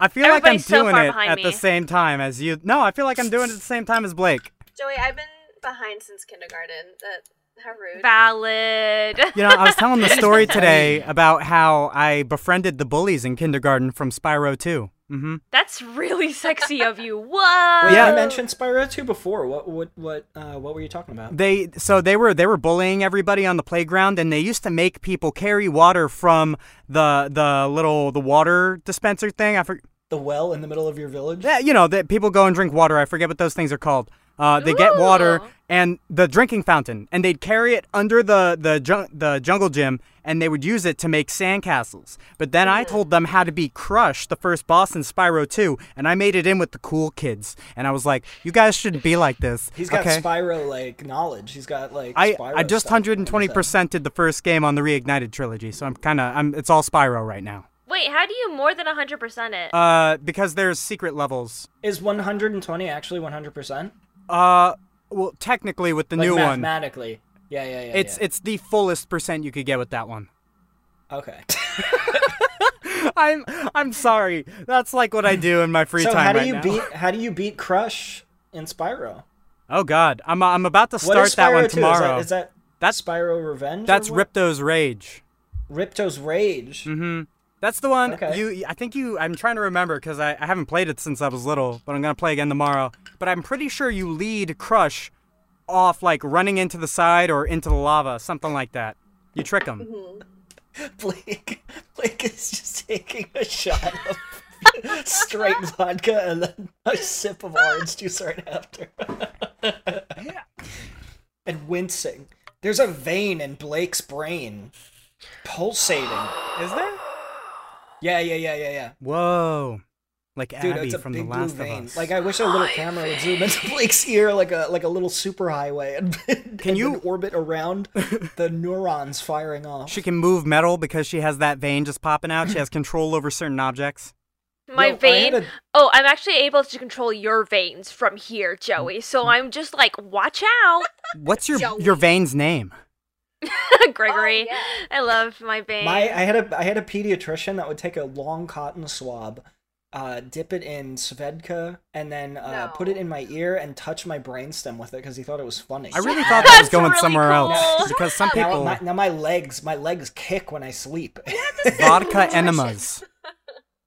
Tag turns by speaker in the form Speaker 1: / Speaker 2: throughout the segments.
Speaker 1: I feel
Speaker 2: Everybody's
Speaker 1: like
Speaker 2: so
Speaker 1: I'm doing
Speaker 2: far
Speaker 1: it
Speaker 2: behind
Speaker 1: at the
Speaker 2: me.
Speaker 1: same time as you. No, I feel like I'm doing it at the same time as Blake.
Speaker 3: Joey, I've been behind since kindergarten. That how rude.
Speaker 2: Valid.
Speaker 1: You know, I was telling the story today about how I befriended the bullies in kindergarten from Spyro 2. Mm-hmm.
Speaker 2: That's really sexy of you. Whoa.
Speaker 4: Wait,
Speaker 1: Yeah.
Speaker 4: I mentioned Spyro 2 before. What what what uh, what were you talking about?
Speaker 1: They so they were they were bullying everybody on the playground, and they used to make people carry water from the the little the water dispenser thing. I forget.
Speaker 4: The well in the middle of your village?
Speaker 1: that Eh, you know that people go and drink water. I forget what those things are called. Uh, they get water
Speaker 2: Ooh.
Speaker 1: and the drinking fountain, and they'd carry it under the the jun- the jungle gym, and they would use it to make sandcastles. But then I told them how to beat Crush, the first boss in Spyro 2, and I made it in with the cool kids. And I was like, "You guys shouldn't be like this."
Speaker 4: He's got
Speaker 1: okay?
Speaker 4: Spyro like knowledge. He's got like
Speaker 1: I,
Speaker 4: Spyro
Speaker 1: I just
Speaker 4: stuff on his
Speaker 1: hundred and twenty percent did the first game on the reignited trilogy, so I'm kind of I'm it's all Spyro right now.
Speaker 2: Wait, how do you more than 100% it?
Speaker 1: Uh, because there's secret levels.
Speaker 4: end. Is 120 actually 100%?
Speaker 1: Uh, well, technically with the
Speaker 4: Like
Speaker 1: new one,
Speaker 4: mathematically. Yeah, yeah, yeah.
Speaker 1: It's
Speaker 4: yeah.
Speaker 1: it's the fullest percent you could get with that one.
Speaker 4: Okay.
Speaker 1: I'm I'm sorry. That's like what I do in my free
Speaker 4: so
Speaker 1: time
Speaker 4: how do
Speaker 1: right
Speaker 4: you
Speaker 1: now.
Speaker 4: beat how do you beat Crush in Spyro?
Speaker 1: Oh God, I'm I'm about to
Speaker 4: what
Speaker 1: start
Speaker 4: is Spyro
Speaker 1: that one
Speaker 4: 2?
Speaker 1: tomorrow.
Speaker 4: Is that,
Speaker 1: That's-
Speaker 4: is that Spyro Revenge? or
Speaker 1: That's
Speaker 4: what?
Speaker 1: Ripto's Rage.
Speaker 4: Ripto's Rage.
Speaker 1: That's the one
Speaker 4: Okay.
Speaker 1: you. I think you. I'm trying to remember because I, I haven't played it since I was little, but I'm gonna play again tomorrow. But I'm pretty sure you lead Crush off like running into the side or into the lava, something like that. You trick him.
Speaker 4: Mm-hmm. Blake, Blake is just taking a shot of straight vodka and then a sip of orange juice right after. and wincing. There's a vein in Blake's brain pulsating.
Speaker 1: Is there?
Speaker 4: Yeah, yeah, yeah, yeah, yeah.
Speaker 1: Whoa. Like
Speaker 4: Dude,
Speaker 1: Abby
Speaker 4: it's a
Speaker 1: from The
Speaker 4: big blue
Speaker 1: Last of
Speaker 4: vein.
Speaker 1: Us.
Speaker 4: Like I wish a little camera would zoom into Blake's ear like a like a little superhighway and, and then
Speaker 1: you-
Speaker 4: orbit around the neurons firing off.
Speaker 1: She can move metal because she has that vein just popping out. She has control over certain objects.
Speaker 2: My
Speaker 4: Yo, I
Speaker 2: vein.
Speaker 4: had a-
Speaker 2: Oh, I'm actually able to control your veins from here, Joey. So
Speaker 1: Mm-hmm.
Speaker 2: I'm just like, watch out,
Speaker 1: What's your
Speaker 3: Joey.
Speaker 1: your vein's name?
Speaker 4: Oh,
Speaker 2: Gregory.
Speaker 3: yeah.
Speaker 2: I love my veins.
Speaker 4: My I had a I had a pediatrician that would take a long cotton swab, uh, dip it in Svedka, and then uh,
Speaker 3: No.
Speaker 4: put it in my ear and touch my brainstem with it because he thought it was funny.
Speaker 1: I really thought that was
Speaker 2: That's
Speaker 1: going
Speaker 2: really
Speaker 1: somewhere
Speaker 2: cool.
Speaker 1: else because some
Speaker 4: now,
Speaker 1: people
Speaker 4: my, now my legs my legs kick when I sleep.
Speaker 1: vodka enemas.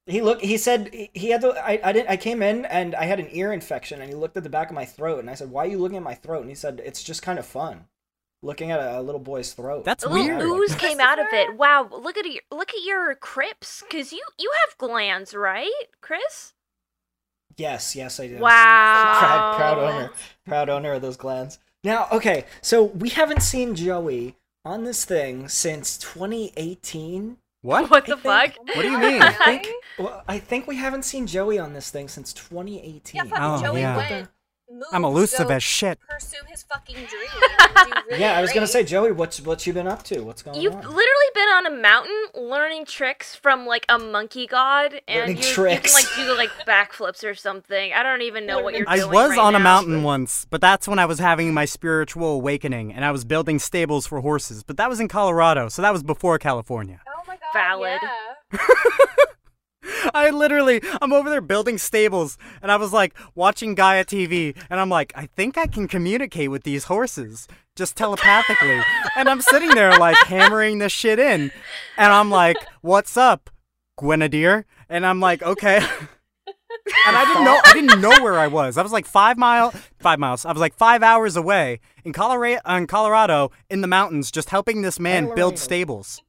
Speaker 4: he looked he said he- he had the I, I didn't I came in and I had an ear infection and he looked at the back of my throat and I said why are you looking at my throat and he said it's just kind of fun, looking at a, a little boy's throat.
Speaker 1: That's
Speaker 2: a
Speaker 1: weird.
Speaker 2: little ooze came out of
Speaker 3: Christopher?
Speaker 2: it. Wow, look at your look at your crypts, cause you you have glands, right, Chris?
Speaker 4: yes yes I did.
Speaker 2: Wow.
Speaker 4: proud, proud owner, proud owner of those glands. Now, okay, so we haven't seen Joey on this thing since 2018.
Speaker 1: What?
Speaker 2: What the
Speaker 4: I
Speaker 2: fuck?
Speaker 4: think-
Speaker 1: What do you mean? I
Speaker 4: think- Well, I think we haven't seen Joey on this thing since 2018.
Speaker 3: Yeah, fucking
Speaker 1: Oh,
Speaker 3: Joey
Speaker 1: yeah.
Speaker 3: went. Moved,
Speaker 1: I'm elusive
Speaker 3: so
Speaker 1: as shit.
Speaker 3: Pursue his fucking dream. and do really
Speaker 4: Yeah, I was gonna
Speaker 3: great.
Speaker 4: say, Joey, what's what you been up to? What's going
Speaker 2: You've
Speaker 4: on?
Speaker 2: literally been on a mountain learning tricks from like a monkey god, and
Speaker 4: Learning
Speaker 2: you, you
Speaker 4: tricks.
Speaker 2: can like do like backflips or something. I don't even know what you're
Speaker 1: I
Speaker 2: doing.
Speaker 1: was
Speaker 2: right
Speaker 1: on a
Speaker 2: now.
Speaker 1: mountain once, but that's when I was having my spiritual awakening and I was building stables for horses. But that was in Colorado, so that was before California.
Speaker 3: Oh my god.
Speaker 2: Valid.
Speaker 3: Yeah.
Speaker 1: I literally, I'm over there building stables, and I was like watching Gaia TV, and I'm like, I think I can communicate with these horses just telepathically. and I'm sitting there like hammering this shit in, and I'm like, what's up, Grenadier? And I'm like, okay. and I didn't know, I didn't know where I was. I was like five mile, five miles. I was like five hours away in Colorado, in Colorado, in the mountains, just helping this man
Speaker 4: Colorado.
Speaker 1: build stables.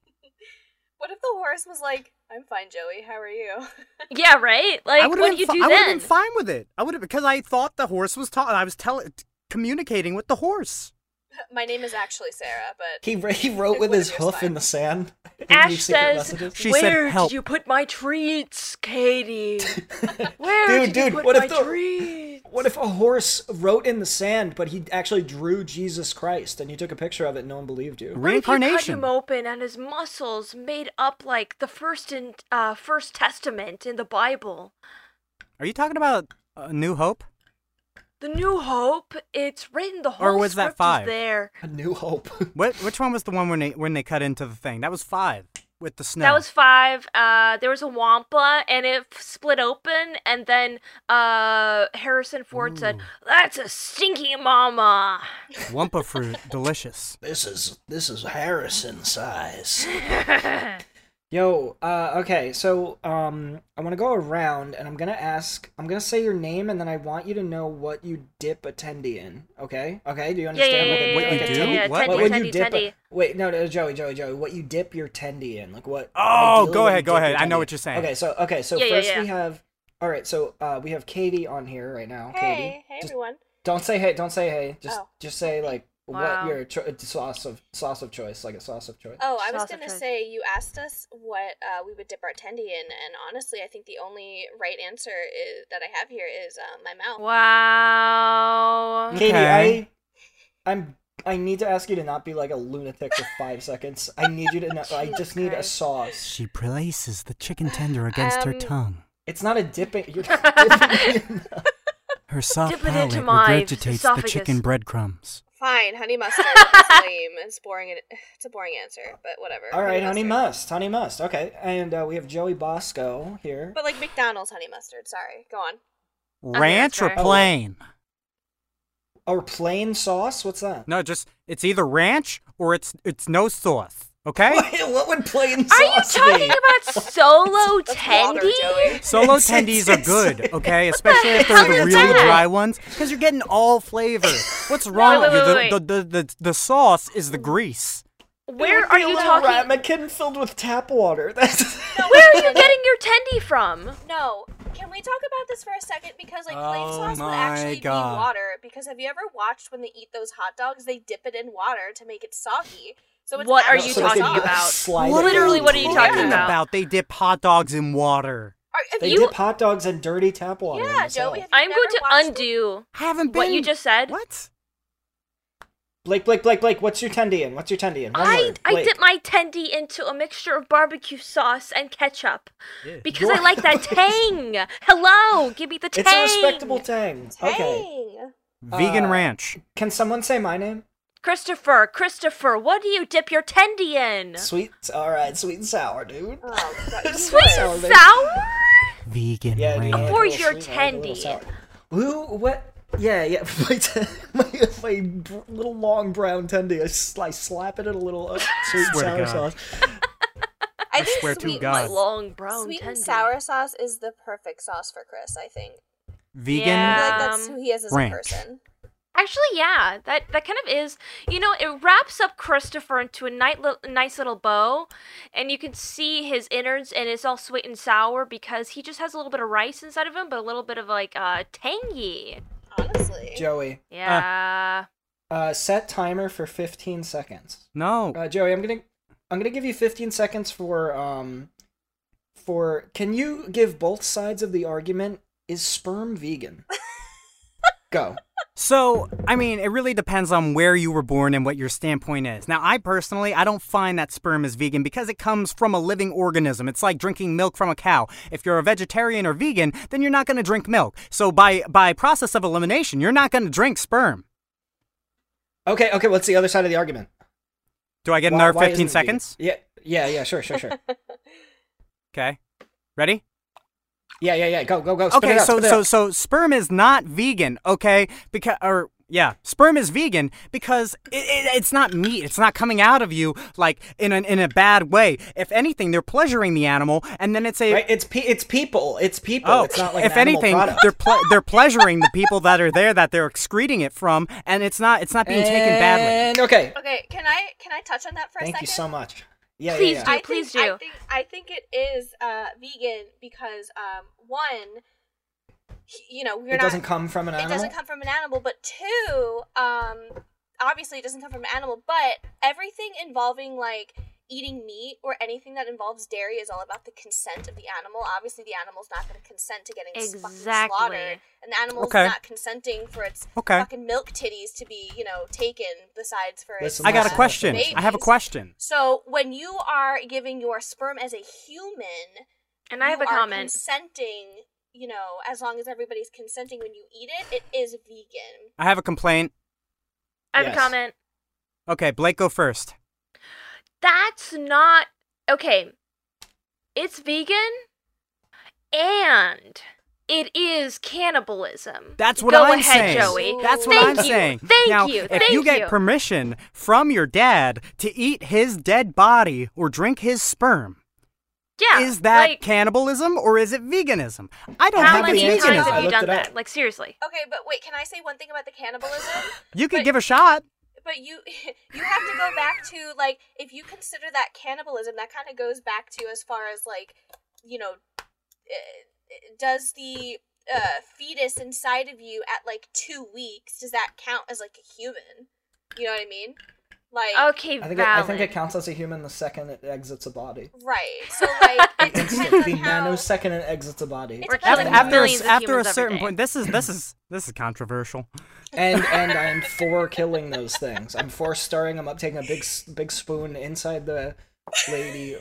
Speaker 3: What if the horse was like, "I'm fine, Joey. How are you?"
Speaker 2: Yeah, right. Like,
Speaker 1: I
Speaker 2: what
Speaker 1: would
Speaker 2: do
Speaker 1: have
Speaker 2: you
Speaker 1: been,
Speaker 2: do
Speaker 1: fi- I would've
Speaker 2: then?
Speaker 1: been fine with it. I would have because I thought the horse was talking. I was telling, communicating with the horse.
Speaker 3: my name is actually Sarah, but
Speaker 4: He wr- he wrote with
Speaker 3: What
Speaker 4: his
Speaker 3: if you're
Speaker 4: hoof in the sand.
Speaker 2: Ash
Speaker 4: Leave secret
Speaker 2: says,
Speaker 4: messages.
Speaker 1: She
Speaker 2: "Where
Speaker 1: said, "Help."
Speaker 2: did you put my treats, Katie? Where
Speaker 4: Dude,
Speaker 2: did you
Speaker 4: dude,
Speaker 2: put
Speaker 4: what
Speaker 2: my
Speaker 4: if the-
Speaker 2: treats?"
Speaker 4: What if a horse wrote in the sand, but he actually drew Jesus Christ, and you took a picture of it, and no one believed you?
Speaker 2: What if you cut
Speaker 1: Reincarnation.
Speaker 2: him open and his muscles made up like the first in uh, first testament in the Bible?
Speaker 1: Are you talking about uh, New Hope?
Speaker 2: The New Hope. It's written. The whole
Speaker 1: Or was that
Speaker 2: script is
Speaker 1: five?
Speaker 2: there.
Speaker 4: A new hope.
Speaker 1: What? Which one was the one when they when they cut into the thing? That was five. with the snow.
Speaker 2: That was five. Uh, there was a Wampa, and it f- split open, and then uh, Harrison Ford said, "That's a stinky mama."
Speaker 1: Wumpa fruit, delicious.
Speaker 5: This is this is Harrison size.
Speaker 4: Yo, uh, okay, so um, I want to go around and I'm gonna ask, I'm gonna say your name and then I want you to know what you dip a tendy in. Okay, okay, do you
Speaker 2: Yeah, yeah,
Speaker 4: understand?
Speaker 2: yeah,
Speaker 4: what a-
Speaker 2: yeah,
Speaker 1: what
Speaker 2: yeah,
Speaker 1: you
Speaker 2: yeah,
Speaker 1: do?
Speaker 2: yeah, yeah,
Speaker 1: What-
Speaker 2: Tendy,
Speaker 1: what
Speaker 4: would
Speaker 2: tendy,
Speaker 4: you dip?
Speaker 2: tendy.
Speaker 4: A, wait, no, no, Joey, Joey, Joey. What you dip your tendy in? Like what?
Speaker 1: Oh,
Speaker 4: ideally
Speaker 1: go
Speaker 4: what
Speaker 1: ahead, go
Speaker 4: you dip your
Speaker 1: ahead. I know
Speaker 4: tendy
Speaker 1: what you're
Speaker 4: in.
Speaker 1: saying.
Speaker 4: Okay, so okay, so
Speaker 2: Yeah, yeah,
Speaker 4: first we
Speaker 2: yeah.
Speaker 4: have. All right, so uh, we have Katie on here right now.
Speaker 3: Hey,
Speaker 4: Katie,
Speaker 3: hey
Speaker 4: just,
Speaker 3: everyone.
Speaker 4: don't say hey. Don't say hey. Just
Speaker 3: Oh.
Speaker 4: just say like
Speaker 2: Wow.
Speaker 4: what your cho- sauce of sauce of choice, like a sauce of choice.
Speaker 3: Oh, I was
Speaker 2: Sausage
Speaker 3: gonna
Speaker 2: fries.
Speaker 3: say you asked us what uh, we would dip our tendy in, and honestly, I think the only right answer is, that I have here is uh, my mouth.
Speaker 2: Wow.
Speaker 4: Katie,
Speaker 1: Okay.
Speaker 4: I, I'm. I need to ask you to not be like a lunatic for five seconds. I need you to know. I
Speaker 2: Jesus
Speaker 4: just need a
Speaker 2: Christ.
Speaker 4: sauce.
Speaker 1: She places the chicken tender against her
Speaker 3: Um,
Speaker 1: tongue.
Speaker 4: It's not a dipping. You're dipping in.
Speaker 1: Her soft
Speaker 2: dip it into
Speaker 1: palate
Speaker 2: my
Speaker 1: regurgitates the chicken
Speaker 2: esophagus.
Speaker 1: breadcrumbs.
Speaker 3: Fine, honey mustard. That's lame. It's boring. It's a boring answer, but whatever.
Speaker 4: All right, honey
Speaker 3: mustard.
Speaker 4: must, honey must. Okay, and uh, we have Joey Bosco here.
Speaker 3: But like McDonald's honey mustard. Sorry, go on.
Speaker 2: that's
Speaker 1: Ranch or
Speaker 2: fair.
Speaker 1: plain?
Speaker 4: Or plain sauce? What's that?
Speaker 1: No, just it's either ranch or it's it's no sauce. Okay.
Speaker 4: what would plain
Speaker 2: Are you
Speaker 4: sauce
Speaker 2: talking
Speaker 4: be?
Speaker 2: about solo
Speaker 3: That's water,
Speaker 2: tendy?
Speaker 3: Joey.
Speaker 1: Solo
Speaker 4: It's- it's-
Speaker 1: tendies are good,
Speaker 4: it's-
Speaker 1: okay? Especially if
Speaker 2: hell
Speaker 1: they're the
Speaker 2: is
Speaker 1: really
Speaker 2: that?
Speaker 1: dry ones, because you're getting all flavor. What's wrong
Speaker 2: wait,
Speaker 1: with
Speaker 2: wait,
Speaker 1: you?
Speaker 2: wait,
Speaker 1: The, the, the, the, the sauce is the grease.
Speaker 2: Where are you
Speaker 4: Little
Speaker 2: talking?
Speaker 4: ramekin filled with tap water. That's.
Speaker 2: Where are you getting your tendy from?
Speaker 3: No, can we talk about this for a second? Because like plain
Speaker 1: Oh
Speaker 3: sauce would
Speaker 1: my
Speaker 3: actually
Speaker 1: God.
Speaker 3: be water. Because have you ever watched when they eat those hot dogs? They dip it in water to make it soggy. So it's
Speaker 2: What are
Speaker 3: actually
Speaker 2: you
Speaker 4: So they
Speaker 2: talking
Speaker 4: can
Speaker 3: sauce.
Speaker 2: about?
Speaker 4: slide it
Speaker 2: Literally,
Speaker 4: down.
Speaker 2: what are you talking
Speaker 3: Yeah.
Speaker 2: about?
Speaker 1: They dip hot dogs in water.
Speaker 3: Are, have
Speaker 4: They
Speaker 3: you?
Speaker 4: dip hot dogs in dirty tap water.
Speaker 3: yeah,
Speaker 4: that's all.
Speaker 3: Joey. Have you
Speaker 2: I'm
Speaker 3: never
Speaker 2: going to
Speaker 3: watched the-
Speaker 2: undo
Speaker 1: I haven't been.
Speaker 2: what you just said.
Speaker 1: What?
Speaker 4: Blake, Blake, Blake, Blake. What's your tendy in? What's your tendy in? One
Speaker 2: I,
Speaker 4: word.
Speaker 2: I
Speaker 4: Blake.
Speaker 2: dip my tendy into a mixture of barbecue sauce and ketchup because I
Speaker 4: Your-
Speaker 2: like that tang. Hello, give me the tang.
Speaker 4: It's a respectable tang. Okay.
Speaker 3: Dang.
Speaker 1: Vegan
Speaker 4: Uh,
Speaker 1: ranch.
Speaker 4: Can someone say my name?
Speaker 2: Christopher, Christopher, what do you dip your tendy in?
Speaker 4: Sweet. All right, sweet and sour, dude.
Speaker 3: Oh, God.
Speaker 4: Sweet and sour. baby.
Speaker 2: Sour?
Speaker 1: Vegan
Speaker 4: Yeah, dude, I
Speaker 1: ranch.
Speaker 4: like a
Speaker 2: Or
Speaker 4: little
Speaker 2: your
Speaker 4: sweet, I like a little
Speaker 2: tendy.
Speaker 4: sour. Who? What? Yeah, yeah. My, ten- my, my br- little long brown tendy. I, s- I slap it in a little uh, sweet and
Speaker 1: Swear to
Speaker 4: sour
Speaker 1: God.
Speaker 4: sauce.
Speaker 3: I think
Speaker 1: swear to
Speaker 3: sweet,
Speaker 1: God.
Speaker 3: and-
Speaker 2: Long brown
Speaker 3: sweet and
Speaker 2: tendy.
Speaker 3: sour sauce is the perfect sauce for Chris. I think.
Speaker 1: Vegan.
Speaker 3: I feel
Speaker 2: Yeah.
Speaker 3: like that's
Speaker 2: Um,
Speaker 3: who he is as
Speaker 1: ranch.
Speaker 3: a person.
Speaker 2: Actually, yeah, that that kind of is. You know, it wraps up Christopher into a nice, nice little bow, and you can see his innards, and it's all sweet and sour because he just has a little bit of rice inside of him, but a little bit of like uh tangy.
Speaker 3: Honestly.
Speaker 4: Joey,
Speaker 2: Yeah.
Speaker 4: uh, set timer for 15 seconds.
Speaker 1: No.
Speaker 4: Uh, Joey, I'm gonna I'm gonna give you 15 seconds for um for can you give both sides of the argument? Is sperm vegan? Go.
Speaker 1: So, I mean, it really depends on where you were born and what your standpoint is. Now, I personally, I don't find that sperm is vegan because it comes from a living organism. It's like drinking milk from a cow. If you're a vegetarian or vegan, then you're not going to drink milk. So, by by process of elimination, you're not going to drink sperm.
Speaker 4: Okay, okay. What's the other side of the argument?
Speaker 1: Do I get
Speaker 4: Why-
Speaker 1: another
Speaker 4: why
Speaker 1: 15
Speaker 4: isn't it vegan?
Speaker 1: seconds?
Speaker 4: Yeah, yeah, yeah. Sure, sure, sure.
Speaker 1: Okay. Ready?
Speaker 4: yeah, yeah, yeah. Go, go, go. Oh, spit it
Speaker 1: okay,
Speaker 4: out,
Speaker 1: so
Speaker 4: spit it
Speaker 1: so
Speaker 4: out.
Speaker 1: so sperm is not vegan, okay? Because or yeah, sperm is vegan because it, it, it's not meat. It's not coming out of you like in an, in a bad way. If anything, they're pleasuring the animal, and then it's a
Speaker 4: right? It's pe- it's people. It's people.
Speaker 1: oh,
Speaker 4: it's not like
Speaker 1: if
Speaker 4: an animal
Speaker 1: anything,
Speaker 4: product.
Speaker 1: they're ple- they're pleasuring the people that are there that they're excreting it from, and it's not it's not being taken badly.
Speaker 4: And okay.
Speaker 3: Okay, can I can I touch on that for a
Speaker 4: Thank
Speaker 3: second?
Speaker 4: you so much. Yeah,
Speaker 2: Please
Speaker 4: yeah,
Speaker 2: do.
Speaker 4: yeah.
Speaker 3: I
Speaker 2: please
Speaker 3: think,
Speaker 2: do.
Speaker 3: I think, I think it is uh, vegan because um, one, he- you know, we're
Speaker 4: It
Speaker 3: not.
Speaker 4: doesn't come from an
Speaker 3: it
Speaker 4: animal.
Speaker 3: doesn't come from an animal, but two, um, obviously it doesn't come from an animal, but everything involving like eating meat or anything that involves dairy is all about the consent of the animal. Obviously, the animal's not going to consent to getting s- fucking
Speaker 2: Exactly.
Speaker 3: slaughtered, and the animal's
Speaker 1: Okay.
Speaker 3: not consenting for its
Speaker 1: Okay.
Speaker 3: fucking milk titties to be, you know, taken. Besides, for its
Speaker 4: Listen,
Speaker 1: I got a
Speaker 4: Listen,
Speaker 3: uh,
Speaker 1: question. I have a
Speaker 3: babies.
Speaker 1: question.
Speaker 3: So when you are giving your sperm as a human,
Speaker 2: And I have
Speaker 3: you
Speaker 2: a
Speaker 3: are
Speaker 2: comment.
Speaker 3: Consenting, you know, as long as everybody's consenting when you eat it, it is vegan.
Speaker 1: I have a complaint.
Speaker 2: I have
Speaker 4: Yes.
Speaker 2: a comment.
Speaker 1: Okay, Blake, go first.
Speaker 2: That's not okay, it's vegan and it is cannibalism.
Speaker 1: That's what
Speaker 2: Go
Speaker 1: I'm
Speaker 2: ahead,
Speaker 1: saying.
Speaker 2: Joey.
Speaker 1: That's what
Speaker 2: Thank
Speaker 1: I'm
Speaker 2: you.
Speaker 1: saying.
Speaker 2: Thank
Speaker 1: now,
Speaker 2: you.
Speaker 1: if
Speaker 2: Thank
Speaker 1: you get
Speaker 2: you.
Speaker 1: permission from your dad to eat his dead body or drink his sperm,
Speaker 2: Yeah.
Speaker 1: is that
Speaker 2: like,
Speaker 1: cannibalism or is it veganism? I don't
Speaker 2: how
Speaker 1: think
Speaker 2: many
Speaker 1: it's
Speaker 2: times
Speaker 4: veganism. I
Speaker 2: have you
Speaker 4: looked
Speaker 2: done
Speaker 4: it up.
Speaker 2: that? Like seriously.
Speaker 3: Okay, but wait, can I say one thing about the cannibalism?
Speaker 1: You could
Speaker 3: But-
Speaker 1: give a shot.
Speaker 3: but you you have to go back to like if you consider that cannibalism, that kind of goes back to as far as like you know, uh, does the uh, fetus inside of you at like two weeks does that count as like a human? You know what I mean? Like
Speaker 2: Okay,
Speaker 4: I think it, I
Speaker 2: valid.
Speaker 4: think it counts as a human the second it exits a body.
Speaker 3: right? So like it depends on
Speaker 4: the
Speaker 3: how.
Speaker 4: nanosecond it exits a body.
Speaker 2: We're
Speaker 3: That's
Speaker 1: After,
Speaker 2: killing
Speaker 3: after-
Speaker 1: after, a, s-
Speaker 2: millions of
Speaker 1: after a
Speaker 2: humans every
Speaker 1: certain
Speaker 2: day.
Speaker 1: point, this is this is this is controversial.
Speaker 4: and and I am for killing those things. I'm for stirring them up, taking a big s- big spoon inside the lady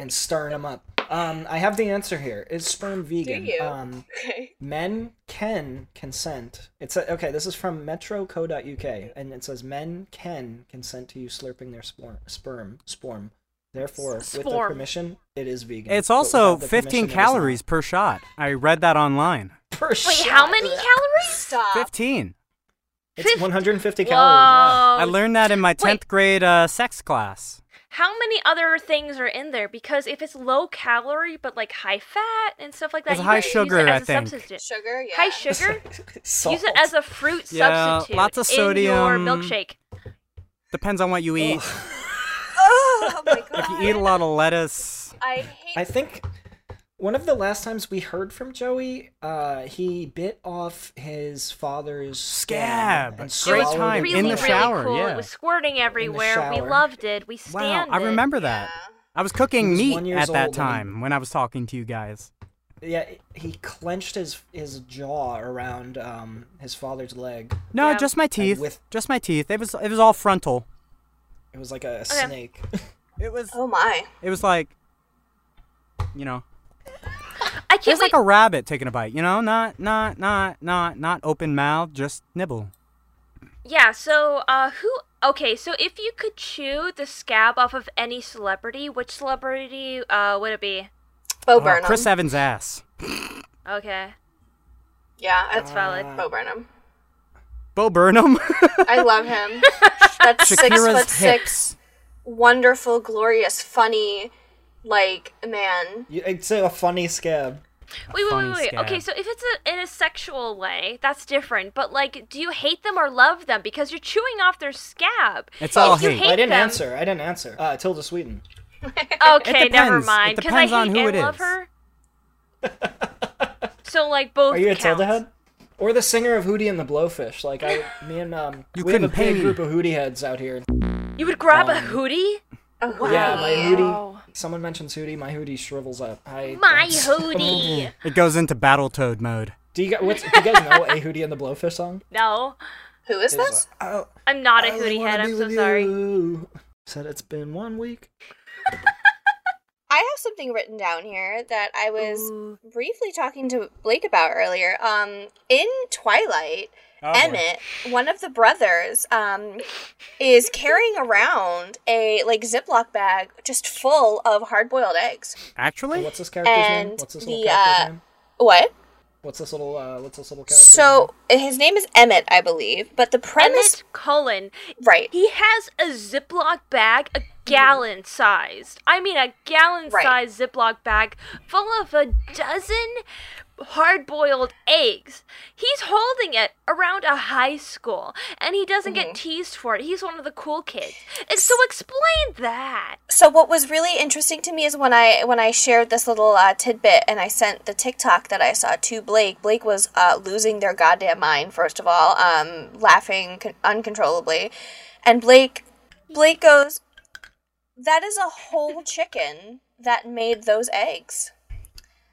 Speaker 4: and stirring them up. Um, I have the answer here. Is sperm vegan?
Speaker 3: you?
Speaker 4: Um,
Speaker 3: Okay.
Speaker 4: men can consent. It's a, okay. This is from Metro.co.uk, and it says men can consent to you slurping their sperm. Sperm. sperm. Therefore, with their
Speaker 2: Sporm.
Speaker 4: permission, it is vegan.
Speaker 1: It's
Speaker 4: But
Speaker 1: also
Speaker 4: without their
Speaker 1: 15
Speaker 4: permission, it is not.
Speaker 1: calories per shot. I read that online.
Speaker 4: per
Speaker 2: Wait,
Speaker 4: shot.
Speaker 2: how many
Speaker 4: Ugh.
Speaker 2: calories?
Speaker 3: Stop.
Speaker 1: 15.
Speaker 4: It's 150
Speaker 2: Whoa.
Speaker 4: calories.
Speaker 1: I
Speaker 2: um,
Speaker 1: learned that in my 10th grade uh, sex class.
Speaker 2: How many other things are in there? Because if it's low calorie but like high fat and stuff like that,
Speaker 1: It's
Speaker 2: you
Speaker 1: high
Speaker 2: can
Speaker 1: sugar,
Speaker 2: use it
Speaker 1: I
Speaker 2: as a
Speaker 1: think.
Speaker 2: substitute.
Speaker 3: Sugar. Yeah.
Speaker 2: High sugar.
Speaker 4: Yeah.
Speaker 2: Use it
Speaker 4: Salt.
Speaker 2: as a fruit
Speaker 1: Yeah,
Speaker 2: substitute.
Speaker 1: lots of sodium.
Speaker 2: In your milkshake.
Speaker 1: Depends on what you eat.
Speaker 3: oh my god.
Speaker 1: If you eat a lot of lettuce,
Speaker 3: I hate.
Speaker 4: I think one of the last times we heard from Joey, uh, he bit off his father's
Speaker 1: Scab.
Speaker 4: scab and
Speaker 1: Great
Speaker 4: swallowed
Speaker 1: time.
Speaker 4: it
Speaker 2: Really,
Speaker 1: In the
Speaker 2: really
Speaker 1: shower,
Speaker 2: cool.
Speaker 1: yeah.
Speaker 2: It was squirting everywhere. We
Speaker 4: shower.
Speaker 2: loved it. We
Speaker 1: wow,
Speaker 2: stand
Speaker 1: I remember that.
Speaker 3: Yeah.
Speaker 1: I was
Speaker 4: He
Speaker 1: cooking
Speaker 4: was one
Speaker 1: meat
Speaker 4: years
Speaker 1: at that
Speaker 4: old when he-
Speaker 1: time when I was talking to you guys.
Speaker 4: Yeah, he clenched his his jaw around um, his father's leg.
Speaker 1: No,
Speaker 2: Yeah.
Speaker 1: just my teeth.
Speaker 4: with-
Speaker 1: Just my teeth. It was it was all frontal.
Speaker 4: It was like a snake.
Speaker 1: It was
Speaker 3: Oh my.
Speaker 1: it was like you know,
Speaker 2: I
Speaker 1: it
Speaker 2: can't
Speaker 1: was like
Speaker 2: wait.
Speaker 1: a rabbit taking a bite, you know? Not not not not not open mouth, just nibble.
Speaker 2: Yeah, so uh who okay, so if you could chew the scab off of any celebrity, which celebrity uh would it be?
Speaker 3: Bo
Speaker 1: Oh,
Speaker 3: Burnham.
Speaker 1: Chris Evans ass.
Speaker 2: Okay.
Speaker 3: yeah,
Speaker 2: That's
Speaker 3: that's
Speaker 2: valid.
Speaker 1: Ah.
Speaker 3: Bo Burnham.
Speaker 1: Bo Burnham.
Speaker 3: I love him. That's six
Speaker 1: Shakira's
Speaker 3: foot six,
Speaker 1: hips.
Speaker 3: wonderful, glorious, funny, like man.
Speaker 4: You- It's a funny scab.
Speaker 2: Wait, wait,
Speaker 1: funny
Speaker 2: wait, wait. Okay,
Speaker 1: scab.
Speaker 2: so if it's a, in a sexual way, that's different. But like, do you hate them or love them because you're chewing off their scab?
Speaker 1: It's
Speaker 2: If
Speaker 1: all
Speaker 2: you
Speaker 1: hate.
Speaker 2: hate
Speaker 4: I didn't
Speaker 2: them-
Speaker 4: answer. I didn't answer. Uh, Tilda Sweden.
Speaker 2: Okay, never
Speaker 1: depends. It
Speaker 2: mind. Because I
Speaker 1: depends
Speaker 2: hate
Speaker 1: on who
Speaker 2: and
Speaker 1: it
Speaker 2: love
Speaker 1: is.
Speaker 2: her. so like both.
Speaker 4: Are you a
Speaker 2: counts.
Speaker 4: Tilda head? Or the singer of Hootie and the Blowfish? Like I, me and um,
Speaker 1: You
Speaker 4: we have a
Speaker 1: couldn't pay
Speaker 4: big
Speaker 1: me.
Speaker 4: group of Hootie heads out here.
Speaker 2: You would grab a
Speaker 4: Um,
Speaker 2: hootie?
Speaker 3: Oh, wow.
Speaker 4: Yeah, my
Speaker 2: Wow.
Speaker 4: Hootie. Someone mentions Hootie. My Hootie shrivels up. I,
Speaker 2: My
Speaker 4: that's-
Speaker 2: hootie.
Speaker 1: It goes into battle toad mode.
Speaker 4: Do you, gu- what's, do you guys know a Hootie and the Blowfish song?
Speaker 2: no,
Speaker 3: Who is
Speaker 4: It's
Speaker 3: this?
Speaker 4: like, I-
Speaker 2: I'm not a
Speaker 4: I really
Speaker 2: hootie
Speaker 4: wanna
Speaker 2: head.
Speaker 4: be
Speaker 2: I'm so
Speaker 4: with
Speaker 2: sorry.
Speaker 4: you. Said it's been one week.
Speaker 3: I have something written down here that I was
Speaker 2: Ooh.
Speaker 3: briefly talking to Blake about earlier. Um, in Twilight, Emmett, one of the brothers, um, is carrying around a like Ziploc bag just full of hard-boiled eggs.
Speaker 1: Actually?
Speaker 4: What's this character's name?
Speaker 3: And
Speaker 4: What's this little
Speaker 3: the,
Speaker 4: character's
Speaker 3: uh,
Speaker 4: name?
Speaker 3: What?
Speaker 4: What's this little uh, what's this little character?
Speaker 3: So his name is Emmett, I believe, but the premise
Speaker 2: Emmett Cullen.
Speaker 3: right.
Speaker 2: He has a Ziploc bag, a gallon sized. I mean, a gallon sized Ziploc bag full of a dozen hard boiled eggs. He's holding it around a high school and he doesn't get teased for it. He's one of the cool kids. And so explain that.
Speaker 3: So what was really interesting to me is when I when I shared this little uh, tidbit and I sent the TikTok that I saw to Blake. Blake was uh, losing their goddamn mind. First of all, um, laughing con- uncontrollably, and Blake Blake goes, "That is a whole chicken that made those eggs."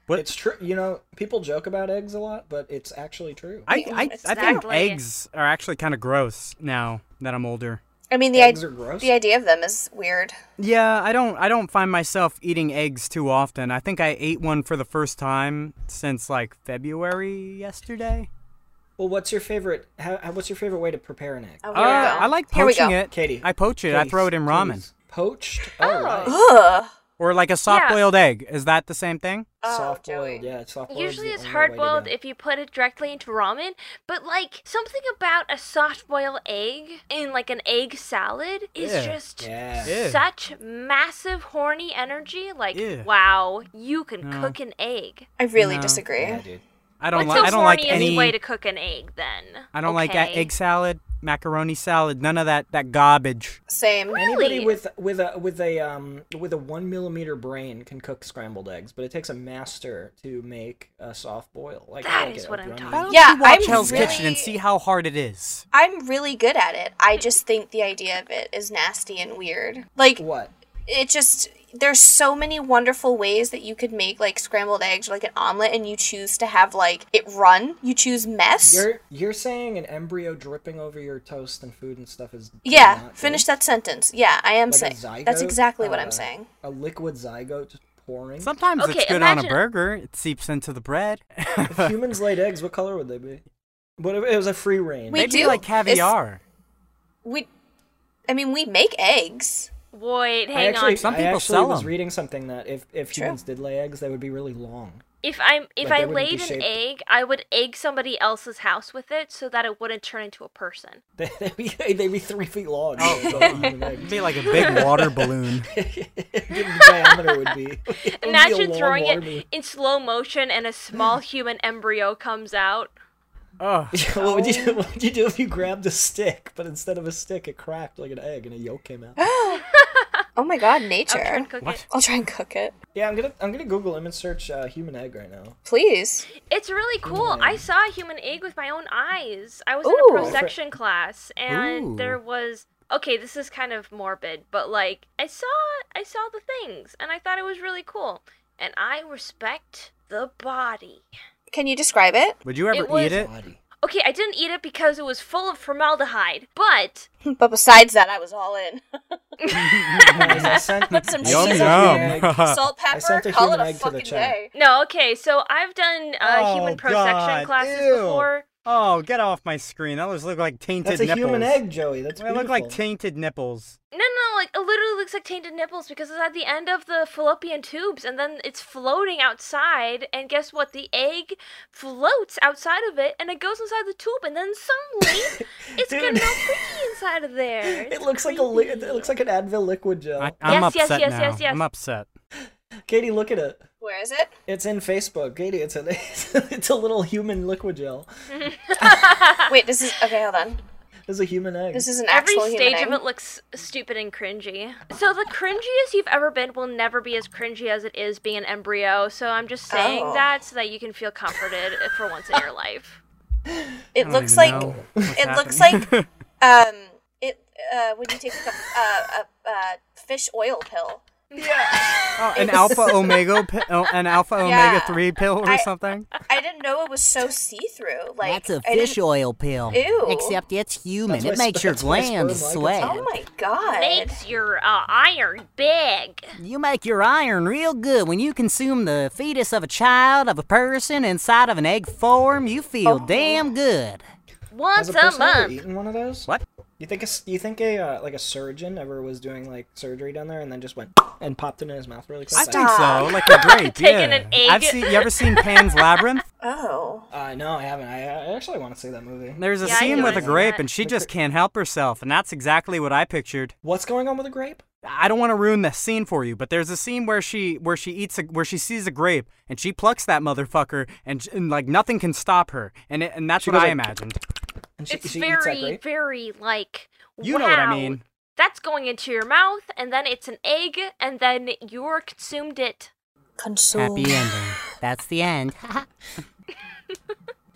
Speaker 1: What-
Speaker 4: It's true. You know, people joke about eggs a lot, but it's actually true.
Speaker 1: I, I, I think
Speaker 2: Exactly.
Speaker 1: eggs are actually kind of gross now that I'm older.
Speaker 3: I mean the
Speaker 4: eggs
Speaker 3: id-
Speaker 4: are gross.
Speaker 3: the idea of them is weird.
Speaker 1: Yeah, I don't I don't find myself eating eggs too often. I think I ate one for the first time since like February yesterday.
Speaker 4: well, what's your favorite? How, how, what's your favorite way to prepare an egg?
Speaker 3: Oh,
Speaker 1: Uh,
Speaker 3: here we go.
Speaker 1: I like
Speaker 3: Here we
Speaker 1: poaching
Speaker 3: go.
Speaker 1: it.
Speaker 4: Katie.
Speaker 1: I poach it. I
Speaker 4: Katie,
Speaker 1: throw it in ramen.
Speaker 4: please. Poached. Oh,
Speaker 3: Ugh.
Speaker 1: Or like a soft boiled egg. Is that the same thing?
Speaker 3: Oh,
Speaker 4: soft
Speaker 3: Joey.
Speaker 4: boiled, yeah, soft boiled.
Speaker 2: Usually it's hard boiled if you put it directly into ramen, but like something about a soft boiled egg in like an egg salad is
Speaker 1: Yeah.
Speaker 2: just
Speaker 4: Yeah.
Speaker 1: Yeah.
Speaker 2: such massive horny energy. Like,
Speaker 1: Yeah.
Speaker 2: wow, you can
Speaker 1: No.
Speaker 2: cook an egg.
Speaker 3: I really
Speaker 1: No.
Speaker 3: disagree.
Speaker 4: Yeah, dude.
Speaker 1: I don't
Speaker 2: What's
Speaker 1: like
Speaker 2: the
Speaker 1: I don't like
Speaker 2: horniest
Speaker 1: any
Speaker 2: way to cook an egg then?
Speaker 1: I don't like
Speaker 2: Okay.
Speaker 1: egg salad, macaroni salad, none of that that garbage.
Speaker 3: Same.
Speaker 4: Anybody
Speaker 2: Really?
Speaker 4: with with a with a um with a one millimeter brain can cook scrambled eggs, but it takes a master to make a soft boil. Like
Speaker 2: That
Speaker 4: like
Speaker 2: is
Speaker 4: a
Speaker 2: what I'm
Speaker 4: runny-
Speaker 2: talking
Speaker 1: Why don't
Speaker 3: Yeah,
Speaker 1: you watch
Speaker 3: I'm
Speaker 1: Hell's
Speaker 3: really-
Speaker 1: Kitchen and see how hard it is?
Speaker 3: I'm really good at it.
Speaker 4: Mm.
Speaker 3: I just think the idea of it is nasty and weird. Like
Speaker 4: What?
Speaker 3: it just there's so many wonderful ways that you could make like scrambled eggs or like an omelet and you choose to have like it run. You choose mess.
Speaker 4: You're you're saying an embryo dripping over your toast and food and stuff is
Speaker 3: yeah,
Speaker 4: not good?
Speaker 3: finish that sentence. Yeah, I am
Speaker 4: Like a
Speaker 3: saying that's
Speaker 4: zygote,
Speaker 3: exactly what I'm
Speaker 4: uh,
Speaker 3: saying.
Speaker 4: A liquid zygote pouring.
Speaker 1: Sometimes
Speaker 2: Okay,
Speaker 1: it's good on a
Speaker 2: imagine-
Speaker 1: burger. It seeps into the bread.
Speaker 4: if humans laid eggs, what color would they be? What if it was a free range?
Speaker 3: We-
Speaker 1: Maybe
Speaker 3: do.
Speaker 1: like
Speaker 3: It's-
Speaker 1: caviar.
Speaker 3: We I mean, we make eggs.
Speaker 2: Wait,
Speaker 4: I
Speaker 2: hang
Speaker 4: actually,
Speaker 2: on.
Speaker 1: Some
Speaker 4: I
Speaker 1: people
Speaker 4: actually
Speaker 1: sell
Speaker 4: was
Speaker 1: 'em.
Speaker 4: reading something that if, if
Speaker 3: True.
Speaker 4: humans did lay eggs, they would be really long.
Speaker 2: If I'm if
Speaker 4: Like, they
Speaker 2: I
Speaker 4: wouldn't be
Speaker 2: laid an
Speaker 4: shaped.
Speaker 2: egg, I would egg somebody else's house with it so that it wouldn't turn into a person.
Speaker 4: They- They'd be, they'd be three feet long.
Speaker 2: Oh.
Speaker 1: It'd be like a big water balloon.
Speaker 4: the diameter would be. it would be a
Speaker 2: Imagine
Speaker 4: long
Speaker 2: throwing
Speaker 4: water
Speaker 2: it
Speaker 4: balloon.
Speaker 2: in slow motion and a small human embryo comes out.
Speaker 1: Ugh.
Speaker 4: what would you do? What would you do if you grabbed a stick, but instead of a stick, it cracked like an egg and a yolk came out?
Speaker 3: Oh my god,
Speaker 2: I'll try
Speaker 3: nature.
Speaker 2: and cook
Speaker 1: What?
Speaker 2: it.
Speaker 3: I'll try and cook it.
Speaker 4: yeah, I'm gonna I'm gonna Google image search uh, human egg right now.
Speaker 3: Please.
Speaker 2: It's really cool. I saw a human egg with my own eyes. I was
Speaker 3: Ooh.
Speaker 2: in a prosection class and
Speaker 1: Ooh.
Speaker 2: there was okay, this is kind of morbid, but like I saw I saw the things and I thought it was really cool. And I respect the body.
Speaker 3: Can you describe it?
Speaker 1: Would you ever
Speaker 2: It was-
Speaker 1: eat it?
Speaker 4: Body.
Speaker 2: Okay, I didn't eat it because it was full of formaldehyde, but
Speaker 3: But besides that, I was all in.
Speaker 4: I sent,
Speaker 3: Put some
Speaker 1: Yum,
Speaker 3: cheese
Speaker 4: I
Speaker 3: on
Speaker 1: yum.
Speaker 3: there.
Speaker 4: sent a human egg.
Speaker 3: Salt,
Speaker 4: I
Speaker 3: pepper,
Speaker 4: sent a
Speaker 3: call it
Speaker 4: human
Speaker 3: a
Speaker 4: egg to the
Speaker 3: fucking
Speaker 4: chat.
Speaker 3: day.
Speaker 2: no, okay, so I've done uh,
Speaker 1: Oh,
Speaker 2: human prosection
Speaker 1: God,
Speaker 2: classes
Speaker 1: ew.
Speaker 2: before.
Speaker 1: Oh, get off my screen. Those look like tainted
Speaker 4: That's a
Speaker 1: nipples.
Speaker 4: human egg, Joey. That's
Speaker 1: They
Speaker 4: beautiful.
Speaker 1: look like tainted nipples.
Speaker 2: No, no, like it literally looks like tainted nipples because it's at the end of the fallopian tubes and then it's floating outside. And guess what? The egg floats outside of it and it goes inside the tube. And then suddenly it's
Speaker 4: Dude.
Speaker 2: getting all freaky inside of there.
Speaker 4: it looks like a li- it looks like an Advil liquid gel.
Speaker 1: I, I'm
Speaker 2: Yes, yes,
Speaker 1: upset
Speaker 2: yes,
Speaker 1: now.
Speaker 2: yes, yes.
Speaker 1: I'm upset.
Speaker 4: Katie, look at it.
Speaker 3: Where is it?
Speaker 4: It's in Facebook, Katie. It's a it's a little human liquid gel.
Speaker 3: Wait, this is okay. Hold on.
Speaker 4: It's a human egg.
Speaker 3: This is an
Speaker 2: Every
Speaker 3: actual human
Speaker 2: stage
Speaker 3: egg.
Speaker 2: of it looks stupid and cringy. So the cringiest you've ever been will never be as cringy as it is being an embryo. So I'm just saying
Speaker 3: Oh.
Speaker 2: that so that you can feel comforted for once in your life.
Speaker 3: It
Speaker 1: I don't even
Speaker 3: looks like
Speaker 1: know what's
Speaker 3: it looks
Speaker 1: happening.
Speaker 3: um it uh when you take like a uh, a, a fish oil pill.
Speaker 1: Oh, an alpha omega, pi- oh, an alpha
Speaker 3: Yeah.
Speaker 1: omega three pill or
Speaker 3: I-
Speaker 1: something.
Speaker 3: I didn't know it was so see through. Like
Speaker 6: That's a
Speaker 3: I didn't-
Speaker 6: fish oil pill.
Speaker 3: Ew.
Speaker 6: Except it's human.
Speaker 4: That's
Speaker 6: It
Speaker 4: why
Speaker 6: makes
Speaker 4: sp-
Speaker 6: your
Speaker 4: that's why sperm
Speaker 6: glands
Speaker 4: like it.
Speaker 6: sweat.
Speaker 3: Oh my god.
Speaker 2: Makes your uh, iron big.
Speaker 6: You make your iron real good when you consume the fetus of a child, of a person inside of an egg form. You
Speaker 2: Oh.
Speaker 6: feel damn good.
Speaker 2: Once
Speaker 4: Has a
Speaker 2: a,
Speaker 4: person ever
Speaker 2: month.
Speaker 4: eaten one of those?
Speaker 1: What?
Speaker 4: You think a s- you think a uh, like a surgeon ever was doing like surgery down there and then just went and popped it in his mouth really quick?
Speaker 1: I
Speaker 4: Like,
Speaker 1: think so. Like a grape.
Speaker 2: Taking
Speaker 1: yeah.
Speaker 2: an egg.
Speaker 1: I've seen. You ever seen Pan's Labyrinth?
Speaker 3: Oh.
Speaker 4: Uh, no, I haven't. I, I actually want to see that movie.
Speaker 1: There's a
Speaker 2: Yeah, I
Speaker 1: scene
Speaker 2: know,
Speaker 1: with
Speaker 2: I
Speaker 1: a
Speaker 2: saw
Speaker 1: grape,
Speaker 2: that.
Speaker 1: and she just can't help herself, and that's exactly what I pictured.
Speaker 4: What's going on with a grape?
Speaker 1: I don't want to ruin the scene for you, but there's a scene where she where she eats a, where she sees a grape, and she plucks that motherfucker, and, sh- and like nothing can stop her, and it, and that's
Speaker 4: She
Speaker 1: what
Speaker 4: goes
Speaker 1: I
Speaker 4: like-
Speaker 1: imagined.
Speaker 4: And
Speaker 2: It's very, very like.
Speaker 1: You
Speaker 2: wow,
Speaker 1: know what I mean.
Speaker 2: That's going into your mouth, and then it's an egg, and then you're consumed it.
Speaker 3: Consume.
Speaker 6: Happy ending. That's the end.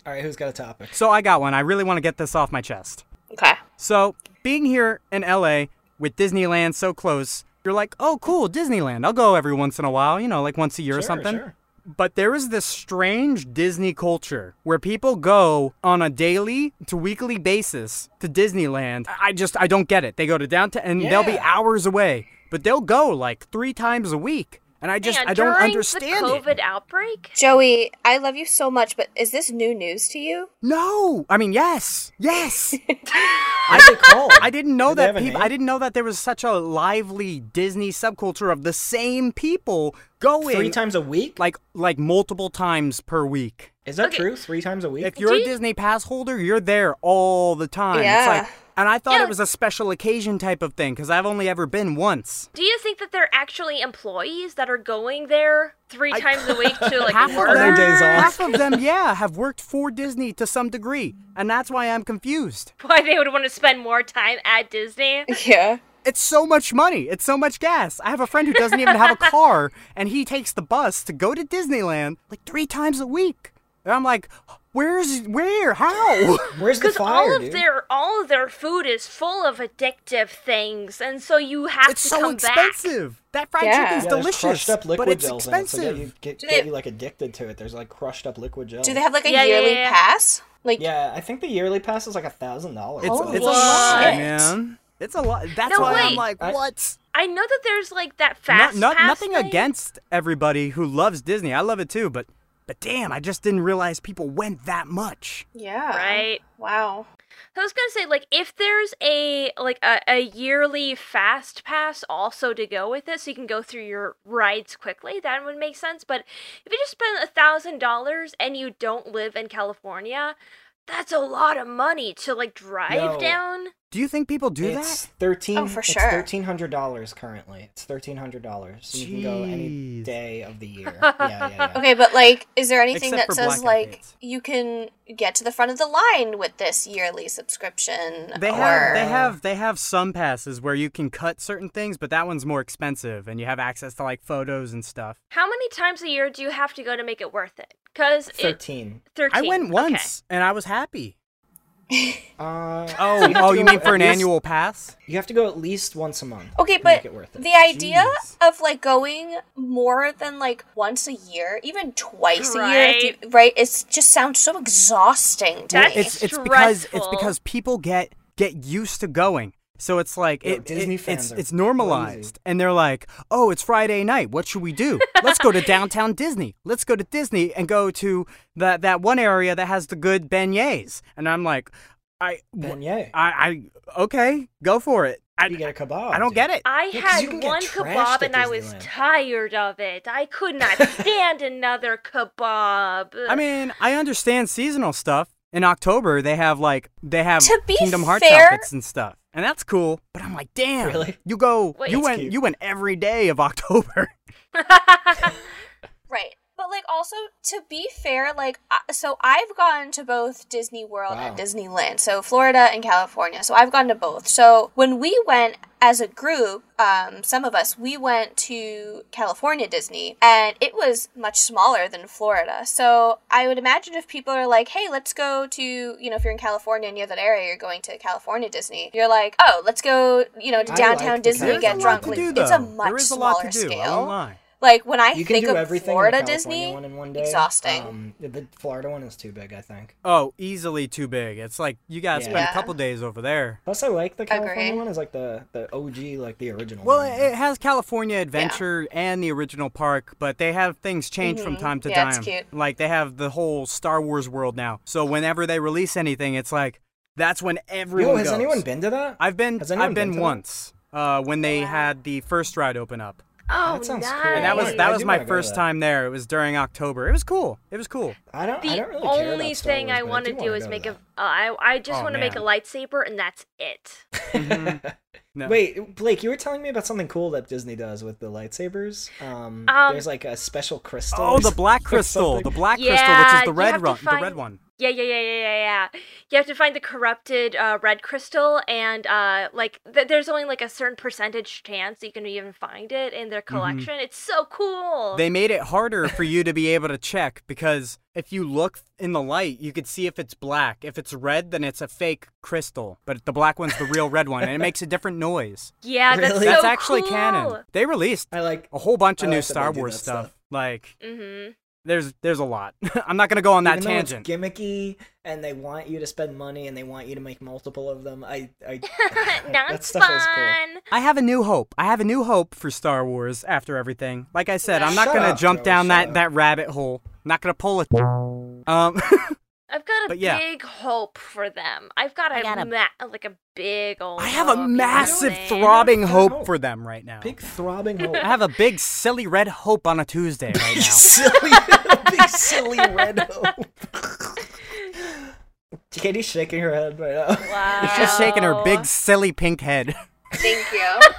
Speaker 4: All right, who's got a topic?
Speaker 1: So I got one. I really want to get this off my chest.
Speaker 3: Okay.
Speaker 1: So, being here in LA with Disneyland so close, you're like, oh, cool, Disneyland. I'll go every once in a while, you know, like once a year or
Speaker 4: Sure,
Speaker 1: something.
Speaker 4: sure.
Speaker 1: But there is this strange Disney culture where people go on a daily to weekly basis to Disneyland. I I just, I don't get it. They go to downtown and they'll be
Speaker 4: Yeah.
Speaker 1: hours away, but they'll go like three times a week. And I just
Speaker 2: Hang on,
Speaker 1: I don't
Speaker 2: during
Speaker 1: understand
Speaker 2: the
Speaker 1: it.
Speaker 2: COVID outbreak.
Speaker 3: Joey, I love you so much, but is this new news to you?
Speaker 1: No, I mean yes, yes.
Speaker 4: What they called?
Speaker 1: I didn't know
Speaker 4: Do they
Speaker 1: that
Speaker 4: have a
Speaker 1: people.
Speaker 4: name?
Speaker 1: I didn't know that there was such a lively Disney subculture of the same people going
Speaker 4: Three times a week?
Speaker 1: like like multiple times per week.
Speaker 4: Is that
Speaker 2: Okay.
Speaker 4: true? Three times a week?
Speaker 1: If you're
Speaker 2: Do
Speaker 1: a
Speaker 2: you-
Speaker 1: Disney pass holder, you're there all the time. It's
Speaker 3: Yeah.
Speaker 1: like, and I thought
Speaker 2: Yeah,
Speaker 1: it was a special occasion type of thing because I've only ever been once.
Speaker 2: Do you think that they're actually employees that are going there three times a week to like
Speaker 1: half
Speaker 2: work?
Speaker 1: of them,
Speaker 4: Other days off.
Speaker 1: half of them, yeah, have worked for Disney to some degree, and that's why I'm confused.
Speaker 2: Why they would want to spend more time at Disney?
Speaker 3: Yeah.
Speaker 1: It's so much money. It's so much gas. I have a friend who doesn't even have a car, and he takes the bus to go to Disneyland like three times a week. And I'm like, where's where? How?
Speaker 4: Where's the
Speaker 2: Because
Speaker 4: fire,
Speaker 2: all of
Speaker 4: dude?
Speaker 2: their all of their food is full of addictive things, and so you have
Speaker 1: it's
Speaker 2: to
Speaker 1: so
Speaker 2: come
Speaker 1: expensive. That fried
Speaker 3: Yeah.
Speaker 1: chicken's
Speaker 4: yeah, there's
Speaker 1: delicious,
Speaker 4: crushed up liquid
Speaker 1: but it's
Speaker 4: gels
Speaker 1: expensive.
Speaker 4: in it, so yeah, you get,
Speaker 3: Do
Speaker 4: get
Speaker 3: they-
Speaker 4: you like addicted to it. There's like crushed up liquid gel.
Speaker 3: Do they have like a
Speaker 2: Yeah, yeah,
Speaker 3: yearly
Speaker 2: yeah, yeah.
Speaker 3: pass? Like,
Speaker 4: Yeah, I think the yearly pass is like a thousand dollars.
Speaker 1: It's,
Speaker 3: Holy
Speaker 1: it's a lot,
Speaker 3: shit.
Speaker 1: man. It's a lot. That's
Speaker 2: No,
Speaker 1: why I'm
Speaker 2: wait.
Speaker 1: like,
Speaker 4: I-
Speaker 1: what?
Speaker 2: back. I know that there's like that
Speaker 1: Not,
Speaker 2: fast
Speaker 1: not,
Speaker 2: pass
Speaker 1: nothing
Speaker 2: thing.
Speaker 1: against everybody who loves Disney. I love it too, but but damn, I just didn't realize people went that much.
Speaker 3: yeah.
Speaker 2: Right.
Speaker 3: Wow.
Speaker 2: I was gonna say, like, if there's a like a, a yearly fast pass also to go with it, so you can go through your rides quickly, that would make sense. But if you just spend a thousand dollars and you don't live in California, that's a lot of money to like drive
Speaker 4: No.
Speaker 2: down.
Speaker 1: Do you think people do
Speaker 4: it's
Speaker 1: that?
Speaker 4: thirteen.
Speaker 3: Oh, for
Speaker 4: it's
Speaker 3: sure.
Speaker 4: thirteen hundred dollars currently. It's thirteen hundred dollars. You can go any
Speaker 1: Jeez.
Speaker 4: day of the year. Yeah, yeah, yeah.
Speaker 3: Okay, but like, is there anything
Speaker 1: Except
Speaker 3: that
Speaker 1: for
Speaker 3: says
Speaker 1: blackout
Speaker 3: like
Speaker 1: dates.
Speaker 3: you can get to the front of the line with this yearly subscription?
Speaker 1: They
Speaker 3: or...
Speaker 1: have they have they have some passes where you can cut certain things, but that one's more expensive, and you have access to like photos and stuff.
Speaker 2: How many times a year do you have to go to make it worth it? Because it
Speaker 4: Thirteen.
Speaker 1: I
Speaker 2: thirteen.
Speaker 1: went
Speaker 2: okay.
Speaker 1: once, and I was happy.
Speaker 4: Uh,
Speaker 1: Oh,
Speaker 4: have
Speaker 1: oh,
Speaker 4: to
Speaker 1: you
Speaker 4: go
Speaker 1: mean for
Speaker 4: at
Speaker 1: an
Speaker 4: least-
Speaker 1: annual pass?
Speaker 4: You have to go at least once a month.
Speaker 3: Okay,
Speaker 4: to
Speaker 3: but
Speaker 4: make it worth it.
Speaker 3: the idea
Speaker 1: Jeez.
Speaker 3: of like going more than like once a year, even twice a year,
Speaker 2: Right.
Speaker 3: if you- right? It's just sounds so exhausting to
Speaker 2: That's
Speaker 3: me.
Speaker 1: it's it's because it's
Speaker 2: stressful.
Speaker 1: because people get get used to going. So it's like
Speaker 4: Yo,
Speaker 1: it,
Speaker 4: Disney
Speaker 1: it-
Speaker 4: fans
Speaker 1: it's
Speaker 4: are
Speaker 1: it's normalized, and they're like, "Oh, it's Friday night. What should we do? Let's go to downtown Disney. Let's go to Disney and go to that that one area that has the good beignets." And I'm like, "I, wh-
Speaker 4: Beignet.
Speaker 1: I, I okay, go for it. I,
Speaker 4: you get a kebab.
Speaker 1: I don't
Speaker 4: dude.
Speaker 1: get it.
Speaker 2: I
Speaker 4: Yeah, 'cause you can
Speaker 2: had
Speaker 4: get
Speaker 2: one
Speaker 4: trashed
Speaker 2: kebab
Speaker 4: at
Speaker 2: and I was
Speaker 4: Disneyland.
Speaker 2: tired of it. I could not stand another kebab.
Speaker 1: I mean, I understand seasonal stuff. In October, they have like they have
Speaker 3: To be
Speaker 1: Kingdom Hearts
Speaker 3: fair-
Speaker 1: outfits and stuff, and that's cool. But I'm like, damn,
Speaker 4: Really?
Speaker 1: You go,
Speaker 2: Wait.
Speaker 1: you
Speaker 2: That's
Speaker 1: went,
Speaker 4: cute.
Speaker 1: you went every day of October.
Speaker 3: Right. But like also to be fair, like I- so I've gone to both Disney World and
Speaker 4: Wow.
Speaker 3: Disneyland. So Florida and California. So I've gone to both. So when we went as a group, um, some of us we went to California Disney and it was much smaller than Florida. So I would imagine if people are like, "Hey, let's go to, you know, if you're in California and near that area, you're going to California Disney." You're like, "Oh, let's go, you know, to
Speaker 4: I like
Speaker 3: downtown
Speaker 4: the
Speaker 3: Disney
Speaker 4: California
Speaker 1: There's
Speaker 3: and get
Speaker 1: a
Speaker 3: drunk."
Speaker 1: lot to
Speaker 3: Like,
Speaker 1: do, though.
Speaker 3: it's a much
Speaker 1: there is a lot
Speaker 3: smaller
Speaker 1: to do. I
Speaker 3: scale.
Speaker 1: won't lie.
Speaker 3: Like when I
Speaker 4: You can
Speaker 3: think
Speaker 4: do
Speaker 3: of
Speaker 4: everything. in
Speaker 3: Florida
Speaker 4: California
Speaker 3: Disney,
Speaker 4: one in one day.
Speaker 3: exhausting.
Speaker 4: Um, the- the Florida one is too big, I think.
Speaker 1: Oh, easily too big. It's like you gotta
Speaker 4: Yeah.
Speaker 1: spend
Speaker 3: Yeah.
Speaker 1: a couple days over there.
Speaker 4: Plus, I like the California
Speaker 3: Agree.
Speaker 4: one is like the the OG, like the original.
Speaker 1: Well,
Speaker 4: one.
Speaker 1: it it has California Adventure and the original park, but they have things change from
Speaker 2: Mm-hmm.
Speaker 1: time to
Speaker 3: Yeah,
Speaker 1: time.
Speaker 3: it's cute.
Speaker 1: Like they have the whole Star Wars world now. So whenever they release anything, it's like that's when everyone
Speaker 4: Yo, has
Speaker 1: goes.
Speaker 4: anyone been to that?
Speaker 1: I've been
Speaker 4: Has anyone
Speaker 1: I've
Speaker 4: been
Speaker 1: been
Speaker 4: to that?
Speaker 1: once uh, when they had the first ride open up.
Speaker 2: oh,
Speaker 4: That sounds
Speaker 2: nice.
Speaker 4: cool.
Speaker 1: And that was
Speaker 4: Nice.
Speaker 1: that
Speaker 4: I
Speaker 1: was
Speaker 4: do
Speaker 1: my
Speaker 4: wanna go to
Speaker 1: first
Speaker 4: that.
Speaker 1: time there. It was during October. It was cool. It was cool.
Speaker 4: I don't. I
Speaker 2: the
Speaker 4: don't really care about
Speaker 2: only
Speaker 4: Star
Speaker 2: thing
Speaker 4: Wars,
Speaker 2: I
Speaker 4: but
Speaker 2: want to
Speaker 4: do wanna
Speaker 2: do is
Speaker 4: go
Speaker 2: make a. Uh,
Speaker 4: to
Speaker 2: I I just
Speaker 1: Oh,
Speaker 2: want to make a
Speaker 1: man.
Speaker 2: lightsaber, and that's it.
Speaker 1: No.
Speaker 4: Wait, Blake, you were telling me about something cool that Disney does with the lightsabers. Um,
Speaker 2: Um,
Speaker 4: there's like a special crystal.
Speaker 1: Oh,
Speaker 4: or
Speaker 1: the black
Speaker 4: something-
Speaker 1: crystal, the
Speaker 4: something.
Speaker 1: black crystal, which is
Speaker 2: yeah,
Speaker 1: the
Speaker 2: you have
Speaker 1: red
Speaker 2: to
Speaker 1: run, the red
Speaker 2: find-
Speaker 1: one.
Speaker 2: Yeah, yeah, yeah, yeah, yeah, yeah. You have to find the corrupted uh, red crystal, and uh, like th- there's only like a certain percentage chance you can even find it in their collection. It's so cool.
Speaker 1: They made it harder for you to be able to check because if you look in the light, you could see if it's black. If it's red, then it's a fake crystal, but the black one's the real red one, and it makes a different noise.
Speaker 2: yeah, that's
Speaker 4: Really?
Speaker 2: so
Speaker 1: That's actually
Speaker 2: cool.
Speaker 1: canon. They released
Speaker 4: I like.
Speaker 1: a whole bunch of
Speaker 4: I
Speaker 1: new
Speaker 4: like that they
Speaker 1: Star
Speaker 4: do
Speaker 1: Wars
Speaker 4: that
Speaker 1: stuff.
Speaker 4: stuff.
Speaker 1: Like
Speaker 2: Mm-hmm.
Speaker 1: There's there's a lot. I'm not gonna go on that
Speaker 4: Even though it's
Speaker 1: tangent.
Speaker 4: gimmicky, and they want you to spend money, and they want you to make multiple of them. I, I that
Speaker 2: That's
Speaker 4: stuff is cool.
Speaker 2: fun.
Speaker 1: I have a new hope. I have a new hope for Star Wars after everything. Like I said, I'm not
Speaker 4: Shut
Speaker 1: gonna
Speaker 4: up,
Speaker 1: jump
Speaker 4: Joe,
Speaker 1: down
Speaker 4: shut
Speaker 1: that
Speaker 4: up.
Speaker 1: that rabbit hole. not gonna pull it. Um,
Speaker 2: I've got a
Speaker 1: But
Speaker 2: big
Speaker 1: yeah.
Speaker 2: hope for them. I've got a,
Speaker 6: got a-
Speaker 2: ma- like a big old.
Speaker 1: I have a
Speaker 2: hope, you know
Speaker 1: massive
Speaker 2: what I'm saying?
Speaker 1: throbbing
Speaker 4: Good
Speaker 1: hope
Speaker 4: hope.
Speaker 1: for them right now.
Speaker 4: Big throbbing hope.
Speaker 1: I have a big silly red hope on a Tuesday right now.
Speaker 4: silly, big silly red hope. Katie's shaking her head uh, right now.
Speaker 2: Wow.
Speaker 1: She's just shaking her big silly pink head.
Speaker 3: Thank you.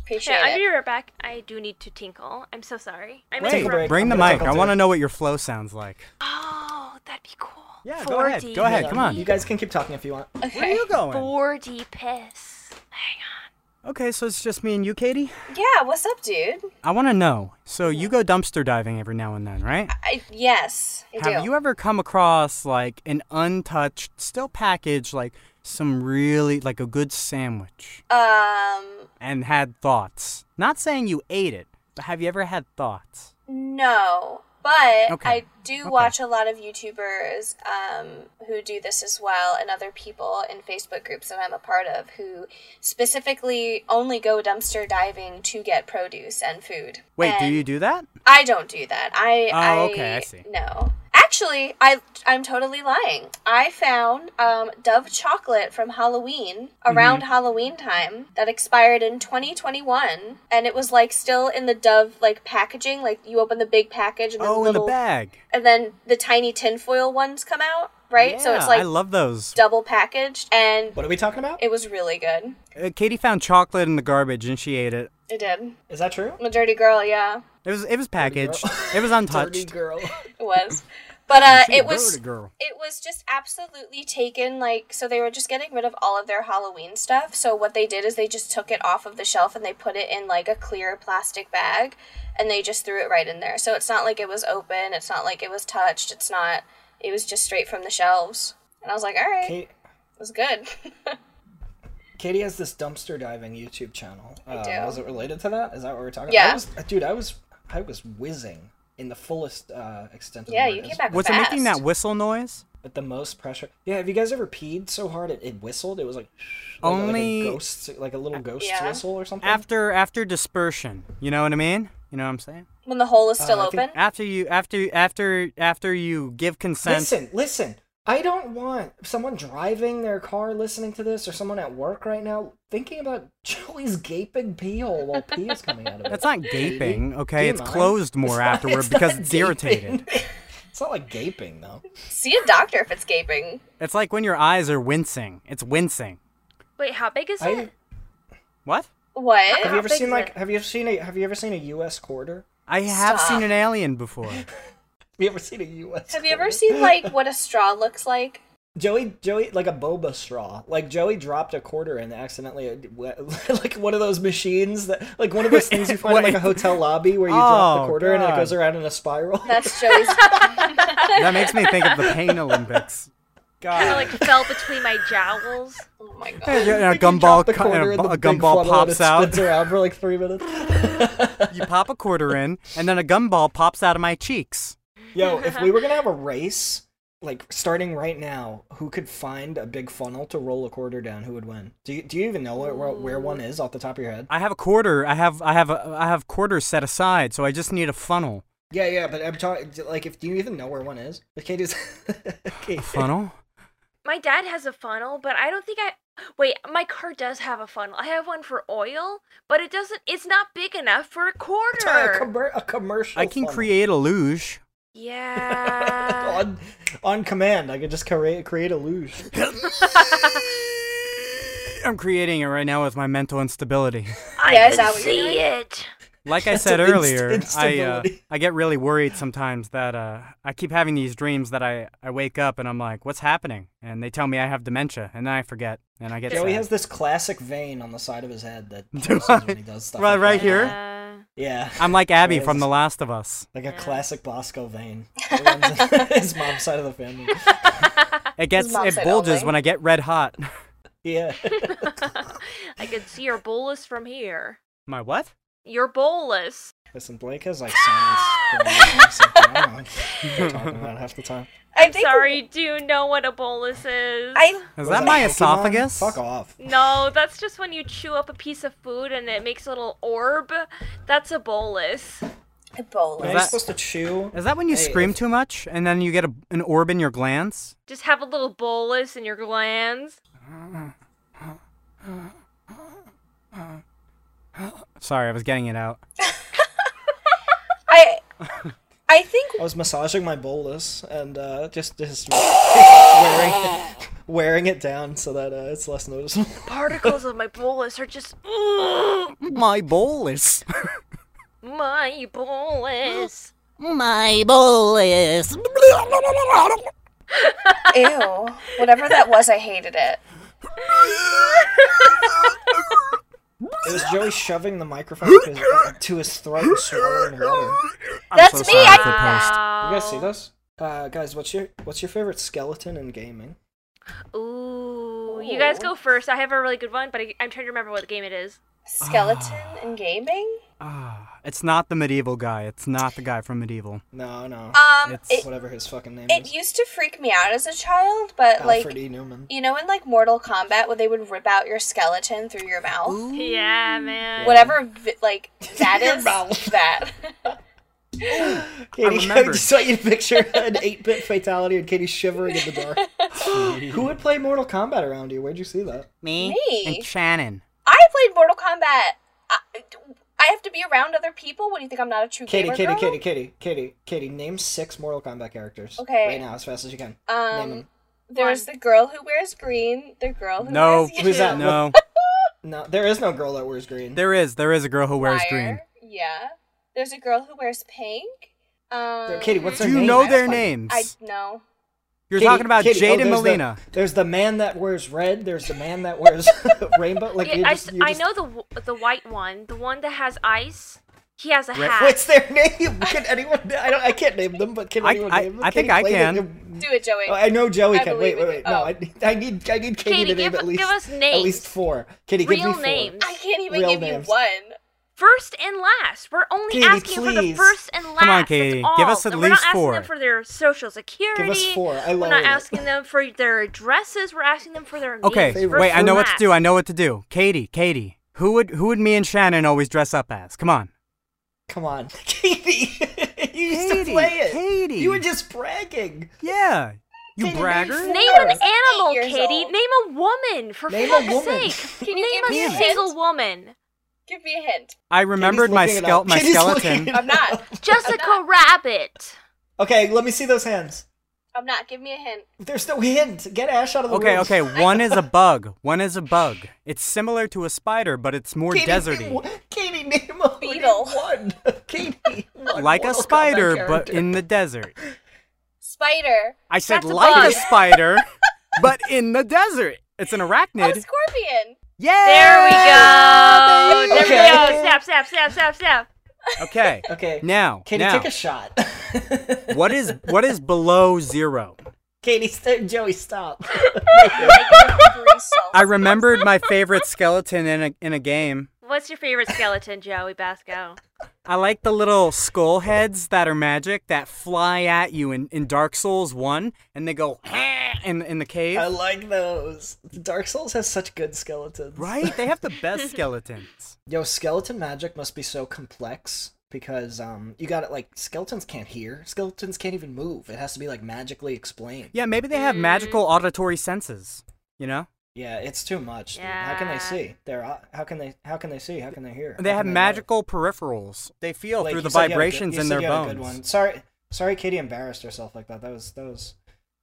Speaker 3: Appreciate
Speaker 2: Yeah, I'll
Speaker 3: it.
Speaker 2: be right back. I do need to tinkle. I'm so sorry. I'm
Speaker 4: Wait.
Speaker 2: interrupting.
Speaker 4: break.
Speaker 1: Bring the
Speaker 4: I'm gonna
Speaker 1: mic.
Speaker 4: tickle
Speaker 1: I
Speaker 4: too.
Speaker 1: want to know what your flow sounds like.
Speaker 2: Oh, that'd be cool.
Speaker 1: Yeah, go ahead.
Speaker 2: 4D.
Speaker 1: Go ahead, come on.
Speaker 4: You guys can keep talking if you want.
Speaker 1: Where are you going?
Speaker 2: 4D piss. Hang on.
Speaker 1: Okay, so it's just me and you, Katie.
Speaker 3: Yeah, what's up, dude?
Speaker 1: I want to know. So you go dumpster diving every now and then, right?
Speaker 3: I, yes, I
Speaker 1: Have
Speaker 3: do.
Speaker 1: you ever come across like an untouched, still packaged, like some really like a good sandwich
Speaker 3: um,
Speaker 1: and had thoughts? Not saying you ate it, but have you ever had thoughts?
Speaker 3: no, but
Speaker 1: Okay.
Speaker 3: I do
Speaker 1: Okay.
Speaker 3: watch a lot of YouTubers um, who do this as well, and other people in Facebook groups that I'm a part of who specifically only go dumpster diving to get produce and food.
Speaker 1: Wait, do
Speaker 3: And
Speaker 1: you do that?
Speaker 3: I don't do that. I.
Speaker 1: Oh,
Speaker 3: I,
Speaker 1: okay, I see.
Speaker 3: No. Actually, I I'm totally lying. I found um, Dove chocolate from Halloween around
Speaker 1: Mm-hmm.
Speaker 3: Halloween time that expired in 2021, and it was like still in the Dove like packaging. Like you open the big package and the
Speaker 1: Oh, in the
Speaker 3: little,
Speaker 1: bag.
Speaker 3: and then the tiny tinfoil ones come out, right? so
Speaker 1: Yeah,
Speaker 3: it's like
Speaker 1: I love those.
Speaker 3: double packaged, and
Speaker 4: What are we talking about?
Speaker 3: it was really good.
Speaker 1: Uh, Katie found chocolate in the garbage and she ate it.
Speaker 3: It did.
Speaker 4: Is that true?
Speaker 3: I'm a dirty girl, yeah.
Speaker 1: It was it was packaged. It was
Speaker 4: Dirty
Speaker 1: untouched.
Speaker 4: girl.
Speaker 3: It was. But uh, it was
Speaker 1: Dirty girl.
Speaker 3: it was just absolutely taken like so they were just getting rid of all of their halloween stuff so what they did is they just took it off of the shelf and they put it in like a clear plastic bag and they just threw it right in there so it's not like it was open it's not like it was touched it's not it was just straight from the shelves and i was like all right
Speaker 4: Kate,
Speaker 3: it was good
Speaker 4: Katie has this dumpster diving YouTube channel. Uh,
Speaker 3: do.
Speaker 4: Was it related to that? Is that what we're talking
Speaker 3: Yeah.
Speaker 4: about? I was, uh, dude, I was I was whizzing in the fullest uh, extent of
Speaker 3: yeah
Speaker 4: the word
Speaker 3: you
Speaker 4: is,
Speaker 3: came back
Speaker 1: Was it
Speaker 3: fast.
Speaker 1: making that whistle noise?
Speaker 4: But the most pressure. Yeah, have you guys ever peed so hard it, it whistled? It was like, like a-
Speaker 1: Only-
Speaker 4: like a ghost, like a little ghost
Speaker 3: Yeah.
Speaker 4: whistle or something.
Speaker 1: After after dispersion. You know what I mean? You know what I'm saying?
Speaker 3: when the hole is still
Speaker 4: Uh, I
Speaker 3: open
Speaker 4: think-
Speaker 1: After you after after after you give consent.
Speaker 4: Listen, listen. I don't want someone driving their car listening to this or someone at work right now thinking about Joey's gaping pee hole while pee is coming out of it.
Speaker 1: That's not gaping, okay?
Speaker 4: Do you
Speaker 1: it's
Speaker 4: mind?
Speaker 1: closed
Speaker 4: It's
Speaker 1: more
Speaker 4: not-
Speaker 1: afterward
Speaker 4: it's
Speaker 1: because
Speaker 4: not
Speaker 1: it's
Speaker 4: gaping.
Speaker 1: irritated.
Speaker 4: it's not like gaping though.
Speaker 3: see a doctor if it's gaping
Speaker 1: It's like when your eyes are wincing. It's wincing.
Speaker 2: Wait, how big is
Speaker 4: I,
Speaker 2: it?
Speaker 1: What?
Speaker 3: what
Speaker 4: have you ever
Speaker 2: big
Speaker 4: seen
Speaker 2: is
Speaker 4: like
Speaker 2: it?
Speaker 4: have you ever seen a have you ever seen a U.S. quarter?
Speaker 1: I have
Speaker 3: Stop.
Speaker 1: seen an alien before.
Speaker 4: Have you ever seen a U.S.
Speaker 3: have you ever
Speaker 4: quarter?
Speaker 3: seen like what a straw looks like
Speaker 4: Joey, Joey, like a boba straw. Like Joey dropped a quarter and accidentally, uh, like one of those machines that, like one of those things you find in like a
Speaker 1: Wait.
Speaker 4: hotel lobby where you drop
Speaker 1: Oh,
Speaker 4: the quarter and it
Speaker 1: God.
Speaker 4: goes around in a spiral.
Speaker 3: that's joey's
Speaker 1: that makes me think of the Pain Olympics.
Speaker 2: Kind of
Speaker 1: God.
Speaker 2: like fell between my jowls.
Speaker 3: oh my god
Speaker 1: Yeah, A
Speaker 4: Drop
Speaker 1: gumball,
Speaker 4: the
Speaker 1: cu-
Speaker 4: quarter
Speaker 1: a,
Speaker 4: in the
Speaker 1: bu- a gumball
Speaker 4: big funnel and it
Speaker 1: pops out.
Speaker 4: Spins around for like three minutes.
Speaker 1: You pop a quarter in, and then a gumball pops out of my cheeks.
Speaker 4: Yo, if we were gonna have a race, like starting right now, who could find a big funnel to roll a quarter down? Who would win? Do you do you even know where, where, where one is off the top of your head?
Speaker 1: I have a quarter. I have I have a, I have quarters set aside, so I just need a funnel.
Speaker 4: Yeah, yeah, but I'm talking like if do you even know where one is? Kate is. Kate.
Speaker 1: Funnel?
Speaker 2: My dad has a funnel, but I don't think I. Wait, my car does have a funnel. I have one for oil, but it doesn't. It's not big enough for a
Speaker 4: a,
Speaker 2: quarter.
Speaker 4: commer- a commercial.
Speaker 1: I can
Speaker 4: funnel.
Speaker 1: create a luge.
Speaker 2: Yeah.
Speaker 4: on on command. I could just create create a luge.
Speaker 1: I'm creating it right now with my mental instability.
Speaker 2: I
Speaker 3: Yeah, is
Speaker 2: can
Speaker 3: that what you're
Speaker 2: see
Speaker 3: doing?
Speaker 2: it.
Speaker 1: Like I
Speaker 4: That's
Speaker 1: said
Speaker 4: an inst-
Speaker 1: earlier, I uh,
Speaker 4: instability.
Speaker 1: I get really worried sometimes that uh, I keep having these dreams that I, I wake up and I'm like, what's happening? And they tell me I have dementia, and then I forget, and I get
Speaker 4: Joey
Speaker 1: sad.
Speaker 4: has this classic vein on the side of his head that
Speaker 1: Do
Speaker 4: pulses when
Speaker 1: I?
Speaker 4: he does stuff
Speaker 1: Right-
Speaker 4: like
Speaker 1: right
Speaker 4: that.
Speaker 1: here?
Speaker 2: Uh,
Speaker 4: Yeah,
Speaker 1: I'm like Abby
Speaker 4: Yes.
Speaker 1: from The Last of Us.
Speaker 4: like a classic Bosco vein. It runs in his mom's side of the family.
Speaker 1: It gets
Speaker 3: mom
Speaker 1: it
Speaker 3: said
Speaker 1: bulges
Speaker 3: only.
Speaker 1: when I get red hot.
Speaker 4: Yeah.
Speaker 2: I can see your bolus from here.
Speaker 1: My what?
Speaker 2: Your bolus.
Speaker 4: Listen, Blake has like science. brain. He's like, I don't know what you're talking about half the time.
Speaker 2: I'm sorry, do you know what a bolus is?
Speaker 7: I
Speaker 1: Is
Speaker 4: Was
Speaker 1: that my
Speaker 4: Pokemon?
Speaker 1: esophagus?
Speaker 4: Fuck off.
Speaker 2: No, that's just when you chew up a piece of food and it makes a little orb. That's a bolus.
Speaker 7: a bolus.
Speaker 4: Am I
Speaker 1: that-
Speaker 4: supposed to chew?
Speaker 1: Is that when you
Speaker 4: Hey,
Speaker 1: scream
Speaker 4: if-
Speaker 1: too much and then you get a, an orb in your glands?
Speaker 2: Just have a little bolus in your glands.
Speaker 1: Sorry, I was getting it out.
Speaker 7: I I think
Speaker 4: I was massaging my bolus and uh, just just wearing it, wearing it down so that uh, it's less noticeable.
Speaker 2: Particles of my bolus are just
Speaker 1: My bolus.
Speaker 2: my bolus.
Speaker 6: My bolus.
Speaker 7: ew. Whatever that was, I hated it.
Speaker 4: It was Joey shoving the microphone to his, to his throat and swallowing water.
Speaker 7: That's me, I-
Speaker 1: for post.
Speaker 4: You guys see this? Uh, guys, what's your what's your favorite skeleton in gaming?
Speaker 2: Ooh, you guys
Speaker 4: Oh.
Speaker 2: go first. I have a really good one, but I, I'm trying to remember what game it is.
Speaker 7: Skeleton in gaming.
Speaker 1: Ah, it's not the medieval guy. It's not the guy from medieval.
Speaker 4: No, no.
Speaker 7: Um,
Speaker 1: It's-
Speaker 7: it,
Speaker 4: Whatever his fucking name
Speaker 7: it
Speaker 4: is.
Speaker 7: used to freak me out as a child, but
Speaker 4: Alfred
Speaker 7: like
Speaker 4: E. Newman.
Speaker 7: you know, in like Mortal Kombat, where they would rip out your skeleton through your mouth.
Speaker 2: Yeah, man.
Speaker 7: Whatever, vi- like that
Speaker 4: Your
Speaker 7: is
Speaker 4: mouth.
Speaker 7: that.
Speaker 4: Katie, I,
Speaker 1: remember.
Speaker 4: just want you to picture an 8-bit fatality and Katie shivering in the dark. Who would play Mortal Kombat around you? Where'd you see that?
Speaker 6: Me,
Speaker 7: Me.
Speaker 6: and Shannon.
Speaker 7: I played Mortal Kombat. I, I have to be around other people. What do you think? I'm not a true
Speaker 4: Katie,
Speaker 7: gamer
Speaker 4: Katie,
Speaker 7: girl?
Speaker 4: Katie, Katie, Katie, Katie, name six Mortal Kombat characters.
Speaker 7: Okay.
Speaker 4: Right now, as fast as you can. name
Speaker 7: Um,
Speaker 4: them.
Speaker 7: there's the girl who wears green. The
Speaker 4: Oh,
Speaker 7: girl who
Speaker 1: No.
Speaker 7: wears
Speaker 4: Who's that?
Speaker 1: No,
Speaker 4: No, there is no girl that wears green.
Speaker 1: there is. There is a girl who wears
Speaker 7: Fire.
Speaker 1: green.
Speaker 7: Yeah. There's a girl who wears pink. Um,
Speaker 4: Katie, what's their
Speaker 1: Do you
Speaker 4: name?
Speaker 1: know
Speaker 4: I
Speaker 1: their
Speaker 4: was like-
Speaker 1: names?
Speaker 7: I know.
Speaker 1: You're
Speaker 4: Katie,
Speaker 1: talking about
Speaker 4: Katie, oh,
Speaker 1: Jade and
Speaker 4: there's the-
Speaker 1: Molina.
Speaker 4: there's the man that wears red. There's the man that wears rainbow. Like
Speaker 2: Yeah,
Speaker 4: you're
Speaker 2: I,
Speaker 4: just,
Speaker 2: s-
Speaker 4: you're
Speaker 2: I
Speaker 4: just-
Speaker 2: know the w- the white one, the one that has ice. He has a
Speaker 1: Red-
Speaker 2: hat.
Speaker 4: What's their name? Can anyone? I don't. I can't name them, but can
Speaker 1: I-
Speaker 4: anyone
Speaker 1: I-
Speaker 4: name them?
Speaker 1: I think
Speaker 4: Katie,
Speaker 1: I
Speaker 4: play the-
Speaker 1: can.
Speaker 7: Do it, Joey.
Speaker 4: Oh, I know Joey
Speaker 7: I
Speaker 4: can. Wait,
Speaker 7: believe
Speaker 4: wait,
Speaker 7: in
Speaker 4: wait.
Speaker 7: you.
Speaker 4: No,
Speaker 7: Oh.
Speaker 4: I, I need. I need Katie,
Speaker 2: Katie,
Speaker 4: to name
Speaker 2: give-
Speaker 4: at least
Speaker 2: give us
Speaker 4: at
Speaker 2: names.
Speaker 4: least four. Katie, give me
Speaker 2: Real
Speaker 4: four.
Speaker 2: names.
Speaker 7: I can't even
Speaker 4: Real
Speaker 7: give
Speaker 4: names.
Speaker 7: you one.
Speaker 2: First and last. We're only
Speaker 4: Katie,
Speaker 2: asking for the
Speaker 4: please.
Speaker 2: first and last.
Speaker 1: on,
Speaker 2: That's
Speaker 1: Katie.
Speaker 2: all.
Speaker 1: Give us at
Speaker 2: And We're not
Speaker 1: least
Speaker 2: asking
Speaker 1: four.
Speaker 2: them for their social security.
Speaker 4: four. I
Speaker 2: We're
Speaker 4: love
Speaker 2: not
Speaker 4: it.
Speaker 2: asking them for their addresses. We're asking them for their names.
Speaker 1: Okay,
Speaker 4: Favorite
Speaker 2: first
Speaker 1: wait. I
Speaker 2: and
Speaker 1: know what
Speaker 2: last.
Speaker 1: to do. I know what to do. Katie, Katie, who would who would me and Shannon always dress up as? Come on.
Speaker 4: Come on, Katie. you used
Speaker 1: Katie,
Speaker 4: to play it.
Speaker 1: Katie.
Speaker 4: You were just bragging.
Speaker 1: Yeah. You
Speaker 4: Katie,
Speaker 1: bragger.
Speaker 4: there's-
Speaker 2: Name
Speaker 4: Four.
Speaker 2: an animal,
Speaker 7: Eight years
Speaker 2: Katie.
Speaker 7: old.
Speaker 2: Name a woman, for
Speaker 4: Name a
Speaker 2: fuck's
Speaker 4: woman.
Speaker 2: sake.
Speaker 7: Can you
Speaker 2: Name
Speaker 7: give
Speaker 2: a
Speaker 7: me a hint?
Speaker 2: single woman.
Speaker 7: Give me a hint.
Speaker 1: I remembered
Speaker 4: Katie's
Speaker 1: my,
Speaker 4: looking it
Speaker 1: skele-
Speaker 4: up.
Speaker 1: my
Speaker 4: Katie's
Speaker 1: skeleton.
Speaker 4: looking it
Speaker 7: I'm not.
Speaker 4: up.
Speaker 2: Jessica Rabbit.
Speaker 4: Okay, let me see those hands.
Speaker 7: I'm not. Give me a hint.
Speaker 4: There's no hint. Get Ash out of the
Speaker 1: Okay,
Speaker 4: room.
Speaker 1: okay. One is a bug. One is a bug. It's similar to a spider, but it's more
Speaker 4: Katie,
Speaker 1: deserty.
Speaker 4: Name, Katie, name a
Speaker 7: Beetle.
Speaker 4: One. Katie. one
Speaker 1: like a
Speaker 4: Mortal Kombat
Speaker 1: spider, but
Speaker 4: character.
Speaker 1: in the desert.
Speaker 7: Spider.
Speaker 1: I said
Speaker 2: That's a
Speaker 1: like
Speaker 2: bug.
Speaker 1: a spider, but in the desert. It's an
Speaker 7: Oh,
Speaker 1: arachnid.
Speaker 7: scorpion.
Speaker 1: Yeah.
Speaker 2: There we go. There
Speaker 4: Okay.
Speaker 2: we go. Snap, snap, snap, snap, snap.
Speaker 1: Okay.
Speaker 4: Okay.
Speaker 1: Now,
Speaker 4: Katie,
Speaker 1: now,
Speaker 4: take a shot.
Speaker 1: what is what is below zero?
Speaker 4: Katie, st- Joey, stop.
Speaker 1: I remembered my favorite skeleton in a in a game.
Speaker 2: What's your favorite skeleton, Joey Basco?
Speaker 1: I like the little skull heads that are magic that fly at you in, in Dark Souls One, and they go "Ah," in in the cave.
Speaker 4: I like those. Dark Souls has such good skeletons.
Speaker 1: Right? They have the best skeletons.
Speaker 4: Yo, skeleton magic must be so complex because um, you got it. Like skeletons can't hear. Skeletons can't even move. It has to be like magically explained.
Speaker 1: Yeah, maybe they have magical auditory senses. You know,
Speaker 4: Yeah, it's too much. dude. How can they
Speaker 2: Yeah.
Speaker 4: see? They're o- how can they how can they see? How can they hear?
Speaker 1: they
Speaker 4: How
Speaker 1: have
Speaker 4: can know?
Speaker 1: magical peripherals. They feel
Speaker 4: Like,
Speaker 1: through the
Speaker 4: you said you had a good-
Speaker 1: vibrations
Speaker 4: you
Speaker 1: in
Speaker 4: said
Speaker 1: their
Speaker 4: you had a good one.
Speaker 1: bones.
Speaker 4: Sorry, sorry, Katie embarrassed herself like that. That was that was.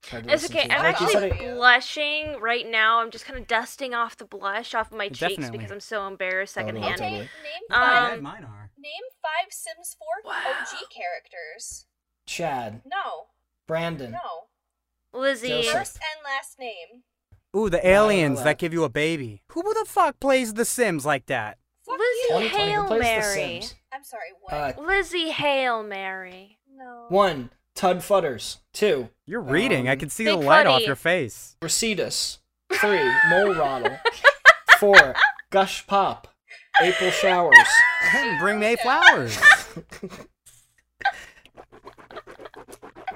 Speaker 4: Hard to
Speaker 2: It's
Speaker 4: listen
Speaker 2: okay.
Speaker 4: to.
Speaker 2: I'm
Speaker 4: Like, you said
Speaker 2: actually
Speaker 4: it-
Speaker 2: blushing right now. I'm just kind of dusting off the blush off my cheeks
Speaker 1: Definitely.
Speaker 2: because I'm so embarrassed
Speaker 4: Totally,
Speaker 2: secondhand.
Speaker 4: totally.
Speaker 7: Okay, name
Speaker 2: Um,
Speaker 7: five.
Speaker 2: Red,
Speaker 1: mine are.
Speaker 7: Name five Sims 4 OG characters.
Speaker 4: Chad,
Speaker 7: No.
Speaker 4: Brandon, Oh,
Speaker 7: No.
Speaker 2: Lizzie,
Speaker 4: Joseph.
Speaker 7: First and last name.
Speaker 1: Ooh, the
Speaker 4: I don't know
Speaker 1: aliens
Speaker 4: that.
Speaker 1: that give you a baby. Who the fuck plays The Sims like that?
Speaker 7: Fuck you.
Speaker 2: Lizzie
Speaker 4: 2020, who
Speaker 2: Hail
Speaker 4: plays The
Speaker 2: Mary.
Speaker 4: Sims?
Speaker 7: I'm sorry, what?
Speaker 4: Uh,
Speaker 2: Lizzie Hail Mary.
Speaker 7: no.
Speaker 4: one, Tud Futters. Two,
Speaker 1: You're reading. I
Speaker 4: Um,
Speaker 1: can see the
Speaker 2: Big
Speaker 1: light off
Speaker 2: Fuddy.
Speaker 1: your face.
Speaker 4: Resetus. Three, Mole Roddle. Four, Gush Pop. April Showers.
Speaker 1: Bring May flowers.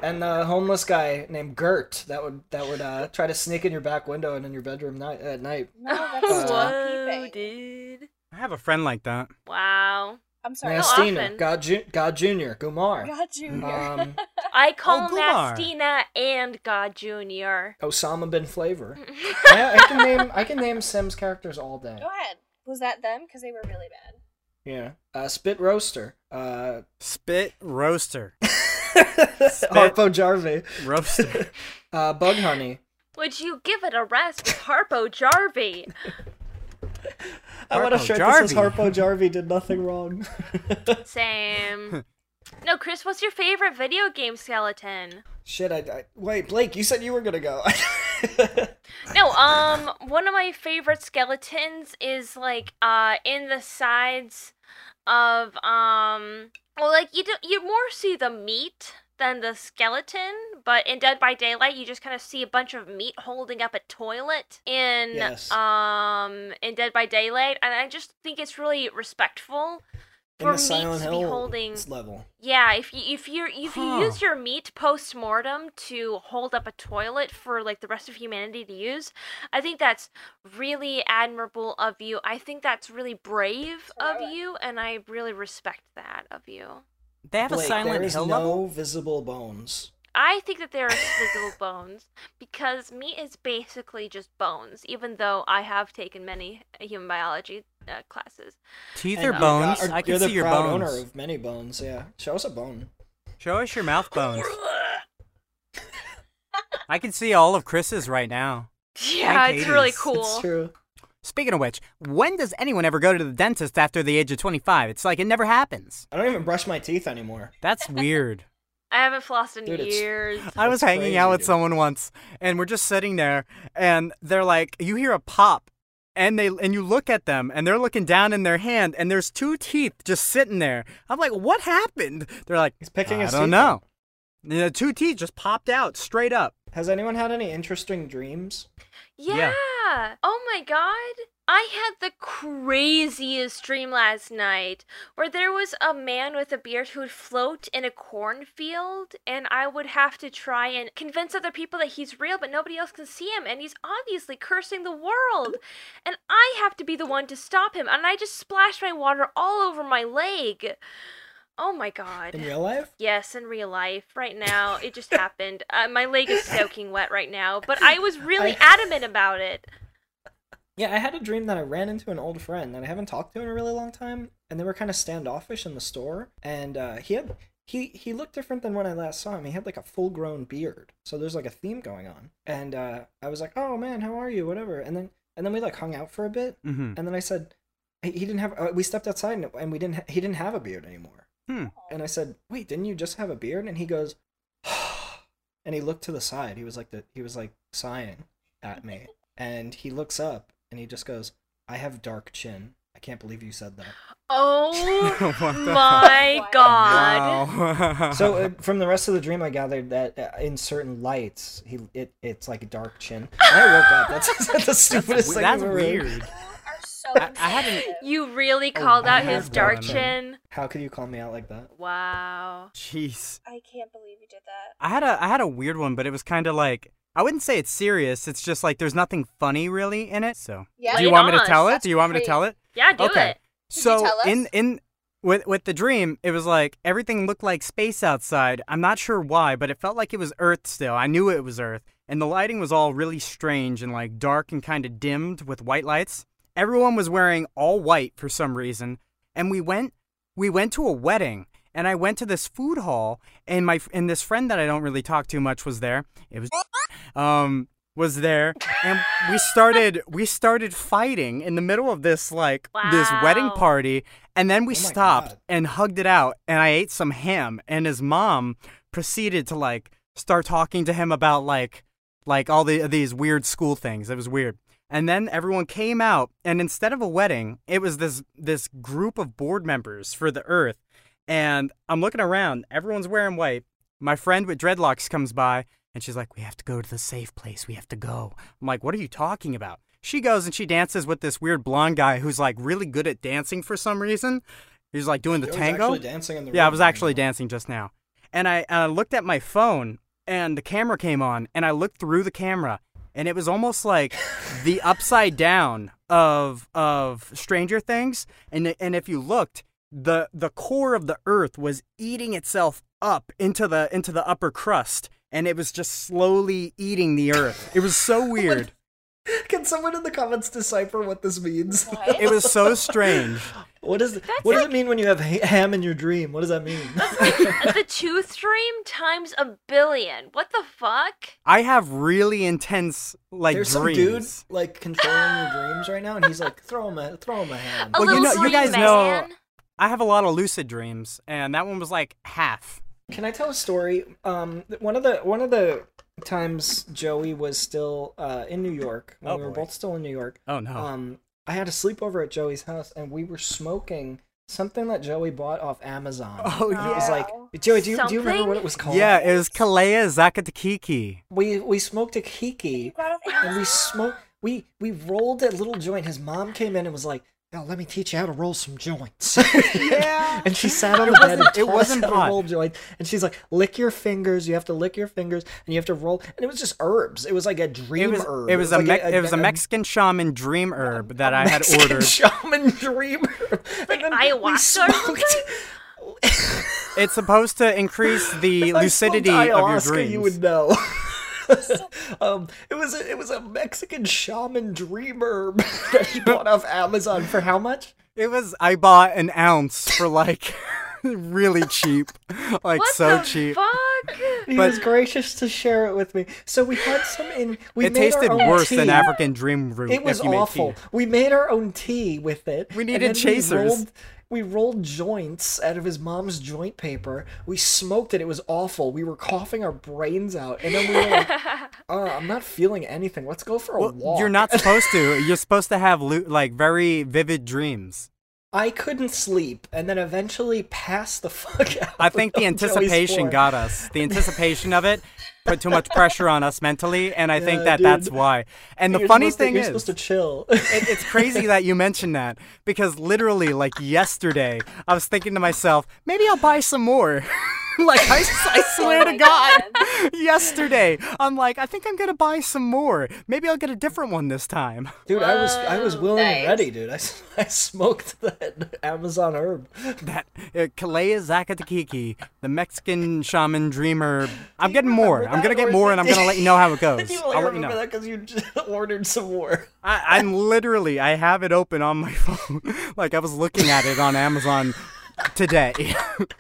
Speaker 4: and the homeless guy named Gert that would that would uh, try to sneak in your back window and in your bedroom night at night.
Speaker 3: No, that's
Speaker 4: Uh,
Speaker 3: not
Speaker 2: Whoa,
Speaker 3: keeping.
Speaker 2: dude.
Speaker 1: I have a friend like that.
Speaker 2: Wow.
Speaker 3: I'm sorry.
Speaker 7: Oh,
Speaker 2: Yes.
Speaker 4: Nastina,
Speaker 2: often.
Speaker 4: God, Ju- God Junior, Gumar,
Speaker 3: God, Junior.
Speaker 4: um,
Speaker 2: I call
Speaker 1: Gumar.
Speaker 2: Nastina and God Junior.
Speaker 4: Osama bin Flavor. I, I can name I can name Sims characters all day.
Speaker 3: Go ahead. Was that them? Because they were really bad.
Speaker 4: Yeah, uh, Spit Roaster, uh,
Speaker 1: Spit roaster.
Speaker 4: Harpo Jarvey,
Speaker 1: Roaster.
Speaker 4: uh, Bug Honey.
Speaker 2: Would you give it a rest with Harpo Jarvey?
Speaker 4: I want a
Speaker 1: Harpo
Speaker 4: shirt that says
Speaker 1: Jarvey.
Speaker 4: Harpo Jarvey did nothing wrong.
Speaker 2: Same. No, Chris, what's your favorite video game skeleton?
Speaker 4: Shit, I, I wait, Blake, you said you were gonna go.
Speaker 2: No, um, one of my favorite skeletons is like uh in the sides of um well like you do you more see the meat than the skeleton, but in Dead by Daylight you just kind of see a bunch of meat holding up a toilet in
Speaker 4: Yes.
Speaker 2: um in Dead by Daylight and I just think it's really respectful
Speaker 4: In
Speaker 2: for
Speaker 4: the Silent
Speaker 2: meat to be
Speaker 4: Hill
Speaker 2: holding
Speaker 4: level.
Speaker 2: yeah, if you if you if you
Speaker 1: Huh.
Speaker 2: use your meat post mortem to hold up a toilet for like the rest of humanity to use, I think that's really admirable of you. I think that's really brave of you, and I really respect that of you.
Speaker 6: They have a
Speaker 4: Blake, there
Speaker 6: Silent
Speaker 4: is
Speaker 6: Hill
Speaker 4: no
Speaker 6: level?
Speaker 4: visible bones.
Speaker 2: I think that there are visible bones because meat is basically just bones. Even though I have taken many human biology uh, classes,
Speaker 1: Teeth
Speaker 4: And
Speaker 1: or
Speaker 4: you
Speaker 1: bones.
Speaker 4: are-
Speaker 1: I can
Speaker 4: you're
Speaker 1: see
Speaker 4: the
Speaker 1: your
Speaker 4: proud
Speaker 1: bones.
Speaker 4: owner of many bones. Yeah, show us a bone.
Speaker 1: Show us your mouth bones. I can see all of Chris's right now.
Speaker 2: yeah, it's really
Speaker 1: Katie's. It's
Speaker 2: cool.
Speaker 4: It's true.
Speaker 6: Speaking of which, when does anyone ever go to the dentist after the age of 25? It's like it never happens.
Speaker 4: I don't even brush my teeth anymore.
Speaker 1: That's weird.
Speaker 2: I haven't flossed in
Speaker 4: Dude, it's-
Speaker 2: years.
Speaker 1: I was
Speaker 4: That's
Speaker 1: hanging
Speaker 4: crazy,
Speaker 1: out with
Speaker 4: dude.
Speaker 1: someone once, and we're just sitting there, and they're like, you hear a pop, and they and you look at them, and they're looking down in their hand, and there's two teeth just sitting there. I'm like, what happened? They're like,
Speaker 4: He's picking
Speaker 1: I
Speaker 4: his
Speaker 1: don't
Speaker 4: teeth
Speaker 1: know.
Speaker 4: up.
Speaker 1: The two teeth just popped out straight up.
Speaker 4: Has anyone had any interesting dreams?
Speaker 1: Yeah.
Speaker 2: Yeah. Oh my god. I had the craziest dream last night where there was a man with a beard who would float in a cornfield, and I would have to try and convince other people that he's real, but nobody else can see him, and he's obviously cursing the world. And I have to be the one to stop him, and I just splashed my water all over my leg. Oh my god.
Speaker 4: In real life?
Speaker 2: Yes, in real life, right now, it just happened. Uh, my leg is soaking wet right now, but I was really
Speaker 4: I-
Speaker 2: adamant about it.
Speaker 4: Yeah, I had a dream that I ran into an old friend that I haven't talked to in a really long time, and they were kind of standoffish in the store. And uh, he had he he looked different than when I last saw him. He had like a full grown beard, so there's like a theme going on. And uh, I was like, "Oh man, how are you?" Whatever. And then and then we like hung out for a bit,
Speaker 1: Mm-hmm.
Speaker 4: and then I said, "He, he didn't have." Uh, we stepped outside, and, and we didn't. Ha- he didn't have a beard anymore.
Speaker 1: Hmm.
Speaker 4: And I said, "Wait, didn't you just have a beard?" And he goes, and he looked to the side. He was like the, he was like sighing at me, and he looks up and he just goes, "I have dark chin. I can't believe you said that."
Speaker 2: Oh
Speaker 1: What the
Speaker 2: my
Speaker 3: fuck?
Speaker 2: god.
Speaker 1: Wow.
Speaker 4: So uh, from the rest of the dream, I gathered that uh, in certain lights, he it it's like dark chin. And I woke up. That's, that's the stupidest
Speaker 1: that's,
Speaker 4: thing
Speaker 1: that's
Speaker 4: I've ever heard.
Speaker 1: weird.
Speaker 3: You are so.
Speaker 1: I- e- I hadn't-
Speaker 3: insensitive.
Speaker 2: You really
Speaker 4: Oh,
Speaker 2: called
Speaker 4: I
Speaker 2: out his
Speaker 4: have
Speaker 2: dark
Speaker 4: one.
Speaker 2: chin?
Speaker 4: How could you call me out like that?
Speaker 2: Wow.
Speaker 1: Jeez.
Speaker 3: I can't believe you did that.
Speaker 1: I had a I had a weird one, but it was kind of like I wouldn't say it's serious. It's just like there's nothing funny really in it. So
Speaker 3: Yeah.
Speaker 1: do
Speaker 2: Lay
Speaker 1: you
Speaker 2: it
Speaker 1: want me
Speaker 2: on
Speaker 1: to
Speaker 2: us.
Speaker 1: tell it?
Speaker 3: That's
Speaker 1: Do you want me to
Speaker 3: great.
Speaker 1: tell it?
Speaker 2: Yeah, do
Speaker 1: okay.
Speaker 2: it.
Speaker 3: you
Speaker 1: So
Speaker 3: tell us?
Speaker 1: in in with with the dream, it was like everything looked like space outside. I'm not sure why, but it felt like it was Earth still. I knew it was Earth, and the lighting was all really strange and like dark and kind of dimmed with white lights. Everyone was wearing all white for some reason, and we went we went to a wedding and I went to this food hall and my and this friend that I don't really talk to much was there. It was um was there and we started we started fighting in the middle of this like this wedding
Speaker 2: Wow.
Speaker 1: party and then we
Speaker 4: Oh my
Speaker 1: stopped
Speaker 4: God.
Speaker 1: and hugged it out and I ate some ham and his mom proceeded to like start talking to him about like like all the these weird school things. It was weird. And then everyone came out, and instead of a wedding, it was this this group of board members for the Earth. And I'm looking around; everyone's wearing white. My friend with dreadlocks comes by, and she's like, "We have to go to the safe place. We have to go." I'm like, "What are you talking about?" She goes and she dances with this weird blonde guy who's like really good at dancing for some reason. He was like doing the
Speaker 4: Yo, he's
Speaker 1: tango.
Speaker 4: actually dancing in the
Speaker 1: Yeah, I
Speaker 4: room
Speaker 1: was
Speaker 4: right
Speaker 1: actually
Speaker 4: now.
Speaker 1: dancing just now. And I, and I looked at my phone and the camera came on and I looked through the camera and it was almost like the upside down of of Stranger Things and and if you looked the the core of the earth was eating itself up into the into the upper crust and it was just slowly eating the earth. It was so weird.
Speaker 4: Can someone in the comments decipher what this means?
Speaker 3: What?
Speaker 1: it was so strange.
Speaker 4: What does what does it mean when you have ha- ham in your dream? What does that mean?
Speaker 2: the tooth dream times a billion. What the fuck?
Speaker 1: I have really intense like
Speaker 4: There's
Speaker 1: dreams.
Speaker 4: some dude like controlling your dreams right now, and he's like, throw him a throw him a ham.
Speaker 2: A
Speaker 1: Well, you
Speaker 2: little
Speaker 1: know- you
Speaker 2: green
Speaker 1: guys
Speaker 2: man.
Speaker 1: know- I have a lot of lucid dreams, and that one was like half.
Speaker 4: Can I tell a story? Um, th- one of the one of the times Joey was still uh, in New York when
Speaker 1: Oh,
Speaker 4: we were
Speaker 1: boy.
Speaker 4: both still in New York.
Speaker 1: Oh no!
Speaker 4: Um, I had a sleepover at Joey's house, and we were smoking something that Joey bought off Amazon.
Speaker 1: oh
Speaker 4: It
Speaker 1: yeah,
Speaker 4: was like Joey, do you, do you remember
Speaker 2: Something?
Speaker 4: what it was called?
Speaker 1: yeah. It was Kalea Zakatakiki.
Speaker 4: we we smoked a kiki.
Speaker 3: Right off
Speaker 4: and we smoked. We we rolled a little joint. His mom came in and was like, "Now let me teach you how to roll some joints." Yeah. and she sat on the bed and
Speaker 1: wasn't- it
Speaker 4: taught us
Speaker 1: wasn't
Speaker 4: how to
Speaker 1: hot.
Speaker 4: roll joint. And she's like, "Lick your fingers. You have to lick your fingers, and you have to roll." And it was just herbs. It was like a
Speaker 1: It
Speaker 4: dream
Speaker 1: was
Speaker 4: herb.
Speaker 1: it was a,
Speaker 4: like
Speaker 1: Me- it was a Mexican shaman dream herb that I had
Speaker 4: Mexican
Speaker 1: ordered.
Speaker 4: shaman dream herb. Like
Speaker 2: ayahuasca or something?
Speaker 1: It's supposed to increase the
Speaker 4: If I
Speaker 1: lucidity
Speaker 4: smoked
Speaker 1: of your
Speaker 4: ayahuasca,
Speaker 1: dreams.
Speaker 4: You would know. um, it was a, it was a Mexican shaman dream herb that he bought off Amazon for how much?
Speaker 1: It was I bought an ounce for like really cheap, like
Speaker 2: What
Speaker 1: so
Speaker 2: the
Speaker 1: cheap.
Speaker 2: fuck?
Speaker 4: He
Speaker 1: But-
Speaker 4: was gracious to share it with me. So we had some in. We
Speaker 1: it
Speaker 4: made our
Speaker 1: tasted
Speaker 4: own
Speaker 1: worse than
Speaker 4: tea.
Speaker 1: African dream root.
Speaker 4: It was
Speaker 1: if you made
Speaker 4: awful.
Speaker 1: tea.
Speaker 4: We made our own tea with it.
Speaker 1: We
Speaker 4: and
Speaker 1: needed
Speaker 4: then
Speaker 1: chasers.
Speaker 4: We rolled, we rolled joints out of his mom's joint paper. We smoked it. It was awful. We were coughing our brains out, and then we were like, uh, "I'm not feeling anything. Let's go for a
Speaker 1: Well,
Speaker 4: walk."
Speaker 1: you're not supposed to. You're supposed to have lu- like very vivid dreams.
Speaker 4: I couldn't sleep, and then eventually passed the fuck out.
Speaker 1: I think the
Speaker 4: on Joey's
Speaker 1: anticipation
Speaker 4: floor.
Speaker 1: got us. The anticipation of it put too much pressure on us mentally, and I think
Speaker 4: Yeah,
Speaker 1: that that's
Speaker 4: dude.
Speaker 1: why. And the
Speaker 4: You're
Speaker 1: funny
Speaker 4: supposed to-
Speaker 1: thing
Speaker 4: you're
Speaker 1: is,
Speaker 4: supposed to chill.
Speaker 1: it- it's crazy that you mentioned that because literally, like yesterday, I was thinking to myself, maybe I'll buy some more. like I, s- I swear to God, yesterday I'm like, I think I'm gonna buy some more. Maybe I'll get a different one this time.
Speaker 4: Dude, I was I was willing and
Speaker 7: nice.
Speaker 4: ready, dude. I, s- I smoked that Amazon herb.
Speaker 1: That uh, Kalea Zakatakiki, the Mexican shaman dreamer. I'm getting more. I'm gonna get more, and I'm gonna let you know how it goes.
Speaker 4: You
Speaker 1: I'll
Speaker 4: only
Speaker 1: let you know.
Speaker 4: remember that because you just ordered some more.
Speaker 1: I, I'm literally, I have it open on my phone. like I was looking at it on Amazon today.
Speaker 2: You're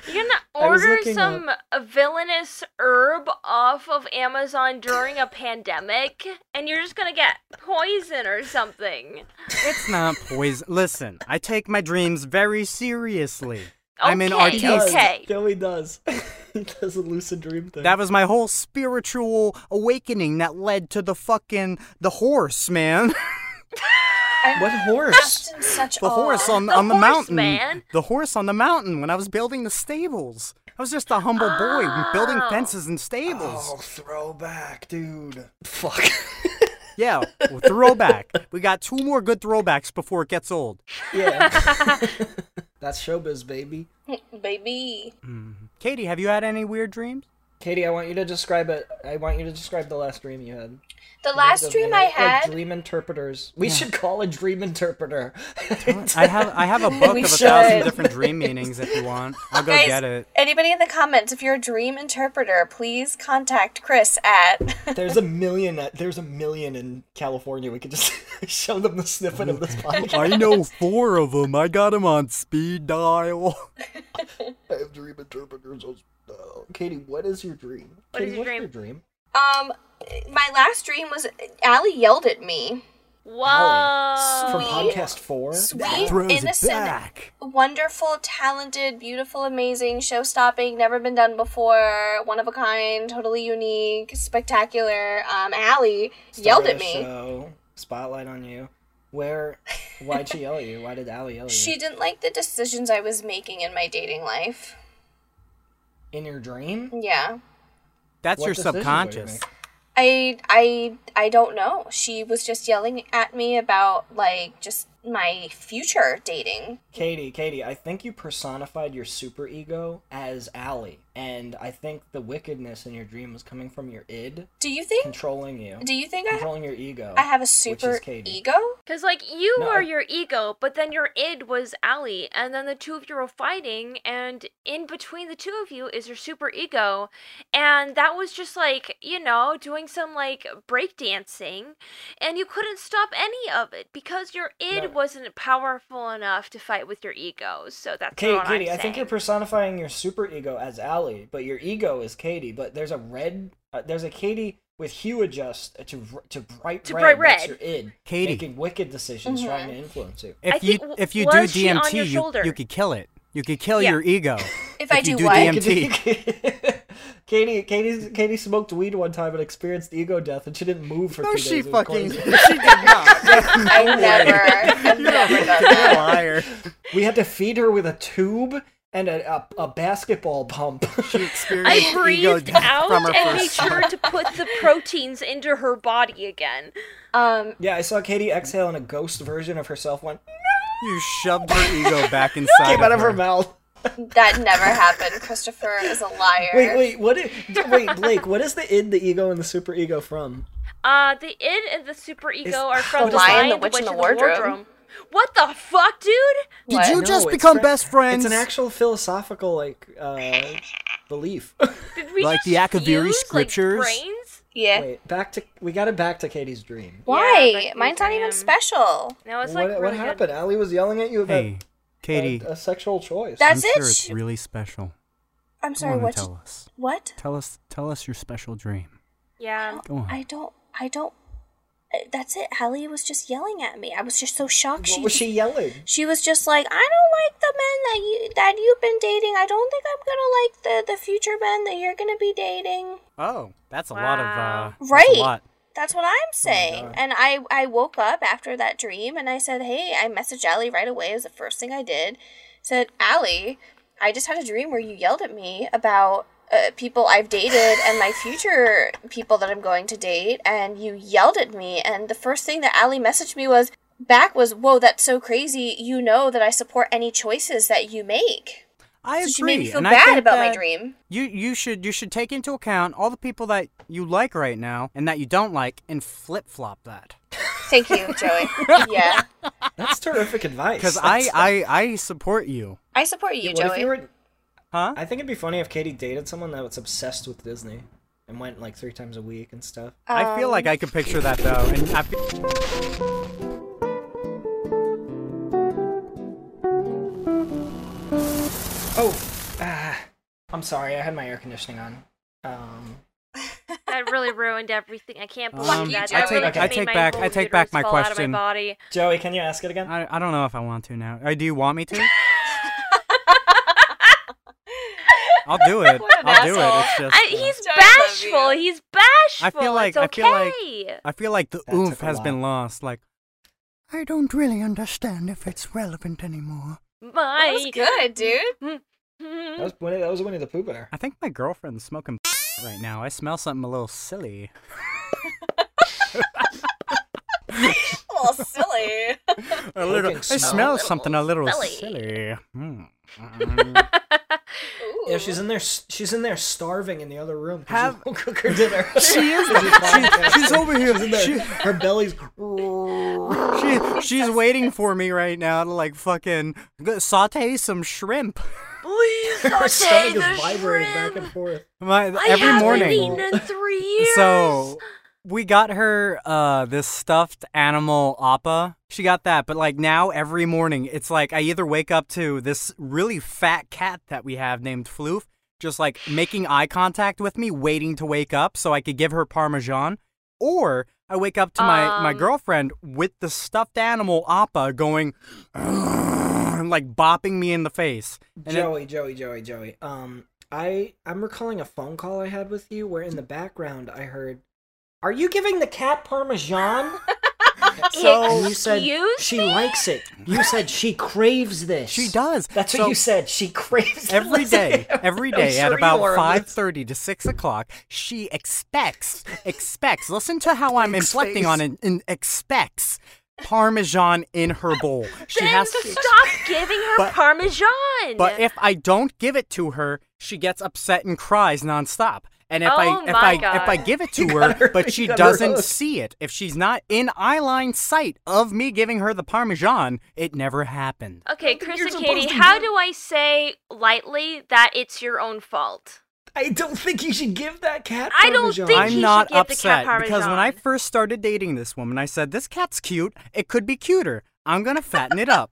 Speaker 2: gonna
Speaker 4: I was
Speaker 2: order
Speaker 4: looking
Speaker 2: some uh villainous herb off of Amazon during a pandemic, and you're just gonna get poison or something.
Speaker 1: it's not poison. Listen, I take my dreams very seriously. I'm an
Speaker 2: Okay,
Speaker 1: artiste.
Speaker 2: Does. okay.
Speaker 4: Joey does. he does a lucid dream thing.
Speaker 1: That was my whole spiritual awakening that led to the fucking the horse, man.
Speaker 4: what horse?
Speaker 3: Just in such
Speaker 1: The
Speaker 7: Oh,
Speaker 3: awe.
Speaker 1: horse on
Speaker 2: the
Speaker 1: on the
Speaker 2: horse,
Speaker 1: mountain.
Speaker 2: man.
Speaker 1: The horse on the mountain when I was building the stables. I was just a humble boy building
Speaker 7: Oh.
Speaker 1: fences and stables.
Speaker 4: Oh, throwback, dude. Fuck.
Speaker 1: Yeah, well, throwback. We got two more good throwbacks before it gets old.
Speaker 4: yeah. That's showbiz, baby.
Speaker 7: baby.
Speaker 1: Katie, have you had any weird dreams?
Speaker 4: Katie, I want you to describe it. I want you to describe the last dream you had.
Speaker 7: The last
Speaker 4: Like,
Speaker 7: dream I
Speaker 4: like,
Speaker 7: had.
Speaker 4: dream interpreters. We should call a dream interpreter.
Speaker 1: I have I have a book
Speaker 7: We
Speaker 1: of a thousand
Speaker 7: should.
Speaker 1: different dream meanings if you want. I'll go
Speaker 7: Guys,
Speaker 1: get it.
Speaker 7: Anybody in the comments, if you're a dream interpreter, please contact Chris at.
Speaker 4: There's a million. uh, There's a million in California. We could just show them the snippet of this podcast.
Speaker 1: I know four of them. I got them on speed dial.
Speaker 4: I have dream interpreters. Oh, Katie, what is your dream?
Speaker 2: What is
Speaker 4: Katie,
Speaker 2: your
Speaker 4: what's
Speaker 2: dream?
Speaker 4: your dream?
Speaker 7: Um, my last dream was Allie yelled at me.
Speaker 2: Whoa.
Speaker 4: From podcast four.
Speaker 7: Sweet,
Speaker 1: Throws it
Speaker 7: innocent,
Speaker 1: back.
Speaker 7: wonderful, talented, beautiful, amazing, show stopping, never been done before, one of a kind, totally unique, spectacular. Um, Allie yelled at
Speaker 4: Star of the
Speaker 7: me.
Speaker 4: Show, spotlight on you. Where? Why'd she yell at you? Why did Allie yell at you?
Speaker 7: She didn't like the decisions I was making in my dating life.
Speaker 4: In your dream?
Speaker 7: Yeah.
Speaker 1: That's
Speaker 4: What
Speaker 1: your
Speaker 4: decisions are you
Speaker 1: subconscious.
Speaker 4: making?
Speaker 7: I I I don't know. She was just yelling at me about like just
Speaker 3: my future dating.
Speaker 4: Katie, Katie, I think you personified your superego as Allie, and I think the wickedness in your dream was coming from your id
Speaker 3: Do you think?
Speaker 4: controlling you,
Speaker 3: Do you think I,
Speaker 4: controlling your ego.
Speaker 3: I have a
Speaker 4: which
Speaker 3: super
Speaker 4: is Katie. Oh,
Speaker 3: ego?
Speaker 2: Because, like, you
Speaker 4: No,
Speaker 2: were
Speaker 4: I-
Speaker 2: your ego, but then your id was Allie, and then the two of you were fighting, and in between the two of you is your super ego. And that was just like, you know, doing some like breakdancing, and you couldn't stop any of it because your id
Speaker 4: No.
Speaker 2: wasn't powerful enough to fight with your ego. So that's
Speaker 4: Katie,
Speaker 2: what
Speaker 4: Katie,
Speaker 2: I'm
Speaker 4: I think you're
Speaker 2: saying.
Speaker 4: personifying your superego as Allie, but your ego is Katie. But there's a red, uh, there's a Katie with hue adjust uh, to r- to bright
Speaker 2: To
Speaker 4: red.
Speaker 2: bright
Speaker 4: That's
Speaker 2: red. Mm-hmm.
Speaker 4: your id,
Speaker 1: Katie.
Speaker 4: making wicked decisions, trying to influence you.
Speaker 2: I
Speaker 1: If you
Speaker 2: think-
Speaker 1: if you do
Speaker 2: was she on your
Speaker 1: DMT, you,
Speaker 2: shoulder?
Speaker 1: you could kill it. You could kill
Speaker 2: Yeah.
Speaker 1: your ego.
Speaker 3: If, I
Speaker 1: you
Speaker 3: do,
Speaker 1: do
Speaker 3: what?
Speaker 1: DM-
Speaker 4: Katie, Katie, Katie smoked weed one time and experienced ego death, and she didn't move for
Speaker 1: no,
Speaker 4: two
Speaker 1: she
Speaker 4: days. It was Oh,
Speaker 1: fucking
Speaker 4: crazy.
Speaker 1: she did not.
Speaker 3: I never. I've never done
Speaker 1: You're a
Speaker 3: that.
Speaker 1: liar.
Speaker 4: We had to feed her with a tube and a a, a basketball pump.
Speaker 1: She experienced
Speaker 2: I
Speaker 1: ego
Speaker 2: breathed
Speaker 1: death
Speaker 2: out
Speaker 1: from her
Speaker 2: and made
Speaker 1: first
Speaker 2: sure to put the proteins into her body again.
Speaker 3: Um,
Speaker 4: yeah, I saw Katie exhale, and a ghost version of herself went
Speaker 1: You shoved her ego back inside.
Speaker 4: came out of her
Speaker 1: her
Speaker 4: mouth.
Speaker 3: that never happened. Christopher is a liar.
Speaker 4: Wait, wait, what? Is, wait, Blake, what is the id, the ego, and the super ego from?
Speaker 2: Uh, the id and the superego are from
Speaker 3: The Lion, the
Speaker 2: Lion,
Speaker 3: Witch, and the Wardrobe.
Speaker 2: What the fuck, dude?
Speaker 1: Did you
Speaker 4: No,
Speaker 1: just
Speaker 4: it's
Speaker 1: become
Speaker 4: fra-
Speaker 1: best friends?
Speaker 4: It's an actual philosophical like uh, belief.
Speaker 2: Did we
Speaker 1: Like
Speaker 2: just
Speaker 1: the Akaviri
Speaker 2: fuse,
Speaker 1: scriptures?
Speaker 2: Like, brains?
Speaker 3: Yeah.
Speaker 4: wait, back to we got it back to Katie's dream.
Speaker 2: Yeah,
Speaker 3: Why?
Speaker 2: back to
Speaker 3: Mine's not
Speaker 2: Sam.
Speaker 3: even special.
Speaker 2: No, it's like
Speaker 4: What,
Speaker 2: really
Speaker 4: what
Speaker 2: good.
Speaker 4: happened? Ali was yelling at you about
Speaker 1: Hey, Katie,
Speaker 4: a, a sexual choice.
Speaker 3: That-
Speaker 1: I'm
Speaker 3: uh, That's
Speaker 1: sure
Speaker 3: it.
Speaker 1: it's really special.
Speaker 3: I'm
Speaker 1: Go
Speaker 3: sorry.
Speaker 1: on and
Speaker 3: What?
Speaker 1: tell us.
Speaker 3: What?
Speaker 1: Tell us. Tell us your special dream.
Speaker 2: Yeah.
Speaker 1: Go on.
Speaker 3: I don't. I don't. uh, That's it. Hallie was just yelling at me. I was just so
Speaker 4: what
Speaker 3: shocked. She,
Speaker 4: was she yelling?
Speaker 3: she was just like, I don't like the men that you that you've been dating. I don't think I'm gonna like the the future men that you're gonna be dating.
Speaker 1: Oh, that's a lot of uh,
Speaker 2: Wow.
Speaker 1: that's
Speaker 3: Right.
Speaker 1: A lot.
Speaker 3: That's what I'm
Speaker 1: Oh
Speaker 3: saying.
Speaker 4: God.
Speaker 3: and I, I woke up after that dream and I said, Hey, I messaged Allie right away. It was the first thing I did. Said, Allie, I just had a dream where you yelled at me about uh, people I've dated and my future people that I'm going to date. And you yelled at me. And the first thing that Allie messaged me was back was, Whoa, that's so crazy. You know that I support any choices that you make.
Speaker 1: I agree.
Speaker 3: So she made me feel
Speaker 1: and I
Speaker 3: bad
Speaker 1: think
Speaker 3: about my
Speaker 1: that
Speaker 3: dream.
Speaker 1: You you should you should take into account all the people that you like right now and that you don't like and flip flop that.
Speaker 3: Thank you, Joey. yeah.
Speaker 4: That's terrific advice.
Speaker 1: Because I,
Speaker 4: That's-
Speaker 1: I I support you.
Speaker 3: I support you,
Speaker 4: what if
Speaker 3: Joey.
Speaker 4: you were?
Speaker 1: Huh?
Speaker 4: I think it'd be funny if Katie dated someone that was obsessed with Disney and went like three times a week and stuff.
Speaker 1: I feel like I could picture that though, and I feel-
Speaker 4: Oh, ah, I'm sorry. I had my air conditioning on. Um,
Speaker 2: That really ruined everything. I can't believe
Speaker 1: Um,
Speaker 2: that.
Speaker 1: I
Speaker 2: That
Speaker 1: take-
Speaker 2: really
Speaker 4: I
Speaker 2: just made
Speaker 1: take
Speaker 2: my
Speaker 1: back- I
Speaker 2: whole
Speaker 1: take back
Speaker 2: uterus
Speaker 1: my
Speaker 2: fall out of
Speaker 1: question.
Speaker 2: body.
Speaker 4: Joey, can you ask it again?
Speaker 1: I, I don't know if I want to now. Uh, do you want me to? I'll do it.
Speaker 3: What an
Speaker 1: I'll do
Speaker 3: asshole.
Speaker 1: it. It's just.
Speaker 2: I,
Speaker 1: uh,
Speaker 2: he's
Speaker 3: Joey, I love you.
Speaker 2: bashful. He's bashful.
Speaker 1: I feel like
Speaker 2: it's okay.
Speaker 1: I feel like I feel like the
Speaker 4: That took
Speaker 1: oomph
Speaker 4: a
Speaker 1: has been
Speaker 4: while.
Speaker 1: lost. Like I don't really understand if it's relevant anymore.
Speaker 3: That was
Speaker 2: My.
Speaker 3: good, dude.
Speaker 4: That was Winnie. That was Winnie the Pooh Bear.
Speaker 1: I think my girlfriend's smoking right now. I smell something a little silly.
Speaker 3: A little silly.
Speaker 1: A
Speaker 4: little-
Speaker 1: I
Speaker 4: smell.
Speaker 1: smell something a little silly. Hmm.
Speaker 4: Yeah, she's in there. s- She's in there starving in the other room. 'cause
Speaker 1: Have-
Speaker 4: she won't cook her dinner.
Speaker 1: she is.
Speaker 4: She's-
Speaker 1: she's over here.
Speaker 4: she's in there.
Speaker 1: She-
Speaker 4: her belly's.
Speaker 1: She, she's waiting for me right now to like fucking go- saute some shrimp.
Speaker 4: Her stomach is vibrating back and forth.
Speaker 1: My
Speaker 2: I
Speaker 1: every
Speaker 2: haven't
Speaker 1: morning.
Speaker 2: eaten in three years.
Speaker 1: So we got her uh this stuffed animal appa. She got that, but like now every morning it's like I either wake up to this really fat cat that we have named Floof just like making eye contact with me waiting to wake up so I could give her parmesan or I wake up to my my
Speaker 2: Um.
Speaker 1: girlfriend with the stuffed animal appa going and like bopping me in the face. And it-
Speaker 4: Joey, Joey, Joey, Joey. Um, I I'm recalling a phone call I had with you where in the background I heard, "Are you giving the cat parmesan?"
Speaker 1: so
Speaker 4: And you said
Speaker 2: Excuse
Speaker 4: she likes it. You said she craves this.
Speaker 1: she does.
Speaker 4: That's
Speaker 1: So-
Speaker 4: what you said. She craves
Speaker 1: every
Speaker 4: this.
Speaker 1: day every
Speaker 4: I'm
Speaker 1: day at
Speaker 4: sure
Speaker 1: about
Speaker 4: you are.
Speaker 1: 5.30 to 6 o'clock she expects expects listen to how i'm
Speaker 4: Big
Speaker 1: inflecting
Speaker 4: space.
Speaker 1: on an, an expects parmesan in her bowl. She
Speaker 2: then
Speaker 1: has to
Speaker 2: stop giving her
Speaker 1: But-
Speaker 2: parmesan.
Speaker 1: But if I don't give it to her, she gets upset and cries nonstop. And if
Speaker 2: Oh
Speaker 1: I if
Speaker 2: my
Speaker 1: I
Speaker 2: God.
Speaker 1: if I give it to
Speaker 4: You
Speaker 1: her,
Speaker 4: got her-
Speaker 1: but
Speaker 4: you
Speaker 1: she
Speaker 4: got her
Speaker 1: doesn't
Speaker 4: hooked.
Speaker 1: see it, if she's not in eye line sight of me giving her the parmesan, it never happened.
Speaker 2: okay, Chris and Katie, how do I say lightly that it's your own fault?
Speaker 4: I don't think you should give that cat.
Speaker 2: I don't
Speaker 4: Parmesan.
Speaker 2: think
Speaker 1: I'm
Speaker 2: he
Speaker 1: not
Speaker 2: should give the
Speaker 1: upset
Speaker 2: cat
Speaker 1: because when I
Speaker 2: parmesan.
Speaker 1: first started dating this woman, I said this cat's cute. It could be cuter. I'm gonna fatten it up.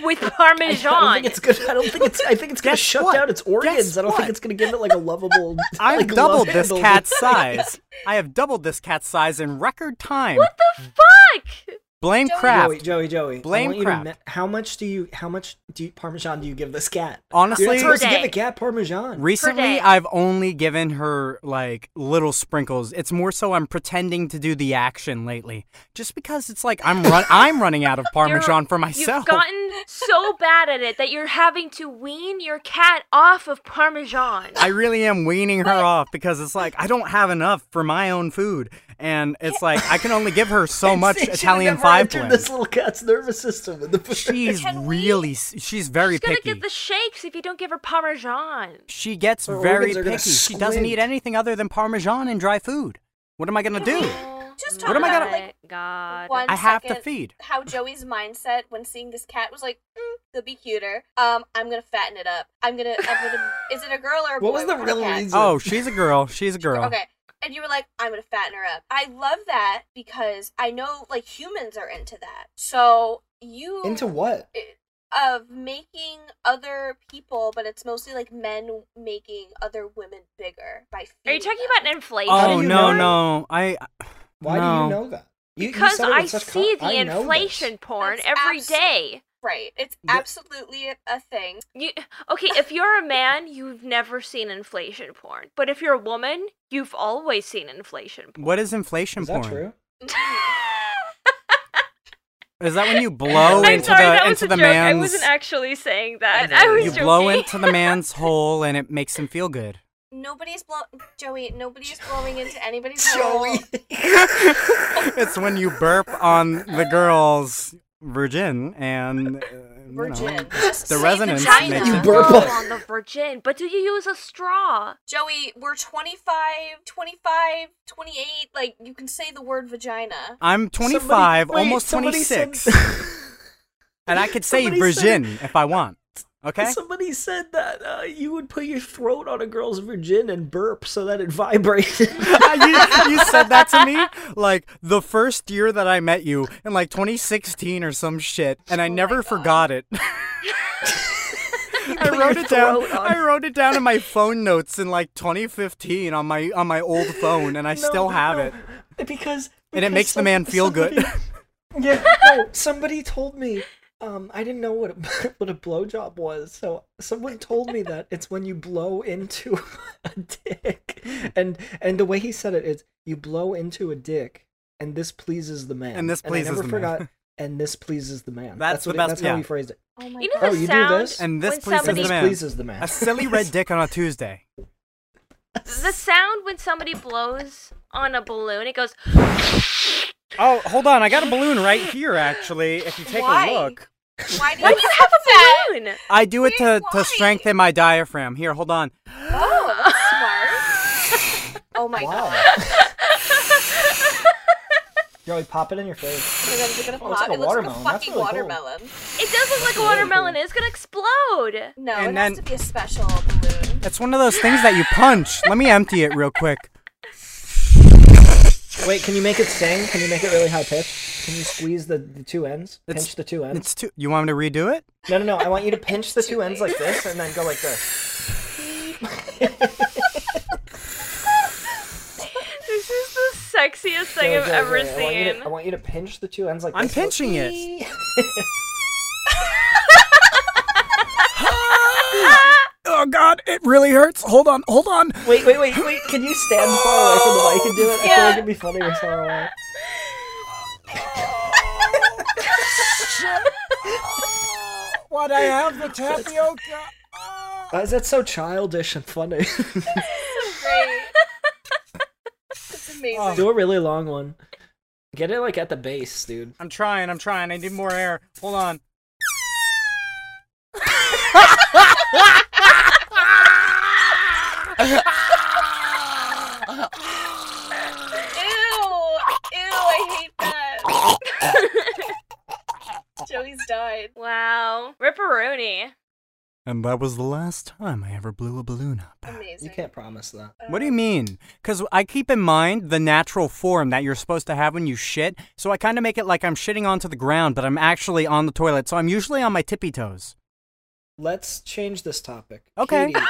Speaker 2: With
Speaker 4: I don't
Speaker 2: parmesan.
Speaker 4: think it's good. I don't think it's. I think it's gonna
Speaker 1: Guess
Speaker 4: shut
Speaker 1: what?
Speaker 4: down its organs.
Speaker 1: Guess
Speaker 4: I don't
Speaker 1: what?
Speaker 4: think it's gonna give it like a lovable.
Speaker 1: I've
Speaker 4: like,
Speaker 1: doubled this
Speaker 4: lovable-
Speaker 1: cat's size. I have doubled this cat's size in record time.
Speaker 2: What the fuck?
Speaker 1: Blame
Speaker 3: Joey-
Speaker 1: craft.
Speaker 4: Joey, Joey, Joey. I
Speaker 1: Blame
Speaker 4: want you to
Speaker 1: crap.
Speaker 4: me- how much do you? How much do you, Parmesan do you give this cat?
Speaker 1: Honestly,
Speaker 4: You're not supposed to
Speaker 2: Per
Speaker 4: give
Speaker 2: day.
Speaker 4: a cat Parmesan.
Speaker 1: Recently,
Speaker 2: day.
Speaker 1: I've only given her like little sprinkles. It's more so I'm pretending to do the action lately, just because it's like I'm run- I'm running out of
Speaker 2: You're-
Speaker 1: parmesan for myself.
Speaker 2: You've gotten so bad at it that you're having to wean your cat off of parmesan.
Speaker 1: I really am weaning her off because it's like I don't have enough for my own food, and it's like I can only give her so much
Speaker 4: They should've
Speaker 1: Italian
Speaker 4: never
Speaker 1: five
Speaker 4: entered
Speaker 1: blend.
Speaker 4: This little cat's nervous system in the
Speaker 1: She's
Speaker 3: Can we-
Speaker 1: really s- she's very
Speaker 2: She's gonna
Speaker 1: picky.
Speaker 2: get the shakes if you don't give her parmesan.
Speaker 1: she gets
Speaker 4: Her
Speaker 1: very
Speaker 4: organs are gonna
Speaker 1: picky. She doesn't eat
Speaker 4: squint.
Speaker 1: anything other than parmesan and dry food. What am I gonna do?
Speaker 3: Just
Speaker 1: What am I gonna-
Speaker 2: My God.
Speaker 3: One
Speaker 1: I have to
Speaker 3: second,
Speaker 1: feed.
Speaker 3: How Joey's mindset when seeing this cat was like, mm, they'll be cuter. Um, I'm gonna fatten it up. I'm gonna. I'm gonna is it a girl or a boy?
Speaker 4: What was the
Speaker 3: with
Speaker 4: real
Speaker 3: cat?
Speaker 4: reason?
Speaker 1: Oh, she's a girl. She's a girl.
Speaker 3: Okay. And you were like, I'm gonna fatten her up. I love that because I know like humans are into that. So you
Speaker 4: Into what?
Speaker 3: of making other people, but it's mostly like men making other women bigger by.
Speaker 2: Are you
Speaker 3: feeding
Speaker 2: talking
Speaker 3: them.
Speaker 2: about inflation?
Speaker 4: How do
Speaker 1: Oh
Speaker 4: you
Speaker 1: no,
Speaker 4: know?
Speaker 1: no, I
Speaker 4: Why
Speaker 1: no.
Speaker 4: do you know that? You, you
Speaker 2: because
Speaker 4: said it with
Speaker 2: I
Speaker 4: such con-
Speaker 2: see the
Speaker 4: I know this.
Speaker 2: inflation porn
Speaker 3: That's
Speaker 2: every
Speaker 3: abso-
Speaker 2: day.
Speaker 3: Right. It's
Speaker 1: Yeah.
Speaker 3: absolutely a, a thing.
Speaker 2: You okay? If you're a man, you've never seen inflation porn. But if you're a woman, you've always seen inflation porn.
Speaker 1: What is inflation
Speaker 4: Is
Speaker 1: porn?
Speaker 4: that true?
Speaker 2: Mm-hmm.
Speaker 1: Is that when you blow
Speaker 2: I'm
Speaker 1: into
Speaker 2: sorry,
Speaker 1: the
Speaker 2: that was
Speaker 1: into
Speaker 2: a
Speaker 1: the
Speaker 2: joke. I
Speaker 1: man's
Speaker 2: wasn't actually saying that. I was
Speaker 1: you
Speaker 2: joking.
Speaker 1: blow into the man's hole and it makes him feel good?
Speaker 3: Nobody's blow. Joey. Nobody's blowing into anybody's hole.
Speaker 4: Joey.
Speaker 1: it's when you burp on the girl's virgin and uh, you know.
Speaker 3: Virgin. Just
Speaker 1: The
Speaker 3: say
Speaker 1: resonance
Speaker 3: vagina.
Speaker 1: makes it-
Speaker 2: you
Speaker 1: You
Speaker 4: burp
Speaker 2: blow
Speaker 4: on-
Speaker 2: on the virgin, but do you use a straw?
Speaker 3: Joey, we're 25, 25, 28. Like, you can say the word vagina.
Speaker 1: I'm 25,
Speaker 4: Somebody- wait,
Speaker 1: almost
Speaker 4: somebody
Speaker 1: 26,
Speaker 4: Said,
Speaker 1: and I could say
Speaker 4: somebody said-
Speaker 1: virgin if I want. Okay,
Speaker 4: Somebody said that uh, you would put your throat on a girl's virgin and burp so that it vibrated.
Speaker 1: you, you said that to me like the first year that I met you in like 2016 or some shit, and
Speaker 4: Oh
Speaker 1: I never forgot it. I
Speaker 4: put
Speaker 1: wrote
Speaker 4: your
Speaker 1: it down.
Speaker 4: throat on-
Speaker 1: I wrote it down in my phone notes in like 2015 on my on my old phone, and I
Speaker 4: No,
Speaker 1: still have
Speaker 4: no,
Speaker 1: it.
Speaker 4: Because
Speaker 1: And it
Speaker 4: because
Speaker 1: makes the man feel good.
Speaker 4: somebody- yeah, no, somebody told me. Um, I didn't know what a, what a blowjob was, so someone told me that it's when you blow into a dick, and and the way he said it is you blow into a dick, and this pleases the man,
Speaker 1: And this pleases
Speaker 4: and I never
Speaker 1: the man.
Speaker 4: forgot, and this pleases the man.
Speaker 1: That's
Speaker 4: what
Speaker 1: the
Speaker 4: it-
Speaker 1: best-
Speaker 4: that's how he
Speaker 1: yeah.
Speaker 4: phrased it.
Speaker 3: Oh my
Speaker 2: You
Speaker 3: god.
Speaker 2: know
Speaker 4: Oh,
Speaker 2: the
Speaker 4: you do
Speaker 2: sound
Speaker 4: this?
Speaker 1: And this
Speaker 2: when
Speaker 1: pleases
Speaker 2: somebody
Speaker 1: the
Speaker 4: this
Speaker 1: man.
Speaker 4: pleases the man.
Speaker 1: A silly red dick on a Tuesday.
Speaker 2: the sound when somebody blows on a balloon, it goes.
Speaker 1: Oh, hold on! I got a balloon right here. Actually, if you take
Speaker 3: Why?
Speaker 1: a look,
Speaker 3: Why do
Speaker 2: Why
Speaker 3: you
Speaker 2: do you have a balloon?
Speaker 1: I do it to,
Speaker 3: Why?
Speaker 1: to strengthen my diaphragm. Here, hold on.
Speaker 3: Oh, that's smart. oh my god.
Speaker 4: Wow. Joey, pop it in your face.
Speaker 3: Oh my God, is it gonna
Speaker 4: Oh, it's
Speaker 3: pop?
Speaker 4: like a
Speaker 3: it looks like a
Speaker 4: watermelon. That's
Speaker 3: fucking
Speaker 4: really cool.
Speaker 3: watermelon.
Speaker 2: It does look like a watermelon. It's gonna explode.
Speaker 3: No,
Speaker 1: And
Speaker 3: it
Speaker 1: then-
Speaker 3: has to be a special balloon.
Speaker 1: It's one of those things that you punch. Let me empty it real quick.
Speaker 4: Wait, can you make it sing? Can you make it really high pitched? Can you squeeze the, the two ends?
Speaker 1: It's-
Speaker 4: pinch the two ends?
Speaker 1: It's too. You want me to redo it?
Speaker 4: No, no, no. I want you to pinch the two ends like this and then go like this.
Speaker 2: This is the sexiest thing
Speaker 4: Joey,
Speaker 2: I've
Speaker 4: Joey,
Speaker 2: ever
Speaker 4: Joey, I want, you
Speaker 2: seen.
Speaker 4: to, I want you to pinch the two ends like
Speaker 1: I'm
Speaker 4: this. Go-
Speaker 1: pinching it. Oh God! It really hurts. Hold on. Hold on.
Speaker 4: Wait, wait, wait, wait. Can you stand far away from the mic and do it? I feel like it'd be funny or something. Like
Speaker 1: What I have the tapioca.
Speaker 4: Why is that so childish and funny?
Speaker 3: Great. That's amazing.
Speaker 4: Oh, do a really long one. Get it like at the base, dude.
Speaker 1: I'm trying, I'm trying. I need more air. Hold on.
Speaker 3: Ew! Ew! I hate that. Joey's died.
Speaker 2: Wow. Ripperoni.
Speaker 1: And that was the last time I ever blew a balloon up.
Speaker 3: Amazing.
Speaker 4: You can't promise that.
Speaker 1: What do you mean? Because I keep in mind the natural form that you're supposed to have when you shit, so I kind of make it like I'm shitting onto the ground, but I'm actually on the toilet, so I'm usually on my tippy toes.
Speaker 4: Let's change this topic.
Speaker 1: Okay.
Speaker 4: Katie,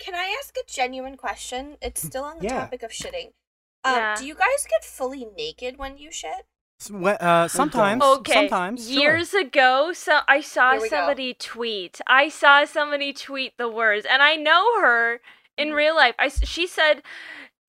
Speaker 3: Can I ask a genuine question? It's still on the
Speaker 4: Yeah.
Speaker 3: topic of shitting. Um,
Speaker 2: Yeah.
Speaker 3: Do you guys get fully naked when you shit?
Speaker 1: S- wh- uh, sometimes.
Speaker 2: Okay.
Speaker 1: Sometimes. sure.
Speaker 2: Years ago, so I saw
Speaker 3: Here we go.
Speaker 2: somebody tweet. I saw somebody tweet the words, and I know her in
Speaker 3: Mm-hmm.
Speaker 2: real life. I s she said,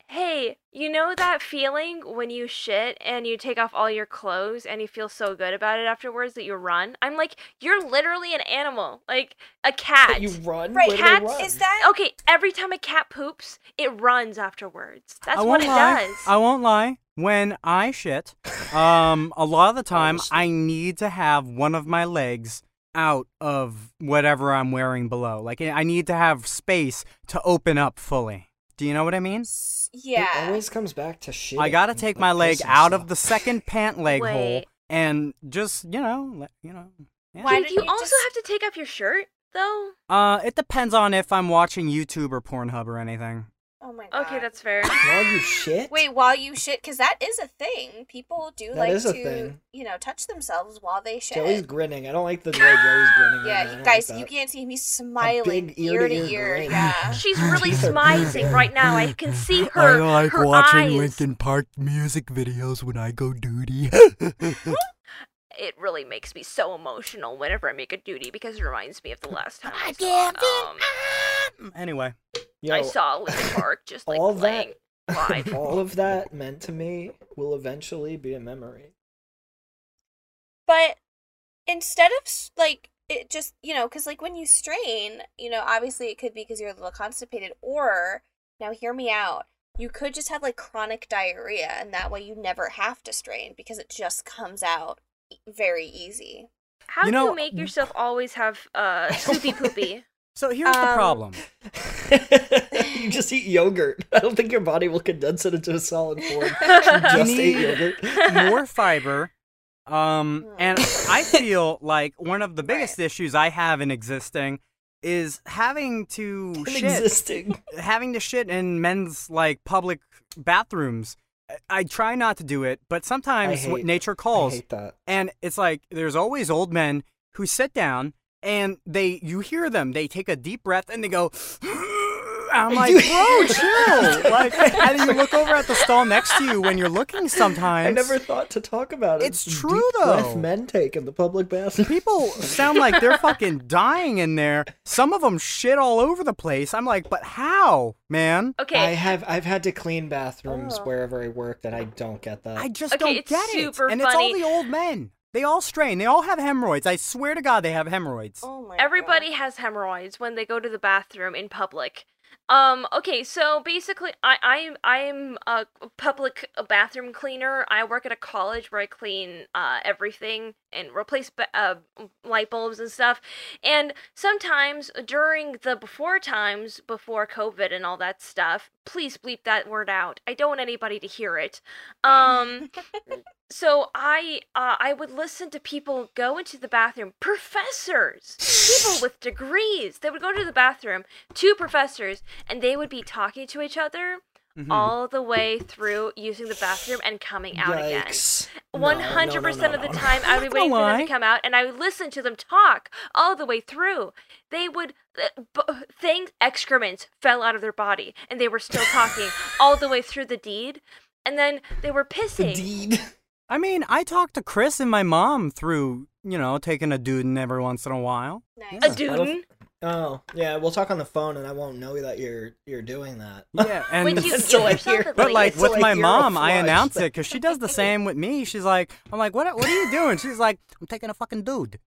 Speaker 2: "Hey, you know that feeling when you shit and you take off all your clothes and you feel so good about it afterwards that you run?" I'm like, "You're literally an animal, like a cat."
Speaker 4: but you run.
Speaker 3: Right,
Speaker 4: where do they
Speaker 2: cats
Speaker 4: run?
Speaker 3: Is that
Speaker 2: Okay, every time a cat poops, it runs afterwards. That's
Speaker 1: I
Speaker 2: what
Speaker 1: won't
Speaker 2: it
Speaker 1: lie.
Speaker 2: does.
Speaker 1: I won't lie. When I shit, um, a lot of the time I need to have one of my legs out of whatever I'm wearing below. Like I need to have space to open up fully. Do you know what I mean?
Speaker 4: It
Speaker 3: yeah?
Speaker 4: always comes back to shit.
Speaker 1: I gotta
Speaker 4: and,
Speaker 1: take
Speaker 4: like,
Speaker 1: my leg
Speaker 4: piss and
Speaker 1: out of
Speaker 4: stuff.
Speaker 1: the second pant leg hole
Speaker 2: Wait.
Speaker 1: and just you know, let, you know. yeah.
Speaker 3: Why
Speaker 2: Dude,
Speaker 3: didn't
Speaker 2: you,
Speaker 3: you
Speaker 2: also
Speaker 3: just-
Speaker 2: have to take off your shirt, though.
Speaker 1: Uh, it depends on if I'm watching YouTube or Pornhub or anything.
Speaker 3: Oh my god.
Speaker 2: Okay, that's fair.
Speaker 4: While you shit.
Speaker 3: Wait, while you shit, because that is a thing. People do
Speaker 4: That
Speaker 3: like
Speaker 4: is a
Speaker 3: to,
Speaker 4: thing.
Speaker 3: you know, touch themselves while they shit.
Speaker 4: Joey's grinning. I don't like the way Joey's grinning. right now. I
Speaker 3: yeah,
Speaker 4: don't
Speaker 3: you
Speaker 4: like
Speaker 3: guys,
Speaker 4: that.
Speaker 3: you can't see him. He's smiling
Speaker 4: big
Speaker 3: ear to
Speaker 4: ear-to-ear
Speaker 3: ear.
Speaker 4: grin.
Speaker 3: Yeah.
Speaker 2: She's really
Speaker 4: Teeth are
Speaker 2: smiling
Speaker 4: bleeding.
Speaker 2: right now. I can see her. her eyes.
Speaker 1: Park music videos when I go duty.
Speaker 2: Um, It really makes me so emotional whenever I make a duty because it reminds me of the last time I,
Speaker 6: give
Speaker 2: saw, um,
Speaker 1: anyway,
Speaker 4: Yo,
Speaker 2: I saw Linkin Park just like
Speaker 4: all
Speaker 2: playing
Speaker 4: that,
Speaker 2: live.
Speaker 4: all of that meant to me will eventually be a memory.
Speaker 3: But instead of s- like it just you know because like when you strain, you know, obviously it could be because you're a little constipated, or now hear me out. You could just have like chronic diarrhea, and that way you never have to strain because it just comes out e- very easy.
Speaker 2: How
Speaker 1: You
Speaker 2: do
Speaker 1: know-
Speaker 2: you make yourself always have uh soupy poopy?
Speaker 1: so here's the
Speaker 3: Um,
Speaker 1: problem.
Speaker 4: you just eat yogurt. I don't think your body will condense it into a solid form. You just ate
Speaker 1: need-
Speaker 4: yogurt.
Speaker 1: more fiber. Um, and I feel like one of the biggest issues I have in existing is having to shit,
Speaker 4: Existing.
Speaker 1: having to shit in men's like public bathrooms. I- I try not to do it, but sometimes
Speaker 4: hate-
Speaker 1: what nature
Speaker 4: I
Speaker 1: calls,
Speaker 4: hate that.
Speaker 1: and it's like there's always old men who sit down and they you hear them. They take a deep breath and they go. I'm like,
Speaker 4: You-
Speaker 1: bro, chill. Like, and you look over at the stall next to you when you're looking. Sometimes
Speaker 4: I never thought to talk about it.
Speaker 1: It's
Speaker 4: The
Speaker 1: true,
Speaker 4: deep breath
Speaker 1: though.
Speaker 4: men take in the public bathroom.
Speaker 1: People sound like they're fucking dying in there. Some of them shit all over the place. I'm like, but how, man?
Speaker 4: I
Speaker 2: Okay.
Speaker 4: have I've had to clean bathrooms wherever I worked, and I don't get that.
Speaker 1: I just
Speaker 2: Okay,
Speaker 1: don't
Speaker 2: it's
Speaker 1: get
Speaker 2: super
Speaker 1: it. And
Speaker 2: funny.
Speaker 1: it's all the old men. They all strain. They all have hemorrhoids. I swear to God, they have hemorrhoids.
Speaker 3: Oh my!
Speaker 2: Everybody has hemorrhoids when they go to the bathroom in public. Um, okay, so basically, I, I'm I'm a public bathroom cleaner. I work at a college where I clean uh, everything and replace ba- uh, light bulbs and stuff. And sometimes during the before times, before COVID and all that stuff, please bleep that word out. I don't want anybody to hear it. Um, so I uh, I would listen to people go into the bathroom. Professors, people with degrees, they would go to the bathroom. Two professors, and they would be talking to each other all the way through using the bathroom and coming out again.
Speaker 4: Yikes. No, no,
Speaker 2: One
Speaker 4: no,
Speaker 2: hundred percent of
Speaker 4: no,
Speaker 2: the
Speaker 4: no.
Speaker 2: time, I would
Speaker 1: not
Speaker 2: be waiting
Speaker 1: gonna
Speaker 2: for them
Speaker 1: lie.
Speaker 2: to come out, and I would listen to them talk all the way through. They would uh, b- things excrements fell out of their body, and they were still talking all the way through the deed, and then they were pissing.
Speaker 4: Indeed.
Speaker 1: I mean, I talked to Chris and my mom through, you know, taking a dude in every once in a while.
Speaker 3: Nice.
Speaker 2: A
Speaker 4: I don't-
Speaker 2: dude.
Speaker 4: Oh yeah, we'll talk on the phone, and I won't know that you're you're doing that.
Speaker 1: Yeah, and
Speaker 2: Would you give
Speaker 4: So I
Speaker 2: yourself
Speaker 4: hear-
Speaker 2: a
Speaker 1: But
Speaker 2: like,
Speaker 1: like
Speaker 4: It's
Speaker 1: with
Speaker 4: like
Speaker 1: my
Speaker 4: you're a
Speaker 1: mom, I
Speaker 4: fly.
Speaker 1: announce it because she does the same with me. She's like, I'm like, what? What are you doing? She's like, I'm taking a fucking dude.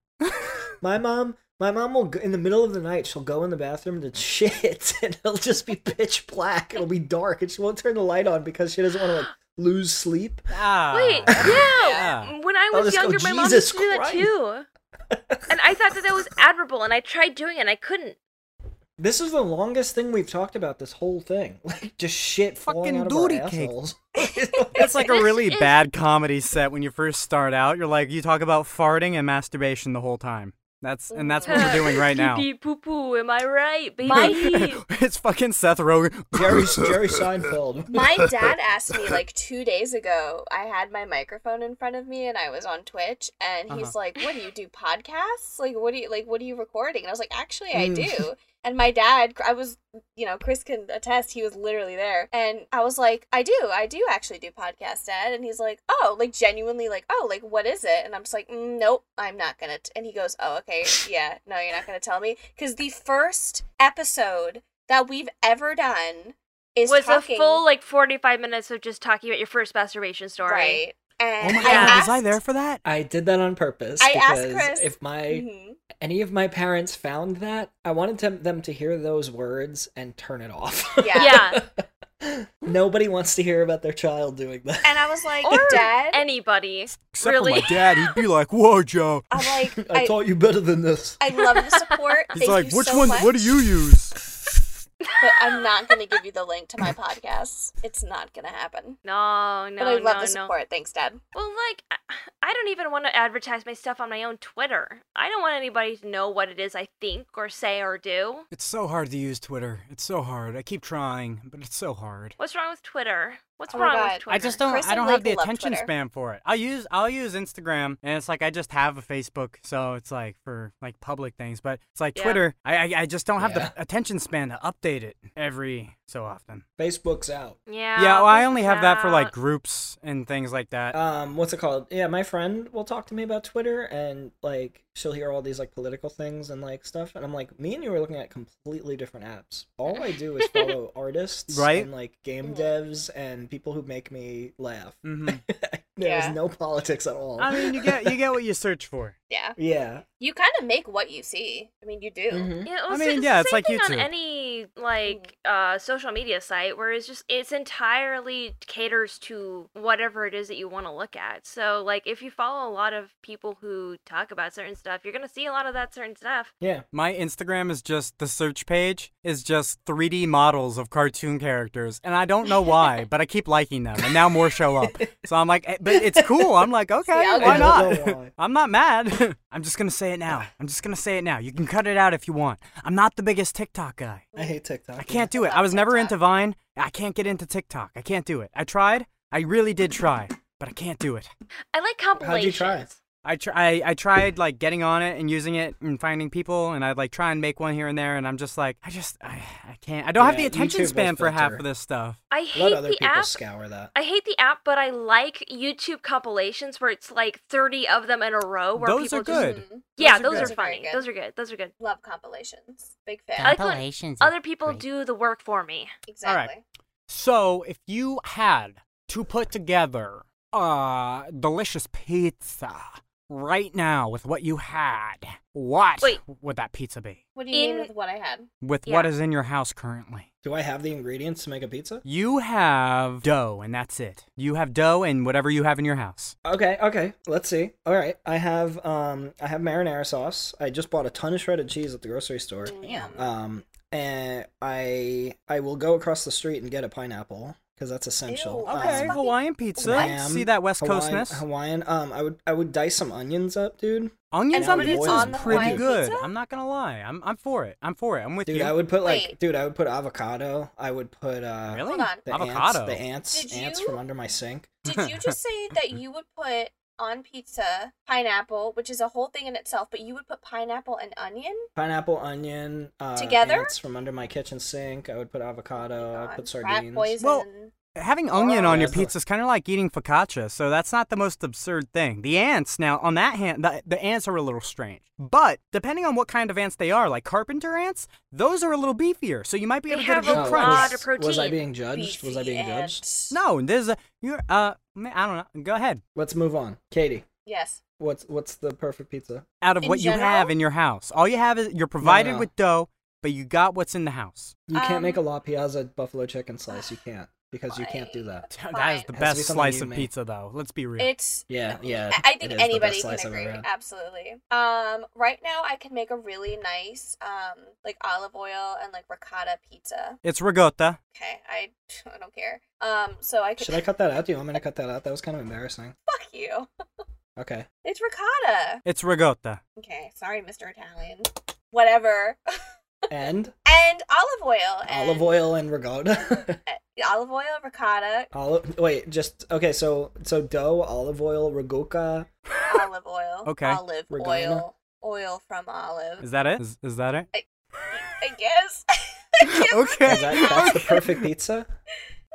Speaker 4: My mom, my mom will go, in the middle of the night. She'll go in the bathroom to shit, and it'll just be pitch black. It'll be dark, and she won't turn the light on because she doesn't want to like lose sleep.
Speaker 8: Ah.
Speaker 2: Wait, yeah. When I
Speaker 9: I'll
Speaker 2: was
Speaker 9: just go,
Speaker 2: younger, my mom
Speaker 9: "Jesus
Speaker 2: used to do that
Speaker 9: Christ."
Speaker 2: too. and I thought that that was admirable, and I tried doing it, and I couldn't.
Speaker 4: This is the longest thing we've talked about this whole thing. Like just shit falling
Speaker 8: Fucking
Speaker 4: out of our
Speaker 8: duty cake.
Speaker 4: assholes.
Speaker 1: It's like a
Speaker 2: This
Speaker 1: really
Speaker 2: is-
Speaker 1: bad comedy set when you first start out. You're like, you talk about farting and masturbation the whole time. That's and that's what we're doing right now.
Speaker 2: Pee poo poo. Am I right, baby?
Speaker 1: it's fucking Seth Rogen.
Speaker 4: Jerry Jerry Seinfeld.
Speaker 3: My dad asked me like two days ago. I had my microphone in front of me and I was on Twitch, and he's like, "What do you do? Podcasts? Like, what do you like? What are you recording?" And I was like, "Actually, I do." And my dad, I was, you know, Chris can attest, he was literally there. And I was like, I do, I do actually do podcasts, Dad. And he's like, oh, like genuinely, like, oh, like, what is it? And I'm just like, mm, nope, I'm not going to. And he goes, oh, okay, yeah, no, you're not going to tell me. Because the first episode that we've ever done is
Speaker 2: was
Speaker 3: talking,
Speaker 2: a full like 45 minutes of just talking about your first masturbation story.
Speaker 3: Right. And
Speaker 1: Oh my god,
Speaker 3: I asked,
Speaker 1: was I there for that?
Speaker 4: I did that on purpose
Speaker 3: I asked
Speaker 4: because
Speaker 3: Chris-
Speaker 4: if my
Speaker 3: Mhm.
Speaker 4: any of my parents found that, I wanted to, them to hear those words and turn it off.
Speaker 3: Yeah.
Speaker 2: Yeah.
Speaker 4: Nobody wants to hear about their child doing that.
Speaker 3: And I was like,
Speaker 2: Or
Speaker 3: Dad,
Speaker 2: anybody.
Speaker 1: Except for
Speaker 2: really?
Speaker 1: my dad, he'd be like, "Whoa, Joe."
Speaker 3: I'm like,
Speaker 9: I
Speaker 3: I,
Speaker 9: taught you better than this.
Speaker 3: I love the support.
Speaker 1: He's
Speaker 3: Thank
Speaker 1: like,
Speaker 3: you
Speaker 1: "Which
Speaker 3: so
Speaker 1: one?
Speaker 3: Much.
Speaker 1: What do you use?"
Speaker 3: but I'm not going to give you the link to my podcast. It's not going to happen.
Speaker 2: No, no,
Speaker 3: but I love
Speaker 2: no,
Speaker 3: the
Speaker 2: no.
Speaker 3: support. Thanks, Dad.
Speaker 2: Well, like, I- I don't even want to advertise my stuff on my own Twitter. I don't want anybody to know what it is I think or say or do.
Speaker 1: It's so hard to use Twitter. It's so hard. I keep trying, but it's so hard.
Speaker 2: What's wrong with Twitter? What's
Speaker 3: Oh my
Speaker 2: wrong
Speaker 3: God.
Speaker 2: with Twitter?
Speaker 1: I just don't.
Speaker 3: Chris
Speaker 1: I
Speaker 3: and
Speaker 1: don't have the
Speaker 3: Blake love
Speaker 1: attention
Speaker 3: Twitter.
Speaker 1: span for it. I use. I'll use Instagram, and it's like I just have a Facebook, so it's like for like public things. But it's like
Speaker 2: Yeah.
Speaker 1: Twitter. I I, I just don't have
Speaker 4: Yeah.
Speaker 1: the attention span to update it every so often.
Speaker 4: Facebook's out.
Speaker 2: Yeah.
Speaker 1: Yeah, well, I
Speaker 2: this
Speaker 1: only
Speaker 2: is
Speaker 1: have that for like
Speaker 2: out.
Speaker 1: groups and things like that.
Speaker 4: um what's it called yeah my friend will talk to me about twitter and like she'll hear all these like political things and like stuff and i'm like me and you are looking at completely different apps all i do is follow artists
Speaker 1: Right.
Speaker 4: and like game devs and people who make me laugh
Speaker 1: hmm
Speaker 4: there's
Speaker 3: Yeah.
Speaker 4: no politics at all
Speaker 1: I mean, you get you get what you search for.
Speaker 3: Yeah.
Speaker 4: yeah
Speaker 3: You kind of make what you see. I mean, you do.
Speaker 1: Mm-hmm.
Speaker 4: Mhm.
Speaker 2: Yeah, well,
Speaker 1: I
Speaker 2: s-
Speaker 1: mean,
Speaker 2: it's
Speaker 1: yeah,
Speaker 2: the
Speaker 1: it's
Speaker 2: same
Speaker 1: like
Speaker 2: thing
Speaker 1: YouTube.
Speaker 2: on any like uh, social media site where it's just it's entirely caters to whatever it is that you want to look at. So like if you follow a lot of people who talk about certain stuff, you're gonna see a lot of that certain stuff.
Speaker 4: yeah
Speaker 1: My Instagram is just the search page is just 3D models of cartoon characters, and I don't know why, but I keep liking them, and now more show up. So I'm like, eh, but it's cool. I'm like, okay,
Speaker 3: I'll
Speaker 1: why
Speaker 4: get it.
Speaker 1: not? I'm not mad. I'm just gonna say it now. I'm just gonna say it now. You can cut it out if you want. I'm not the biggest TikTok guy.
Speaker 4: i hate tiktok
Speaker 1: I can't do it. I was never into Vine. I can't get into TikTok. I can't do it. I tried. I really did try, but I can't do it.
Speaker 2: I like
Speaker 4: how'd you
Speaker 2: compilations.
Speaker 4: try
Speaker 1: I, tr- I I tried like getting on it and using it and finding people and I'd like try and make one here and there and I'm just like I just I, I can't I don't have the
Speaker 4: Yeah, YouTube
Speaker 1: attention
Speaker 4: will
Speaker 1: span for half
Speaker 4: filter.
Speaker 1: of this stuff.
Speaker 2: I
Speaker 4: let
Speaker 2: hate
Speaker 4: other
Speaker 2: the
Speaker 4: people
Speaker 2: app.
Speaker 4: scour that
Speaker 2: I hate the app, but I like YouTube compilations where it's like 30 of them in a row. Where
Speaker 1: Those
Speaker 2: people
Speaker 1: are good.
Speaker 2: Just,
Speaker 3: Mhm.
Speaker 2: yeah,
Speaker 4: Those are
Speaker 2: those,
Speaker 4: good.
Speaker 2: are,
Speaker 3: Those are very
Speaker 2: funny.
Speaker 3: good.
Speaker 2: Those are good. Those are good.
Speaker 3: Love compilations. Big fan.
Speaker 2: I like when
Speaker 8: Compilations. are
Speaker 2: Other people
Speaker 8: great.
Speaker 2: do the work for me.
Speaker 3: Exactly.
Speaker 1: So if you had to put together a delicious pizza right now with what you had, what
Speaker 2: Wait.
Speaker 1: would that pizza be?
Speaker 3: What do you mean
Speaker 2: In-
Speaker 3: with what I had?
Speaker 1: With
Speaker 2: Yeah.
Speaker 1: what is in your house currently?
Speaker 4: do i have the ingredients to make a pizza
Speaker 1: You have dough and that's it. You have dough and whatever you have in your house.
Speaker 4: Okay, okay. Let's see. All right. I have um I have marinara sauce. I just bought a ton of shredded cheese at the grocery store. Um and I I will go across the street and get a pineapple because that's essential.
Speaker 3: Ew,
Speaker 1: Okay,
Speaker 4: Um,
Speaker 1: Uh, Hawaiian pizza.
Speaker 4: lamb,
Speaker 1: See that West
Speaker 4: Hawaiian,
Speaker 1: Coastness?
Speaker 4: Hawaiian. Um I would I would dice some onions up, dude.
Speaker 1: Onions on
Speaker 4: And I would
Speaker 1: pizza
Speaker 4: boil
Speaker 1: is
Speaker 4: them.
Speaker 1: pretty
Speaker 4: Hawaiian
Speaker 1: good.
Speaker 3: pizza?
Speaker 1: I'm not gonna lie. I'm I'm for it. I'm for it. I'm with
Speaker 4: Dude,
Speaker 1: you.
Speaker 4: I would put like
Speaker 3: Wait.
Speaker 4: dude, I would put avocado. I would put uh
Speaker 1: really
Speaker 3: Hold on.
Speaker 4: the
Speaker 1: avocado.
Speaker 4: ants, the ants,
Speaker 3: Did
Speaker 4: ants
Speaker 3: you-
Speaker 4: from under my sink.
Speaker 3: Did you just say that you would put on pizza pineapple, which is a whole thing in itself, but you would put pineapple and onion?
Speaker 4: Pineapple, onion, uh,
Speaker 3: Together? Oh
Speaker 4: ants from under my kitchen sink. I would put avocado. Uh, I would put
Speaker 3: God,
Speaker 4: sardines.
Speaker 3: Rat poison.
Speaker 1: Well, Having onion
Speaker 4: Wow.
Speaker 1: on your
Speaker 4: That's not-
Speaker 1: pizza is kind of like eating focaccia, so that's not the most absurd thing. The ants, now, on that hand, the, the ants are a little strange. But depending on what kind of ants they are, like carpenter ants, those are a little beefier, so you might be able
Speaker 2: They
Speaker 1: to get a
Speaker 2: have
Speaker 1: good
Speaker 2: a
Speaker 1: crunch.
Speaker 2: lot of
Speaker 4: Was I
Speaker 2: protein.
Speaker 4: being judged? Was I being
Speaker 3: Beefy
Speaker 4: judged?
Speaker 3: ants.
Speaker 1: No, there's a. You're, uh, man, I don't know. Go ahead.
Speaker 4: Let's move on. Katie,
Speaker 3: Yes.
Speaker 4: what's what's the perfect pizza?
Speaker 1: Out of
Speaker 3: In
Speaker 1: what you
Speaker 3: general?
Speaker 1: have in your house, all you have is you're provided
Speaker 4: no.
Speaker 1: with dough, but you got what's in the house.
Speaker 4: You can't
Speaker 3: Um,
Speaker 4: make a La Piazza buffalo chicken slice. You can't. because you can't do that.
Speaker 1: That is the
Speaker 4: Has to be
Speaker 1: best
Speaker 4: something
Speaker 1: slice
Speaker 4: you
Speaker 1: of
Speaker 4: make.
Speaker 1: pizza, though. Let's be real.
Speaker 3: It's
Speaker 4: Yeah, yeah.
Speaker 7: I I think
Speaker 4: it is the best
Speaker 7: anybody can
Speaker 4: slice I've ever
Speaker 7: agree.
Speaker 4: had.
Speaker 7: Absolutely. Um, right now I can make a really nice um like olive oil and like ricotta pizza.
Speaker 1: It's ricotta.
Speaker 7: Okay, I, I don't care. Um, so I could
Speaker 4: Should I cut that out? Do you want me to cut that out? That was kind of embarrassing.
Speaker 7: fuck you.
Speaker 4: Okay.
Speaker 7: It's ricotta.
Speaker 1: It's ricotta.
Speaker 7: Okay, sorry, Mr. Italian. Whatever.
Speaker 4: And
Speaker 7: And olive oil. And
Speaker 4: olive oil and ricotta.
Speaker 7: Uh, Olive oil, ricotta,
Speaker 4: olive. Wait, just okay. So so dough, olive oil, ricotta.
Speaker 7: olive oil.
Speaker 1: Okay.
Speaker 7: Olive
Speaker 4: Regina.
Speaker 7: oil. Oil from olive.
Speaker 1: Is that it? Is, is that it?
Speaker 7: I guess. I guess
Speaker 1: Okay.
Speaker 4: Is that, that's the perfect pizza.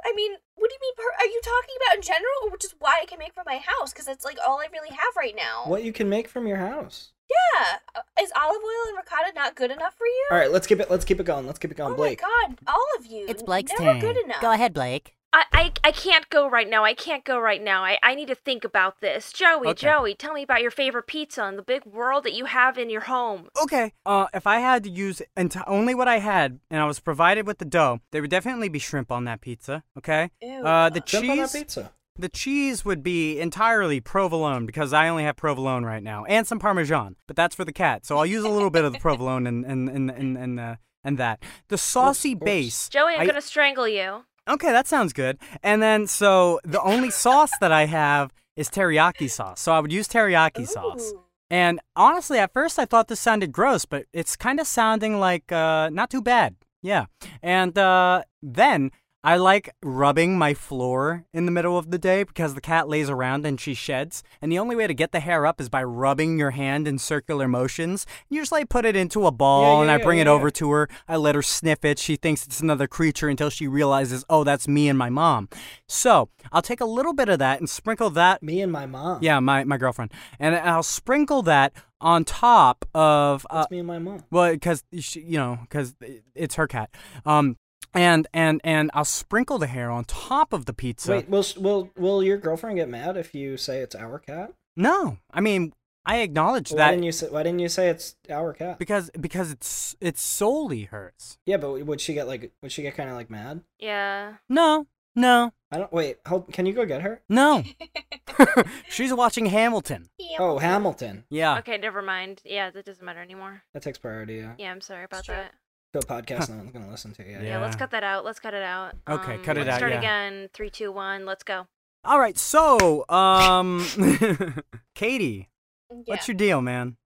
Speaker 7: I mean, what do you mean? Per- are you talking about in general, or just why I can make for my house? Because that's like all I really have right now.
Speaker 4: What you can make from your house.
Speaker 7: Yeah, Uh, is olive oil and ricotta not good enough for you?
Speaker 4: All right, let's keep it. Let's keep it going. Let's keep it going,
Speaker 7: oh
Speaker 4: Blake.
Speaker 7: my god, all of you!
Speaker 6: It's Blake's
Speaker 7: never
Speaker 6: turn.
Speaker 7: good enough.
Speaker 6: Go ahead, Blake.
Speaker 2: I, I, I can't go right now. I can't go right now. I, I need to think about this. Joey,
Speaker 1: Okay.
Speaker 2: Joey, tell me about your favorite pizza and the big world that you have in your home.
Speaker 1: Okay. Uh, if I had to use enti- only what I had, and I was provided with the dough, there would definitely be shrimp on that pizza. Okay. Uh, the
Speaker 4: Jump on that
Speaker 1: cheese.
Speaker 4: pizza.
Speaker 1: The cheese would be entirely provolone because I only have provolone right now, and some parmesan. But that's for the cat, so I'll use a little bit of the provolone and and and and and, uh, and that. The saucy
Speaker 4: of course.
Speaker 1: base.
Speaker 2: Joey, I'm
Speaker 1: I-
Speaker 2: gonna strangle you.
Speaker 1: Okay, that sounds good. And then, so the only sauce that I have is teriyaki sauce. So I would use teriyaki sauce. And honestly, at first I thought this sounded gross, but it's kind of sounding like uh, not too bad. Yeah. And uh, then I like rubbing my floor in the middle of the day because the cat lays around and she sheds. And the only way to get the hair up is by rubbing your hand in circular motions. Usually I put it into a ball
Speaker 4: yeah,
Speaker 1: and I
Speaker 4: yeah,
Speaker 1: bring
Speaker 4: yeah,
Speaker 1: it
Speaker 4: yeah.
Speaker 1: over to her. I let her sniff it. She thinks it's another creature until she realizes, oh, that's me and my mom. So I'll take a little bit of that and sprinkle that
Speaker 4: Me and my mom.
Speaker 1: yeah, my, my girlfriend. And I'll sprinkle that on top of uh,
Speaker 4: That's me and my mom.
Speaker 1: well, because you know, because it's her cat. Um, and and and I'll sprinkle the hair on top of the pizza.
Speaker 4: Wait, will s- will will your girlfriend get mad if you say it's our cat?
Speaker 1: No, I mean I acknowledge
Speaker 4: Why
Speaker 1: that
Speaker 4: didn't you say Why didn't you say it's our cat?
Speaker 1: because because it's it's solely hers.
Speaker 4: Yeah, but would she get like? Would she get kind of like mad?
Speaker 2: Yeah.
Speaker 1: No, no,
Speaker 4: I don't. Wait, hold. Can you go get her?
Speaker 1: no. She's watching Hamilton.
Speaker 4: Oh, Hamilton.
Speaker 1: Yeah.
Speaker 2: Okay, never mind. Yeah, that doesn't matter anymore.
Speaker 4: That takes priority. Yeah.
Speaker 2: Yeah, I'm sorry about
Speaker 3: Sure.
Speaker 2: that.
Speaker 4: To a podcast, no one's gonna listen to. Yeah.
Speaker 2: Yeah. let's
Speaker 1: Yeah.
Speaker 2: cut that out. Let's cut it out.
Speaker 1: Okay,
Speaker 2: Um,
Speaker 1: cut it
Speaker 2: let's
Speaker 1: out,
Speaker 2: Start
Speaker 1: yeah.
Speaker 2: again. Three, two, one. Let's go.
Speaker 1: All right. So, um, Katie,
Speaker 7: Yeah.
Speaker 1: what's your deal, man?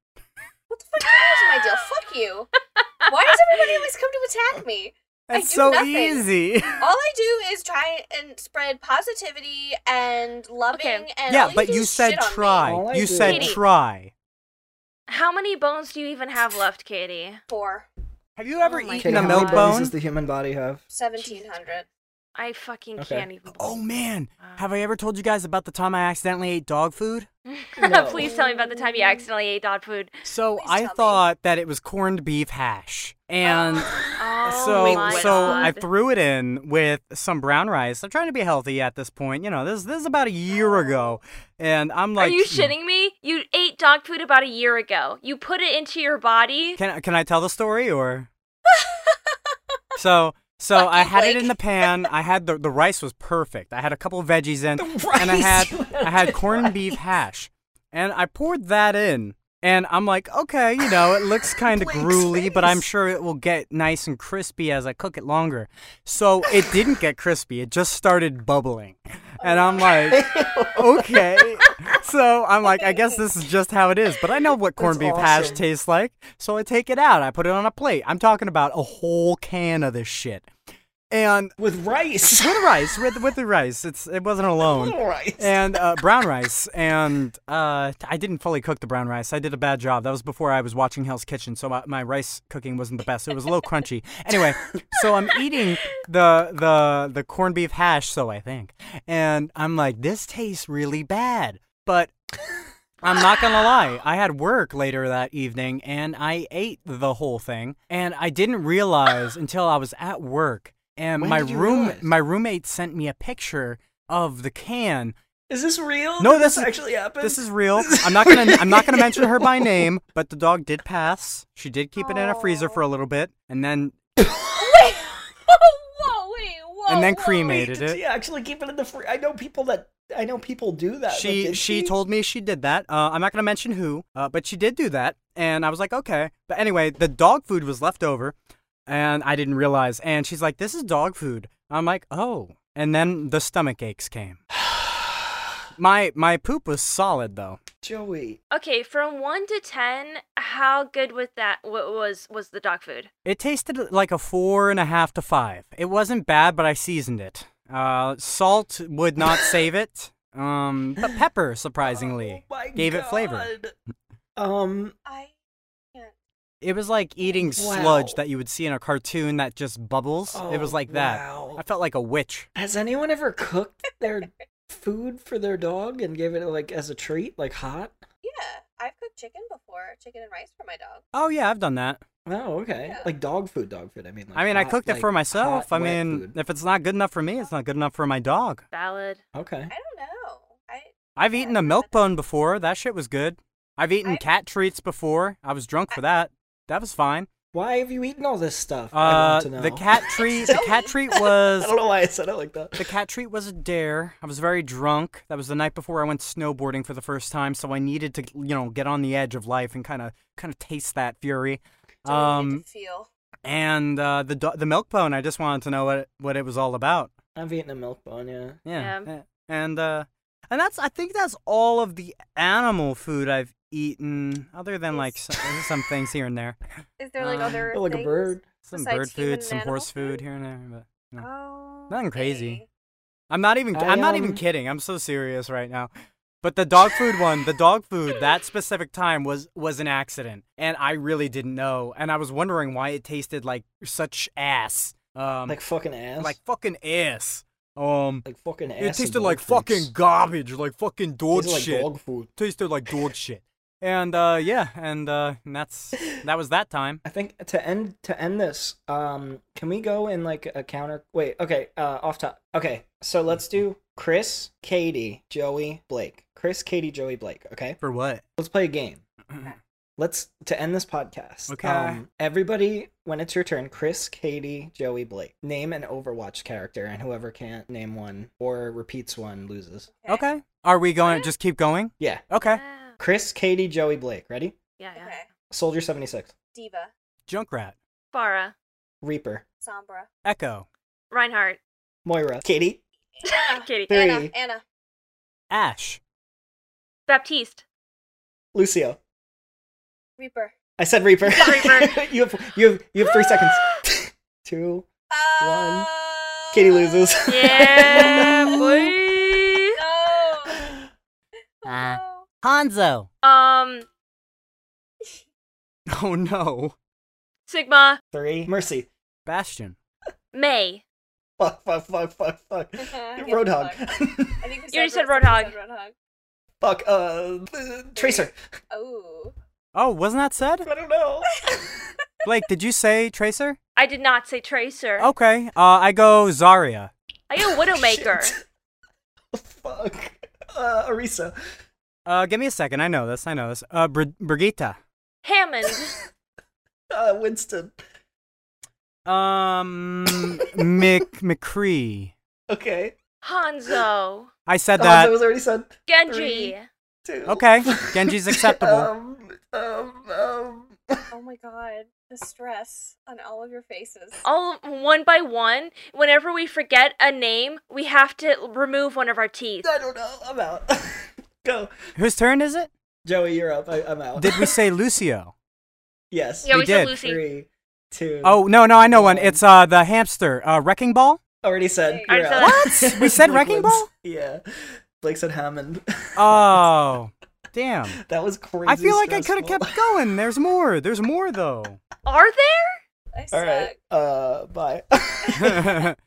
Speaker 7: What the fuck is my deal? Fuck you! Why does everybody always come to attack me? I
Speaker 1: That's
Speaker 7: do
Speaker 1: so
Speaker 7: nothing.
Speaker 1: easy.
Speaker 7: All I do is try and spread positivity and loving.
Speaker 2: Okay.
Speaker 7: And all
Speaker 1: yeah,
Speaker 7: you
Speaker 1: but
Speaker 7: do
Speaker 1: you
Speaker 7: is
Speaker 1: said
Speaker 7: shit on me.
Speaker 4: All I
Speaker 1: try. You
Speaker 4: do
Speaker 1: said
Speaker 2: is-
Speaker 1: try.
Speaker 2: How many bones do you even have left, Katie?
Speaker 7: Four
Speaker 1: Have you ever
Speaker 2: Oh my
Speaker 1: eaten a
Speaker 2: God.
Speaker 4: how many
Speaker 1: milk
Speaker 4: bones
Speaker 1: bone?
Speaker 4: does the human body have?
Speaker 7: seventeen hundred.
Speaker 2: I fucking
Speaker 4: Okay.
Speaker 2: can't even.
Speaker 1: oh man,
Speaker 7: Uh,
Speaker 2: Wow.
Speaker 1: have I ever told you guys about the time I accidentally ate dog food?
Speaker 4: No.
Speaker 2: Please tell me about the time you accidentally ate dog food.
Speaker 1: So
Speaker 7: Please
Speaker 1: I
Speaker 7: tell me.
Speaker 1: thought that it was corned beef hash, and
Speaker 2: Oh
Speaker 1: Uh, so
Speaker 2: my
Speaker 1: so I
Speaker 2: God.
Speaker 1: threw it in with some brown rice. I'm trying to be healthy at this point. You know, this this is about a year ago, and I'm like,
Speaker 2: Are you shitting me? You ate dog food about a year ago. You put it into your body.
Speaker 1: Can can I tell the story or? so so I had it in the pan. I had the the rice was perfect. I had a couple veggies in, and I had I had corned beef hash, and I poured that in. And I'm like, okay, you know, it looks kind of gruely, but I'm sure it will get nice and crispy as I cook it longer. So it didn't get crispy; it just started bubbling, and I'm like, okay. So I'm like, I guess this is just how it is. But I know what corned beef hash
Speaker 4: awesome.
Speaker 1: tastes like, so I take it out. I put it on a plate. I'm talking about a whole can of this shit, and
Speaker 4: With rice.
Speaker 1: with rice, with with the rice. It's it wasn't alone.
Speaker 4: rice.
Speaker 1: And uh, brown rice, and uh, I didn't fully cook the brown rice. I did a bad job. That was before I was watching Hell's Kitchen, so my, my rice cooking wasn't the best. It was a little crunchy. Anyway, so I'm eating the the the corned beef hash, so I think, and I'm like, this tastes really bad. But I'm not gonna lie. I had work later that evening, and I ate the whole thing, and I didn't realize until I was at work, and
Speaker 4: When
Speaker 1: my
Speaker 4: did you
Speaker 1: room
Speaker 4: realize?
Speaker 1: my roommate sent me a picture of the can.
Speaker 4: Is this real?
Speaker 1: No,
Speaker 4: Did
Speaker 1: this
Speaker 4: this,
Speaker 1: is-
Speaker 4: actually happened.
Speaker 1: This is real. I'm not gonna I'm not gonna mention her by name, but the dog did pass. She did keep it in a freezer for a little bit, and then
Speaker 7: Wait. Whoa, wait, whoa,
Speaker 1: and then
Speaker 4: Whoa,
Speaker 1: cremated
Speaker 4: did
Speaker 1: it.
Speaker 4: she actually keep it in the free? I know people that I know people do that.
Speaker 1: she
Speaker 4: but did
Speaker 1: she told me she did that. Uh, I'm not gonna mention who, uh, but she did do that, and I was like, okay. But anyway, the dog food was left over, and I didn't realize. And she's like, this is dog food. I'm like, oh. And then the stomach aches came. my my poop was solid though.
Speaker 4: Joey.
Speaker 2: Okay, from one to ten, how good with that wa- was was the dog food?
Speaker 1: It tasted like a four and a half to five. It wasn't bad, but I seasoned it. Uh, salt would not save it. Um, but pepper surprisingly
Speaker 4: Oh my
Speaker 1: gave it flavor.
Speaker 4: God. Um,
Speaker 3: I
Speaker 1: It was like eating
Speaker 4: Wow.
Speaker 1: sludge that you would see in a cartoon that just bubbles. it was
Speaker 4: Oh,
Speaker 1: like that.
Speaker 4: wow.
Speaker 1: I felt like a witch.
Speaker 4: has anyone ever cooked their food for their dog and gave it like as a treat, like hot?
Speaker 3: yeah, I've cooked chicken before, chicken and rice for my dog.
Speaker 1: Oh yeah, I've done that.
Speaker 4: Oh, okay.
Speaker 3: Yeah.
Speaker 4: Like dog food, dog food. I mean, like
Speaker 1: I mean, I
Speaker 4: hot,
Speaker 1: cooked it
Speaker 4: like,
Speaker 1: for myself. I
Speaker 4: hot, wet
Speaker 1: mean,
Speaker 4: food.
Speaker 1: if it's not good enough for me, it's not good enough for my dog.
Speaker 2: Valid.
Speaker 4: okay.
Speaker 3: I don't know. I
Speaker 1: I've eaten a milk bone before. That shit was good. I've eaten
Speaker 3: I-
Speaker 1: cat treats before. I was drunk for that. That was fine.
Speaker 4: Why have you eaten all this stuff? I
Speaker 1: Uh,
Speaker 4: want to know.
Speaker 1: the cat treat. The cat treat was
Speaker 4: I don't know why I said it like that.
Speaker 1: The cat treat was a dare. I was very drunk. That was the night before I went snowboarding for the first time, so I needed to, you know, get on the edge of life and kind of kind of taste that fury.
Speaker 3: don't know what you
Speaker 1: Um,
Speaker 3: feel.
Speaker 1: and uh, the do- the milk bone. I just wanted to know what it, what it was all about.
Speaker 4: I've eaten a milk bone. Yeah.
Speaker 1: Yeah.
Speaker 2: Yeah.
Speaker 1: eh, And uh, and that's I think that's all of the animal food I've eaten, other than like some, some things here and there,
Speaker 3: Is there like
Speaker 1: uh,
Speaker 3: other
Speaker 4: like a
Speaker 3: things?
Speaker 4: bird.
Speaker 1: some bird
Speaker 3: Besides human
Speaker 1: food,
Speaker 3: and
Speaker 1: some horse
Speaker 3: animal
Speaker 1: food
Speaker 3: food?
Speaker 1: here and there. But no.
Speaker 3: Oh,
Speaker 1: Nothing crazy.
Speaker 3: okay.
Speaker 1: I'm not even.
Speaker 4: I,
Speaker 1: I, am not
Speaker 4: um,
Speaker 1: even kidding. I'm so serious right now. But the dog food one, the dog food, that specific time was was an accident, and I really didn't know, and I was wondering why it tasted like such ass, um,
Speaker 4: Like fucking ass.
Speaker 1: like fucking ass. Um,
Speaker 4: like fucking ass.
Speaker 1: it
Speaker 4: and
Speaker 1: tasted
Speaker 4: dog
Speaker 1: like
Speaker 4: treats.
Speaker 1: fucking garbage, like fucking dog
Speaker 4: Tasted like
Speaker 1: shit.
Speaker 4: dog food.
Speaker 1: Tasted like dog shit. And uh, yeah, and uh, and that's that was that time.
Speaker 4: I think to end to end this, um, can we go in like a counter? Wait, okay, uh, off top. Okay, so let's do Chris, Katie, Joey, Blake. Chris, Katie, Joey, Blake. Okay,
Speaker 1: For what?
Speaker 4: let's play a game. Let's to end this podcast. Um,
Speaker 1: Okay.
Speaker 4: everybody, when it's your turn, Chris, Katie, Joey, Blake, name an Overwatch character, and whoever can't name one or repeats one loses.
Speaker 1: Okay. Are we going? Just keep going.
Speaker 4: Yeah,
Speaker 1: Okay.
Speaker 2: Ah,
Speaker 4: Chris, Katie, Joey, Blake. Ready?
Speaker 2: yeah, yeah.
Speaker 3: Okay.
Speaker 4: Soldier seventy six,
Speaker 3: Diva,
Speaker 1: Junkrat,
Speaker 2: Farah,
Speaker 4: Reaper,
Speaker 3: Sombra,
Speaker 1: Echo,
Speaker 2: Reinhardt,
Speaker 4: Moira, Katie,
Speaker 3: Anna,
Speaker 2: Katie,
Speaker 4: Three.
Speaker 3: Anna, Anna,
Speaker 1: Ash,
Speaker 2: Baptiste,
Speaker 4: Lucio.
Speaker 3: Reaper.
Speaker 4: I said Reaper.
Speaker 2: Reaper.
Speaker 4: you have you have you have three seconds. Two. One.
Speaker 3: Oh,
Speaker 4: Katie loses.
Speaker 2: Yeah, boy.
Speaker 3: No.
Speaker 6: Ah.
Speaker 3: Oh, no.
Speaker 6: Hanzo.
Speaker 2: Um,
Speaker 1: Oh no.
Speaker 2: Sigma,
Speaker 4: Three. Mercy.
Speaker 1: Bastion.
Speaker 2: May.
Speaker 4: Fuck. Fuck. Fuck. Fuck. Fuck.
Speaker 3: Yeah,
Speaker 4: Roadhog.
Speaker 3: I think we
Speaker 2: You already said
Speaker 3: Ro-
Speaker 2: Roadhog.
Speaker 3: said Roadhog.
Speaker 4: fuck. Uh. th- Tracer.
Speaker 3: Oh.
Speaker 1: Oh, wasn't that said?
Speaker 4: I don't know.
Speaker 1: Blake, did you say Tracer?
Speaker 2: I did not say Tracer.
Speaker 4: Oh.
Speaker 1: Okay. Uh, I go Zarya.
Speaker 2: I got Widowmaker.
Speaker 4: Shit. fuck. Uh. Arisa.
Speaker 1: Uh, give me a second. I know this. I know this. Uh, Br- Brigitta.
Speaker 2: Hammond,
Speaker 4: Uh. Winston.
Speaker 1: Um, Mick McCree.
Speaker 4: Okay.
Speaker 2: Hanzo,
Speaker 1: I said
Speaker 4: Oh,
Speaker 1: that.
Speaker 4: that was already said.
Speaker 2: Genji,
Speaker 4: Three. Two.
Speaker 1: Okay, Genji's acceptable.
Speaker 4: um. Um. Um.
Speaker 3: Oh my god. The stress on all of your faces.
Speaker 2: all one by one. Whenever we forget a name, we have to remove one of our teeth.
Speaker 4: I don't know. I'm out. Go.
Speaker 1: Whose turn is it?
Speaker 4: Joey, you're up. I, I'm out.
Speaker 1: Did we say Lucio?
Speaker 4: yes.
Speaker 2: Yeah,
Speaker 1: We
Speaker 2: we, said
Speaker 1: did.
Speaker 2: Lucy.
Speaker 4: Three, two.
Speaker 1: Oh no, no, I know one. It's uh the hamster. Uh, Wrecking Ball.
Speaker 4: already said.
Speaker 2: I
Speaker 4: you're
Speaker 2: said
Speaker 4: out.
Speaker 1: that. What? We said
Speaker 4: Blake
Speaker 1: Wrecking
Speaker 4: wins.
Speaker 1: Ball?
Speaker 4: Yeah, Blake said Hammond.
Speaker 1: Oh, damn.
Speaker 4: that was crazy.
Speaker 1: I feel like I could
Speaker 4: stressful.
Speaker 1: have kept going. There's more. There's more though.
Speaker 2: Are there?
Speaker 3: I suck.
Speaker 4: All right. Uh, bye.
Speaker 1: Bye.